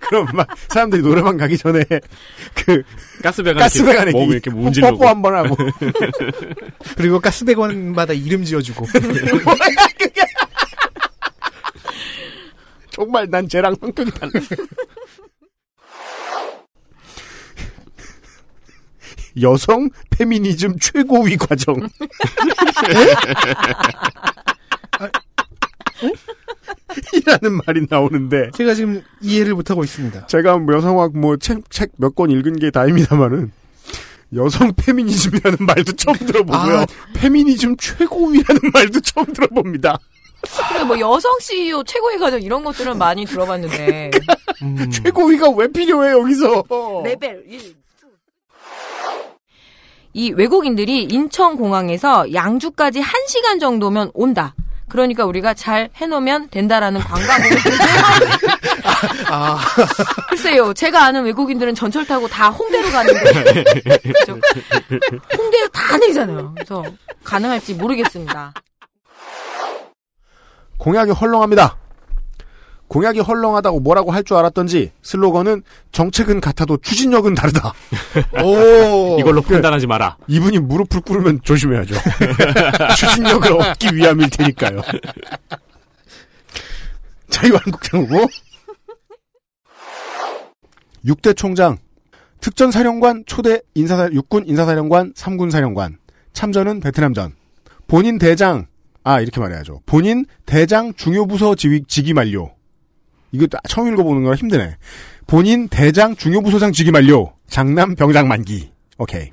Speaker 2: 그럼 막 사람들이 노래방 가기 전에 그
Speaker 6: 가스배관
Speaker 2: 가스배관에
Speaker 6: 몸 이렇게 문지르고.
Speaker 2: 뽀뽀 한번 하고
Speaker 9: 그리고 가스대관마다 이름 지어주고
Speaker 2: 뭐야 그게 정말 난 쟤랑 성격이 달라 여성 페미니즘 최고위 과정 이라는 말이 나오는데
Speaker 9: 제가 지금 이해를 못 하고 있습니다.
Speaker 2: 제가 뭐 여성학 뭐책몇 권 읽은 게 다입니다만은 여성 페미니즘이라는 말도 처음 들어보고요.
Speaker 9: 아.
Speaker 2: 페미니즘 최고위라는 말도 처음 들어봅니다.
Speaker 5: 근데 뭐 여성 CEO 최고의 가정 이런 것들은 많이 들어봤는데
Speaker 2: 최고위가 왜 필요해 여기서?
Speaker 5: 레벨 1. 이 외국인들이 인천공항에서 양주까지 1시간 정도면 온다. 그러니까 우리가 잘 해놓으면 된다라는 광광을 글쎄요, 제가 아는 외국인들은 전철 타고 다 홍대로 가는데 그죠? 홍대에서 다 내잖아요. 그래서 가능할지 모르겠습니다.
Speaker 2: 공약이 헐렁합니다. 공약이 헐렁하다고 뭐라고 할 줄 알았던지 슬로건은 정책은 같아도 추진력은 다르다. 오
Speaker 6: 이걸로 판단하지 마라.
Speaker 2: 이분이 무릎을 꿇으면 조심해야죠. 추진력을 얻기 위함일 테니까요. 자유한국당 후보 6대 총장 특전사령관 초대 인사사 육군 인사사령관 삼군 사령관 참전은 베트남전 본인 대장 아 이렇게 말해야죠 본인 대장 중요부서 지위 직위 만료 이거 다- 처음 읽어보는 거라 힘드네 본인 대장 중요부서장 직위 만료 장남 병장 만기 오케이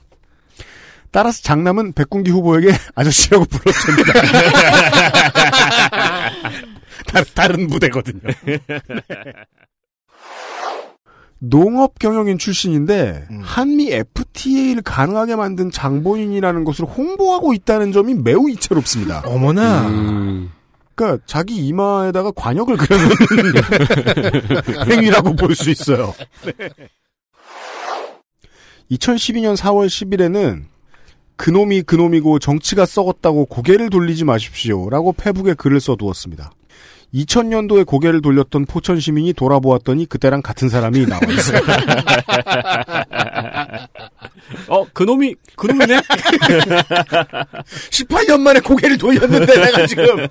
Speaker 2: 따라서 장남은 백군기 후보에게 아저씨라고 불렀습니다. 다른, 다른 부대거든요. 농업 경영인 출신인데 한미 FTA를 가능하게 만든 장본인이라는 것을 홍보하고 있다는 점이 매우 이채롭습니다.
Speaker 9: 어머나
Speaker 6: 음,
Speaker 2: 그러니까 자기 이마에다가 관역을 그려놓은 행위라고 볼 수 있어요.
Speaker 12: 네.
Speaker 2: 2012년 4월 10일에는 그놈이 그놈이고 정치가 썩었다고 고개를 돌리지 마십시오라고 페북에 글을 써두었습니다. 2000년도에 고개를 돌렸던 포천 시민이 돌아보았더니 그때랑 같은 사람이 나와 있어요.
Speaker 11: 어, 그놈이, 그놈이네?
Speaker 2: 18년 만에 고개를 돌렸는데 내가 지금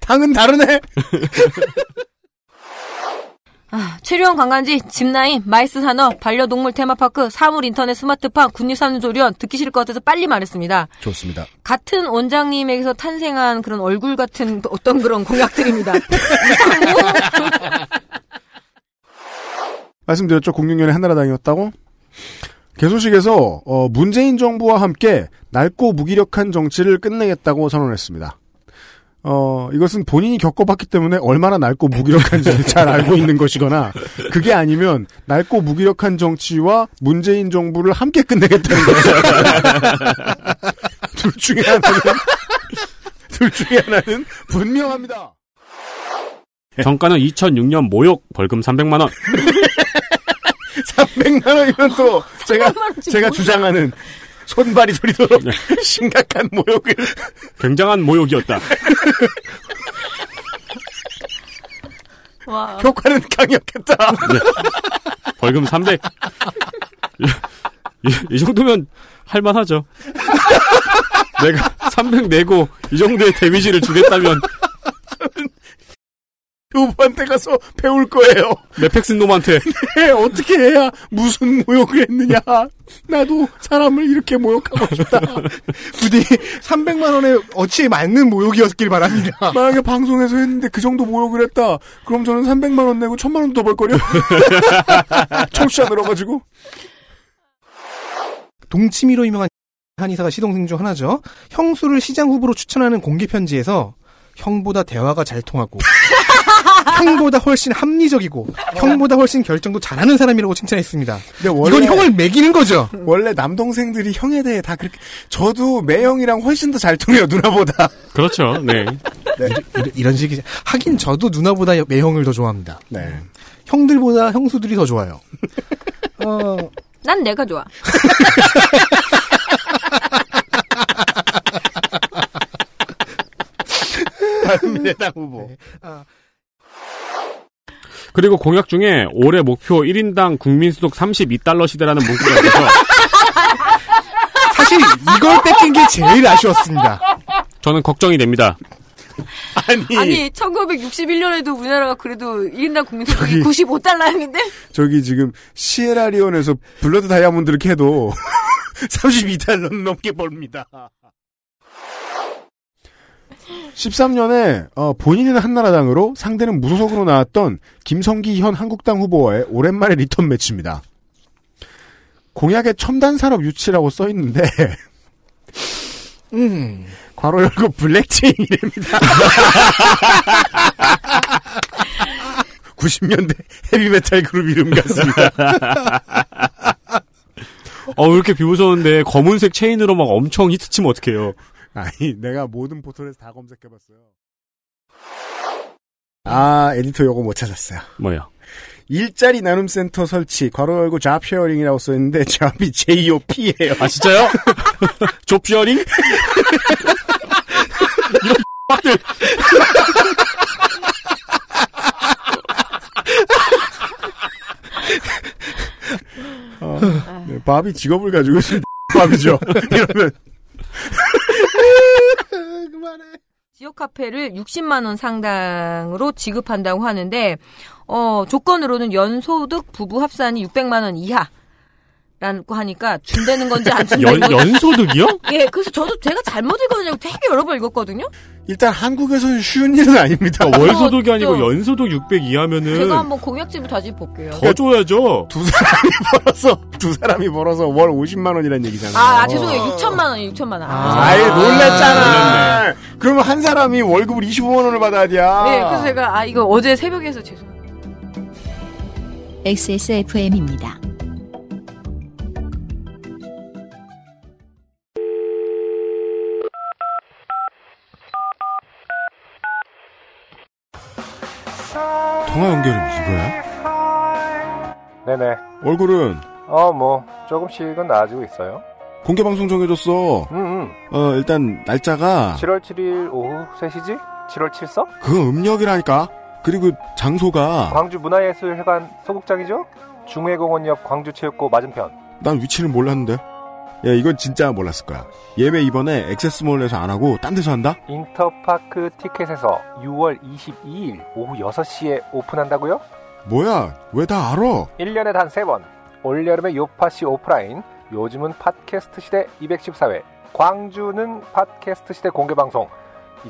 Speaker 2: 당은 다르네.
Speaker 5: 아, 최류원 관광지, 집나인, 마이스 산업, 반려동물 테마파크, 사물 인터넷 스마트팜, 군립산조리원 듣기 싫을 것 같아서 빨리 말했습니다.
Speaker 2: 좋습니다.
Speaker 5: 같은 원장님에게서 탄생한 그런 얼굴 같은 어떤 그런 공약들입니다.
Speaker 2: 말씀드렸죠. 06년에 한나라당이었다고? 개소식에서 어, 문재인 정부와 함께 낡고 무기력한 정치를 끝내겠다고 선언했습니다. 어, 이것은 본인이 겪어봤기 때문에 얼마나 낡고 무기력한지 잘 알고 있는 것이거나, 그게 아니면 낡고 무기력한 정치와 문재인 정부를 함께 끝내겠다는 거죠. 둘 중에 하나는, 둘 중에 하나는 분명합니다.
Speaker 6: 정가는 2006년 모욕 벌금 300만 원.
Speaker 2: 300만 원이면 또 제가 제가 주장하는 손발이 소리도록 심각한 모욕을
Speaker 6: 굉장한 모욕이었다.
Speaker 5: 와.
Speaker 2: 효과는 강력했다.
Speaker 6: 벌금 300. 이, 이- 이 정도면 할만하죠. 내가 300 내고 이 정도의 데미지를 주겠다면
Speaker 2: 교부한테 가서 배울 거예요.
Speaker 6: 레펙슨 놈한테
Speaker 2: 네, 어떻게 해야 무슨 모욕을 했느냐. 나도 사람을 이렇게 모욕하고 싶다. 부디
Speaker 9: 300만 원의 어치에 맞는 모욕이었길 바랍니다.
Speaker 2: 만약에 방송에서 했는데 그 정도 모욕을 했다. 그럼 저는 300만 원 내고 1000만 원더 벌거려. 청취자 늘어가지고.
Speaker 9: 동치미로 유명한 한의사가 시동생 중 하나죠. 형수를 시장 후보로 추천하는 공개 편지에서 형보다 대화가 잘 통하고 형보다 훨씬 합리적이고 형보다 훨씬 결정도 잘하는 사람이라고 칭찬했습니다. 이건 형을 매기는 거죠.
Speaker 2: 원래 남동생들이 형에 대해 다 그렇게 저도 매형이랑 훨씬 더 잘 통해요 누나보다.
Speaker 6: 그렇죠. 네.
Speaker 9: 이런, 이런 식이죠. 하긴 저도 누나보다 매형을 더 좋아합니다.
Speaker 2: 네.
Speaker 9: 형들보다 형수들이 더 좋아요. 어,
Speaker 5: 난 내가 좋아.
Speaker 2: 바른미래당 후보.
Speaker 6: 그리고 공약 중에 올해 목표 1인당 국민소득 32달러 시대라는 문구가 있어서
Speaker 9: 사실 이걸 뺏긴 게 제일 아쉬웠습니다.
Speaker 6: 저는 걱정이 됩니다. 예.
Speaker 2: 아니,
Speaker 5: 아니, 1961년에도 우리나라가 그래도 1인당 국민소득이
Speaker 2: 저기-
Speaker 5: 95달러인데?
Speaker 2: 저기 지금 시에라리온에서 블러드 다이아몬드를 캐도 32달러는 넘게 벌입니다. 13년에 어, 본인은 한나라당으로 상대는 무소속으로 나왔던 김성기 현 한국당 후보와의 오랜만에 리턴 매치입니다. 공약에 첨단 산업 유치라고 써 있는데
Speaker 9: 음.
Speaker 2: 괄호 열고 블랙체인이랍니다. 90년대 헤비메탈 그룹 이름 같습니다.
Speaker 6: 어, 왜 이렇게 비웃었는데 검은색 체인으로 막 엄청 히트 치면 어떡해요.
Speaker 2: 아니, 내가 모든 포털에서 다 검색해봤어요. 아, 에디터 요거 못 찾았어요.
Speaker 6: 뭐요?
Speaker 2: 일자리 나눔 센터 설치, 괄호 열고 잡 쉐어링이라고 써있는데, 잡이 JOP예요.
Speaker 6: 아, 진짜요? 좁 쉐어링?
Speaker 2: 이런 빡들. 어, 네, 밥이 직업을 가지고 있는 밥이죠. 이러면
Speaker 5: 지역 카페를 60만 원 상당으로 지급한다고 하는데 어, 조건으로는 연소득 부부 합산이 600만 원 이하. 라고 하니까 준다는 건지 안
Speaker 2: 연-
Speaker 5: 준다는 건지
Speaker 2: 연소득이요?
Speaker 5: 예, 그래서 저도 제가 잘못 읽었냐고 되게 여러 번 읽었거든요.
Speaker 2: 일단 한국에서는 쉬운 일은
Speaker 11: 그러니까
Speaker 2: 아닙니다.
Speaker 6: 월소득이 아니고
Speaker 5: 또-
Speaker 6: 연소득 600 이하면은
Speaker 5: 어, 제가 한번 그 공약집을 다시 볼게요.
Speaker 6: 예. 더 줘야죠.
Speaker 2: 두 사람이 벌어서 두 사람이 벌어서 월 50만 원이라는 얘기잖아요.
Speaker 5: 아, 아, 죄송해요. 6천만 원이에요. 6천만 원. 아,
Speaker 2: 아예 놀랐잖아. 그러면 한 사람이 월급을 25만 원을 받아야 돼.
Speaker 5: 예, 그래서 제가 아 이거 어제 새벽에 해서 죄송해요.
Speaker 3: XSFM입니다.
Speaker 2: 통화 연결이 이거야?
Speaker 12: 네네.
Speaker 2: 얼굴은
Speaker 12: 어, 뭐, 조금씩은 나아지고 음, 있어요.
Speaker 2: 공개 방송 정해줬어.
Speaker 12: 응, 응.
Speaker 2: 어 일단 날짜가
Speaker 12: 7월 7일 오후 3시지? 7월 7석?
Speaker 2: 그건 음력이라니까. 그리고 장소가
Speaker 12: 광주 문화예술회관 소극장이죠? 중해공원 옆 광주체육고 맞은편.
Speaker 2: 난 위치를 몰랐는데. 야 이건 진짜 몰랐을 거야. 예매 이번에 액세스몰에서 안 하고 딴 데서 한다?
Speaker 12: 인터파크 티켓에서 6월 22일 오후 6시에 오픈한다고요?
Speaker 2: 뭐야? 왜 다 알아?
Speaker 12: 1년에 단 3번. 올여름에 요파시 오프라인, 요즘은 팟캐스트 시대 214회, 광주는 팟캐스트 시대 공개방송,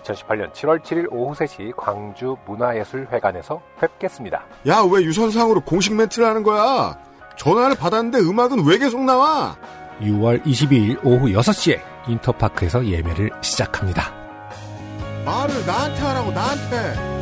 Speaker 12: 2018년 7월 7일 오후 3시 광주 문화예술회관에서 뵙겠습니다.
Speaker 2: 야 왜 유선상으로 공식 멘트를 하는 거야? 전화를 받았는데 음악은 왜 계속 나와?
Speaker 13: 6월 22일 오후 6시에 인터파크에서 예매를 시작합니다.
Speaker 2: 말을 나한테 하라고 나한테.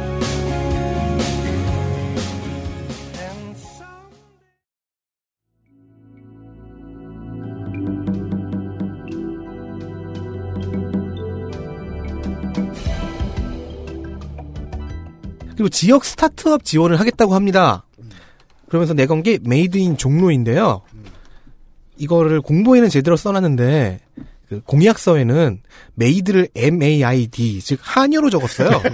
Speaker 9: 그리고 지역 스타트업 지원을 하겠다고 합니다. 그러면서 내건 게 메이드 인 종로인데요. 이거를 공보에는 제대로 써놨는데 그 공약서에는 메이드를 M A I D 즉 한여로 적었어요.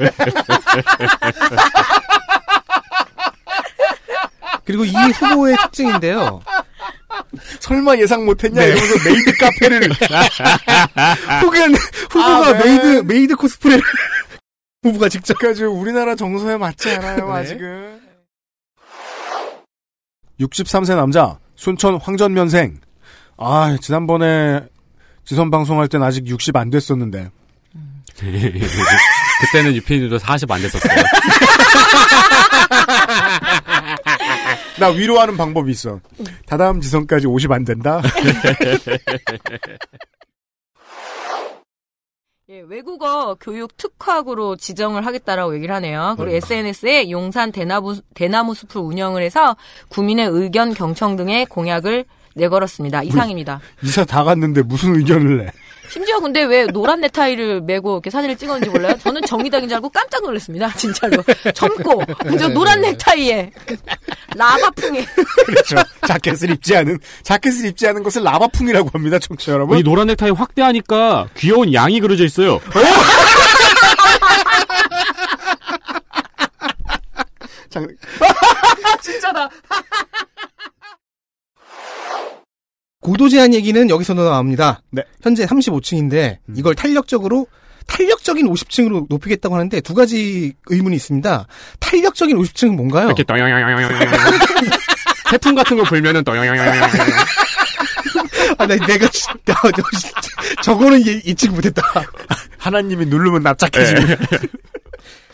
Speaker 9: 그리고 이 후보의 특징인데요.
Speaker 2: 설마 예상 못했냐 이러면서 메이드 카페를
Speaker 11: 아.
Speaker 9: 혹은 후보가
Speaker 11: 네.
Speaker 9: 메이드 메이드 코스프레를 후보가 직접
Speaker 2: 그러니까 우리나라 정서에 맞지 않아요
Speaker 9: 네.
Speaker 2: 아직은. 63세 남자 순천 황전면생. 아 지난번에 지선 방송할 땐 아직 60 안 됐었는데.
Speaker 11: 그때는 유피님도 40 안 됐었어요.
Speaker 2: 나 위로하는 방법이 있어. 다다음 지선까지 50 안 된다.
Speaker 5: 예, 외국어 교육 특화구로 지정을 하겠다라고 얘기를 하네요. 그리고 SNS에 용산 대나무, 대나무 숲을 운영을 해서 구민의 의견 경청 등의 공약을 내걸었습니다. 이상입니다.
Speaker 2: 이사 다 갔는데 무슨 의견을 내?
Speaker 5: 심지어 근데 왜 노란 넥타이를 메고 이렇게 사진을 찍었는지 몰라요. 저는 정의당인 줄 알고 깜짝 놀랐습니다. 진짜로. 젊고
Speaker 2: 네,
Speaker 5: 저 노란 넥타이에 그 라바풍에
Speaker 2: 그렇죠. 자켓을 입지 않은 자켓을 입지 않은 것을 라바풍이라고 합니다, 청취자 여러분.
Speaker 11: 이 노란 넥타이 확대하니까 귀여운 양이 그려져 있어요.
Speaker 2: 장-
Speaker 5: 진짜다.
Speaker 9: 고도 제한 얘기는 여기서도 나옵니다.
Speaker 2: 네.
Speaker 9: 현재 35층인데
Speaker 11: 음.
Speaker 9: 이걸 탄력적으로 탄력적인 50층으로 높이겠다고 하는데 두 가지 의문이 있습니다. 탄력적인 50층은 뭔가요?
Speaker 11: 이렇게 떠영영영영영. 태풍 같은 거 불면은 떠영영영영.
Speaker 9: 아, 나, 내가 진짜, 나 진짜 저거는 예, 예측 못했다.
Speaker 2: 하나님이 누르면 납작해지는.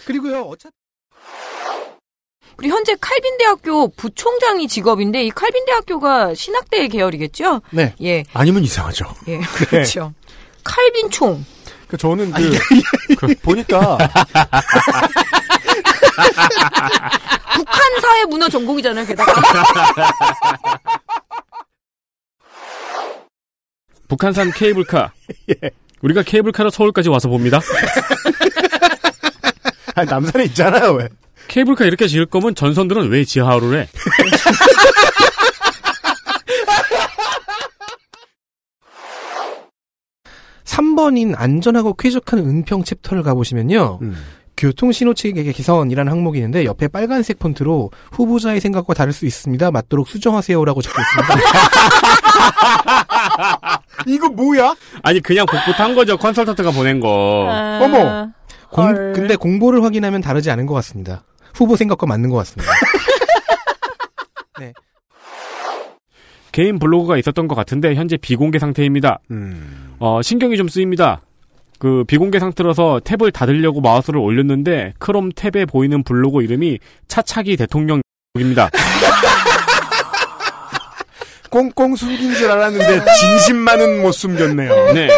Speaker 9: 그리고요 어차피
Speaker 5: 그리고 현재 칼빈 대학교 부총장이 직업인데 이 칼빈 대학교가 신학대 계열이겠죠?
Speaker 2: 네.
Speaker 5: 예.
Speaker 2: 아니면 이상하죠.
Speaker 5: 예. 그렇죠. 칼빈 총.
Speaker 2: 그러니까 저는 그, 그 보니까
Speaker 5: 북한 사회 문화 전공이잖아요, 게다가.
Speaker 11: 북한산 케이블카.
Speaker 2: 예.
Speaker 11: 우리가 케이블카로 서울까지 와서 봅니다.
Speaker 2: 아 남산에 있잖아요, 왜.
Speaker 11: 케이블카 이렇게 지을 거면 전선들은 왜 지하로 해?
Speaker 9: 삼번인 안전하고 쾌적한 은평 챕터를 가보시면요.
Speaker 11: 음.
Speaker 9: 교통신호체계 개선이라는 항목이 있는데 옆에 빨간색 폰트로 후보자의 생각과 다를 수 있습니다. 맞도록 수정하세요라고 적혀 있습니다.
Speaker 2: 이거 뭐야?
Speaker 11: 아니 그냥 복붙 한 거죠. 컨설턴트가 보낸 거.
Speaker 9: 어머. 공, 근데 공보를 확인하면 다르지 않은 것 같습니다. 후보 생각과 맞는 것 같습니다.
Speaker 11: 개인 블로그가 있었던 것 같은데 현재 비공개 상태입니다.
Speaker 2: 음.
Speaker 11: 어, 신경이 좀 쓰입니다. 그 비공개 상태라서 탭을 닫으려고 마우스를 올렸는데 크롬 탭에 보이는 블로그 이름이 차차기 대통령입니다.
Speaker 2: 꽁꽁 숨긴 줄 알았는데 진심만은 못 숨겼네요.
Speaker 11: 네.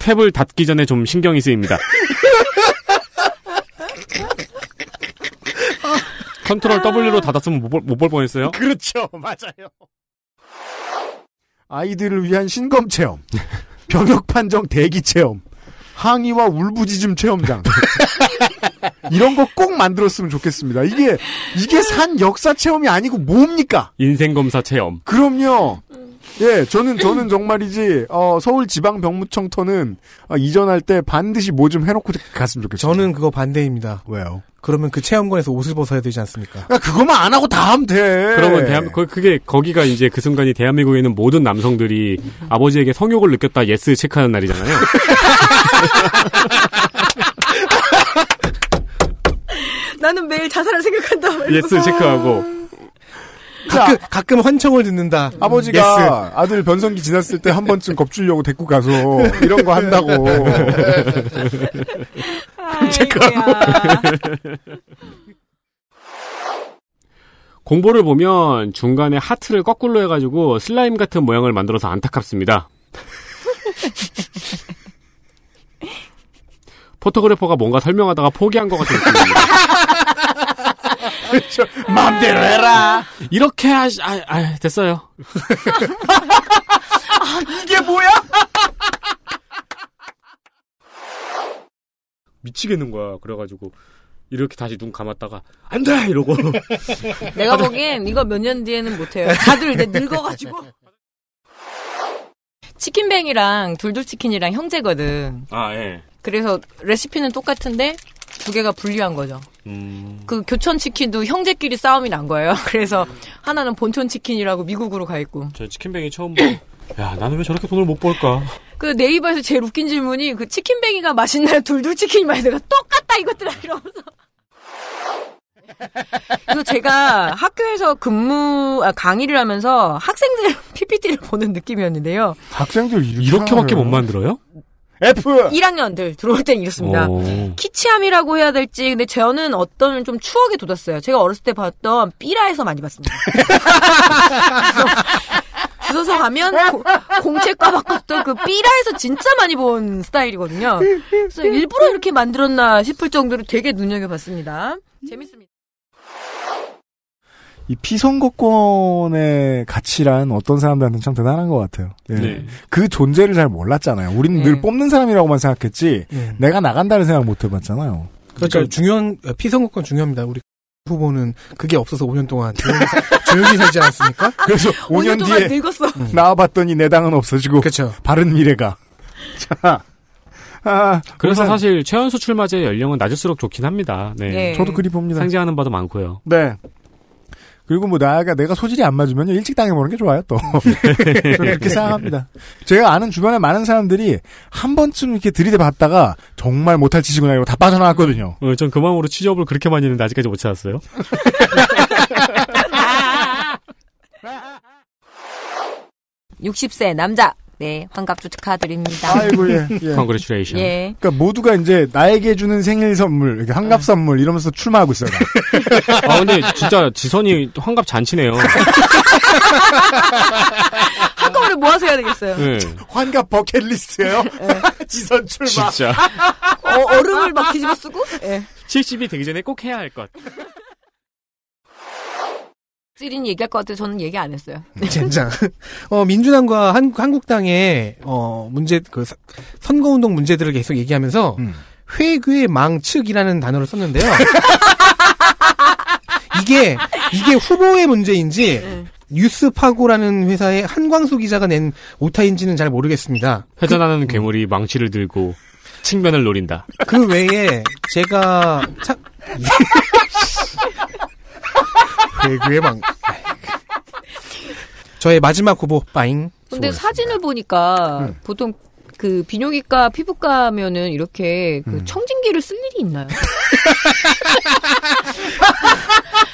Speaker 11: 탭을 닫기 전에 좀 신경이 쓰입니다. 컨트롤 W로 닫았으면 못 볼 뻔했어요.
Speaker 2: 그렇죠, 맞아요. 아이들을 위한 신검 체험, 병역 판정 대기 체험, 항의와 울부짖음 체험장. 이런 거 꼭 만들었으면 좋겠습니다. 이게 이게 산 역사 체험이 아니고 뭡니까?
Speaker 6: 인생 검사 체험.
Speaker 2: 그럼요. 예, 저는 저는 정말이지 어, 서울 지방 병무청 터는 어, 이전할 때 반드시 뭐 좀 해놓고 갔으면 좋겠어요.
Speaker 9: 저는 그거 반대입니다.
Speaker 2: 왜요?
Speaker 9: 그러면 그 체험관에서 옷을 벗어야 되지 않습니까?
Speaker 2: 야, 아, 그거만 안 하고 다 하면 돼.
Speaker 6: 그러면
Speaker 2: 네.
Speaker 6: 대한 그- 그게 거기가 이제 그 순간이 대한민국에 있는 모든 남성들이 아버지에게 성욕을 느꼈다 예스 체크하는 날이잖아요.
Speaker 5: 나는 매일 자살을 생각한다.
Speaker 6: 예스 체크하고
Speaker 9: 가끔, 가끔 환청을 듣는다.
Speaker 2: 아버지가 아들 변성기 지났을 때 한 번쯤 겁주려고 데리고 가서 이런 거 한다고. 체크하고.
Speaker 6: 공보를 보면 중간에 하트를 거꾸로 해가지고 슬라임 같은 모양을 만들어서 안타깝습니다. 포토그래퍼가 뭔가 설명하다가 포기한 것 같은 느낌입니다.
Speaker 2: 맘대로 그렇죠. 해라.
Speaker 6: 이렇게 하시, 아, 아, 됐어요.
Speaker 2: 아, 이게 뭐야?
Speaker 6: 미치겠는 거야. 그래가지고 이렇게 다시 눈 감았다가 안 돼! 이러고
Speaker 5: 네, 내가 보기엔 이거 몇 년 뒤에는 못해요. 다들 이제 늙어가지고. 치킨뱅이랑 둘둘치킨이랑 형제거든.
Speaker 6: 아, 예.
Speaker 5: 그래서 레시피는 똑같은데 두 개가 불리한 거죠.
Speaker 6: 음.
Speaker 5: 그 교촌 치킨도 형제끼리 싸움이 난 거예요. 그래서 하나는 본촌 치킨이라고 미국으로 가 있고.
Speaker 6: 저 치킨뱅이 처음 봐. 야, 나는 왜 저렇게 돈을 못 벌까?
Speaker 5: 그 네이버에서 제일 웃긴 질문이 그 치킨뱅이가 맛있나요? 둘둘치킨이 맛있나요? 내가 똑같다 이것들아 이러면서. 이거 제가 학교에서 근무 아, 강의를 하면서 학생들 PPT를 보는 느낌이었는데요.
Speaker 2: 학생들
Speaker 6: 이렇게밖에 못 만들어요?
Speaker 2: F
Speaker 5: 1학년들 들어올 땐 이렇습니다.
Speaker 6: 네.
Speaker 5: 키치함이라고 해야 될지 근데 저는 어떤 좀 추억에 돋았어요. 제가 어렸을 때 봤던 삐라에서 많이 봤습니다. 주소서 가면 고- 공채 꼬박꼬박 그 삐라에서 진짜 많이 본 스타일이거든요. 그래서 일부러 이렇게 만들었나 싶을 정도로 되게 눈여겨봤습니다. 재밌습니다.
Speaker 2: 이 피선거권의 가치란 어떤 사람들한테는 참 대단한 것 같아요. 예.
Speaker 6: 네.
Speaker 2: 그 존재를 잘 몰랐잖아요. 우리는 늘 뽑는 사람이라고만 생각했지 내가 나간다는 생각 못 해봤잖아요.
Speaker 9: 음. 네. 그러니까 중요한 피선거권 중요합니다. 우리 후보는 그게 없어서 5년 동안 조용히, 사- 조용히 살지 않았습니까?
Speaker 2: 아, 그래서 5년 뒤에 나와봤더니 내 당은 없어지고 바른 미래가 그 자 아,
Speaker 6: 그래서
Speaker 2: 우선-
Speaker 6: 사실 최연소 출마제 연령은 낮을수록 좋긴 합니다. 네.
Speaker 2: 네. 저도 그리 봅니다.
Speaker 6: 상징하는 바도 많고요.
Speaker 2: 네. 그리고 뭐 나가 내가 소질이 안 맞으면 일찍 당해보는 게 좋아요 또 저는 그렇게 생각합니다. 제가 아는 주변에 많은 사람들이 한 번쯤 이렇게 들이대봤다가 정말 못할 짓이구나 이러고 다 빠져나왔거든요.
Speaker 6: 어, 전그 마음으로 취업을 그렇게 많이 했는데 아직까지 못 찾았어요.
Speaker 5: 아! 60세 남자. 네, 환갑 축하드립니다.
Speaker 2: 아이고 예. 예.
Speaker 6: Congratulations.
Speaker 5: 예.
Speaker 2: 그러니까 모두가 이제 나에게 주는 생일 선물, 이렇게 환갑 선물 이러면서 출마하고 있어요. 나.
Speaker 6: 아 근데 진짜 지선이 환갑 잔치네요.
Speaker 5: 한꺼번에 모아서 해야 뭐 되겠어요.
Speaker 6: 네.
Speaker 2: 환갑 버킷리스트예요. 지선 출마.
Speaker 6: 진짜.
Speaker 5: 어, 얼음을 막 뒤집어 쓰고? 예.
Speaker 6: 70이 되기 전에 꼭 해야 할 것.
Speaker 5: 찌린 얘기할 것 같아서 저는 얘기 안 했어요.
Speaker 9: 젠장. 어, 민주당과 한, 한국당의, 어, 문제, 그, 사- 선거운동 문제들을 계속 얘기하면서, 회귀의 망측이라는 단어를 썼는데요. 이게, 이게 후보의 문제인지,
Speaker 5: 네.
Speaker 9: 뉴스파고라는 회사의 한광수 기자가 낸 오타인지는 잘 모르겠습니다.
Speaker 6: 회전하는 괴물이 망치를 들고 측면을 노린다.
Speaker 9: 그 외에, 제가, 참, 회귀의 망, 저의 마지막 후보, 빠잉.
Speaker 5: 근데 사진을 보니까 보통 그 비뇨기과 피부과면은 이렇게 그 청진기를 쓸 일이 있나요?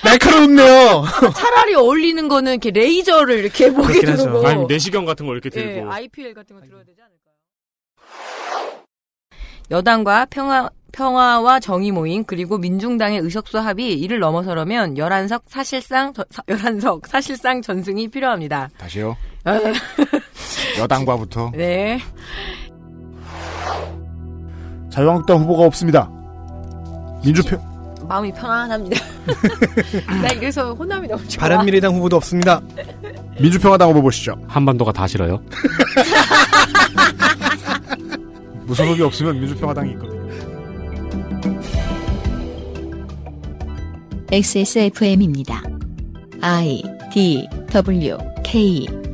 Speaker 9: 날카롭네요.
Speaker 5: 차라리 어울리는 거는 이렇게 레이저를 이렇게 목에
Speaker 9: 그렇긴 하죠.
Speaker 5: 두르고
Speaker 6: 아니면 내시경 같은 걸 이렇게
Speaker 5: 예,
Speaker 6: 들고.
Speaker 5: IPL 같은 거 들어야 되지 않을까요? 여당과 평화 평화와 정의 모임 그리고 민중당의 의석수 합이 이를 넘어서려면 11석 사실상 저- 사- 11석 사실상 전승이 필요합니다.
Speaker 2: 다시요. 여당과부터
Speaker 5: 네.
Speaker 2: 자유한국당 후보가 없습니다. 민주표
Speaker 5: 마음이 편안합니다. 나 이래서 혼남이 너무 좋아.
Speaker 9: 바른미래당 후보도 없습니다.
Speaker 2: 민주평화당 후보 보시죠.
Speaker 6: 한반도가 다 싫어요.
Speaker 2: 무소속이 없으면 민주평화당이 있거든요.
Speaker 8: XSFM입니다. I D W K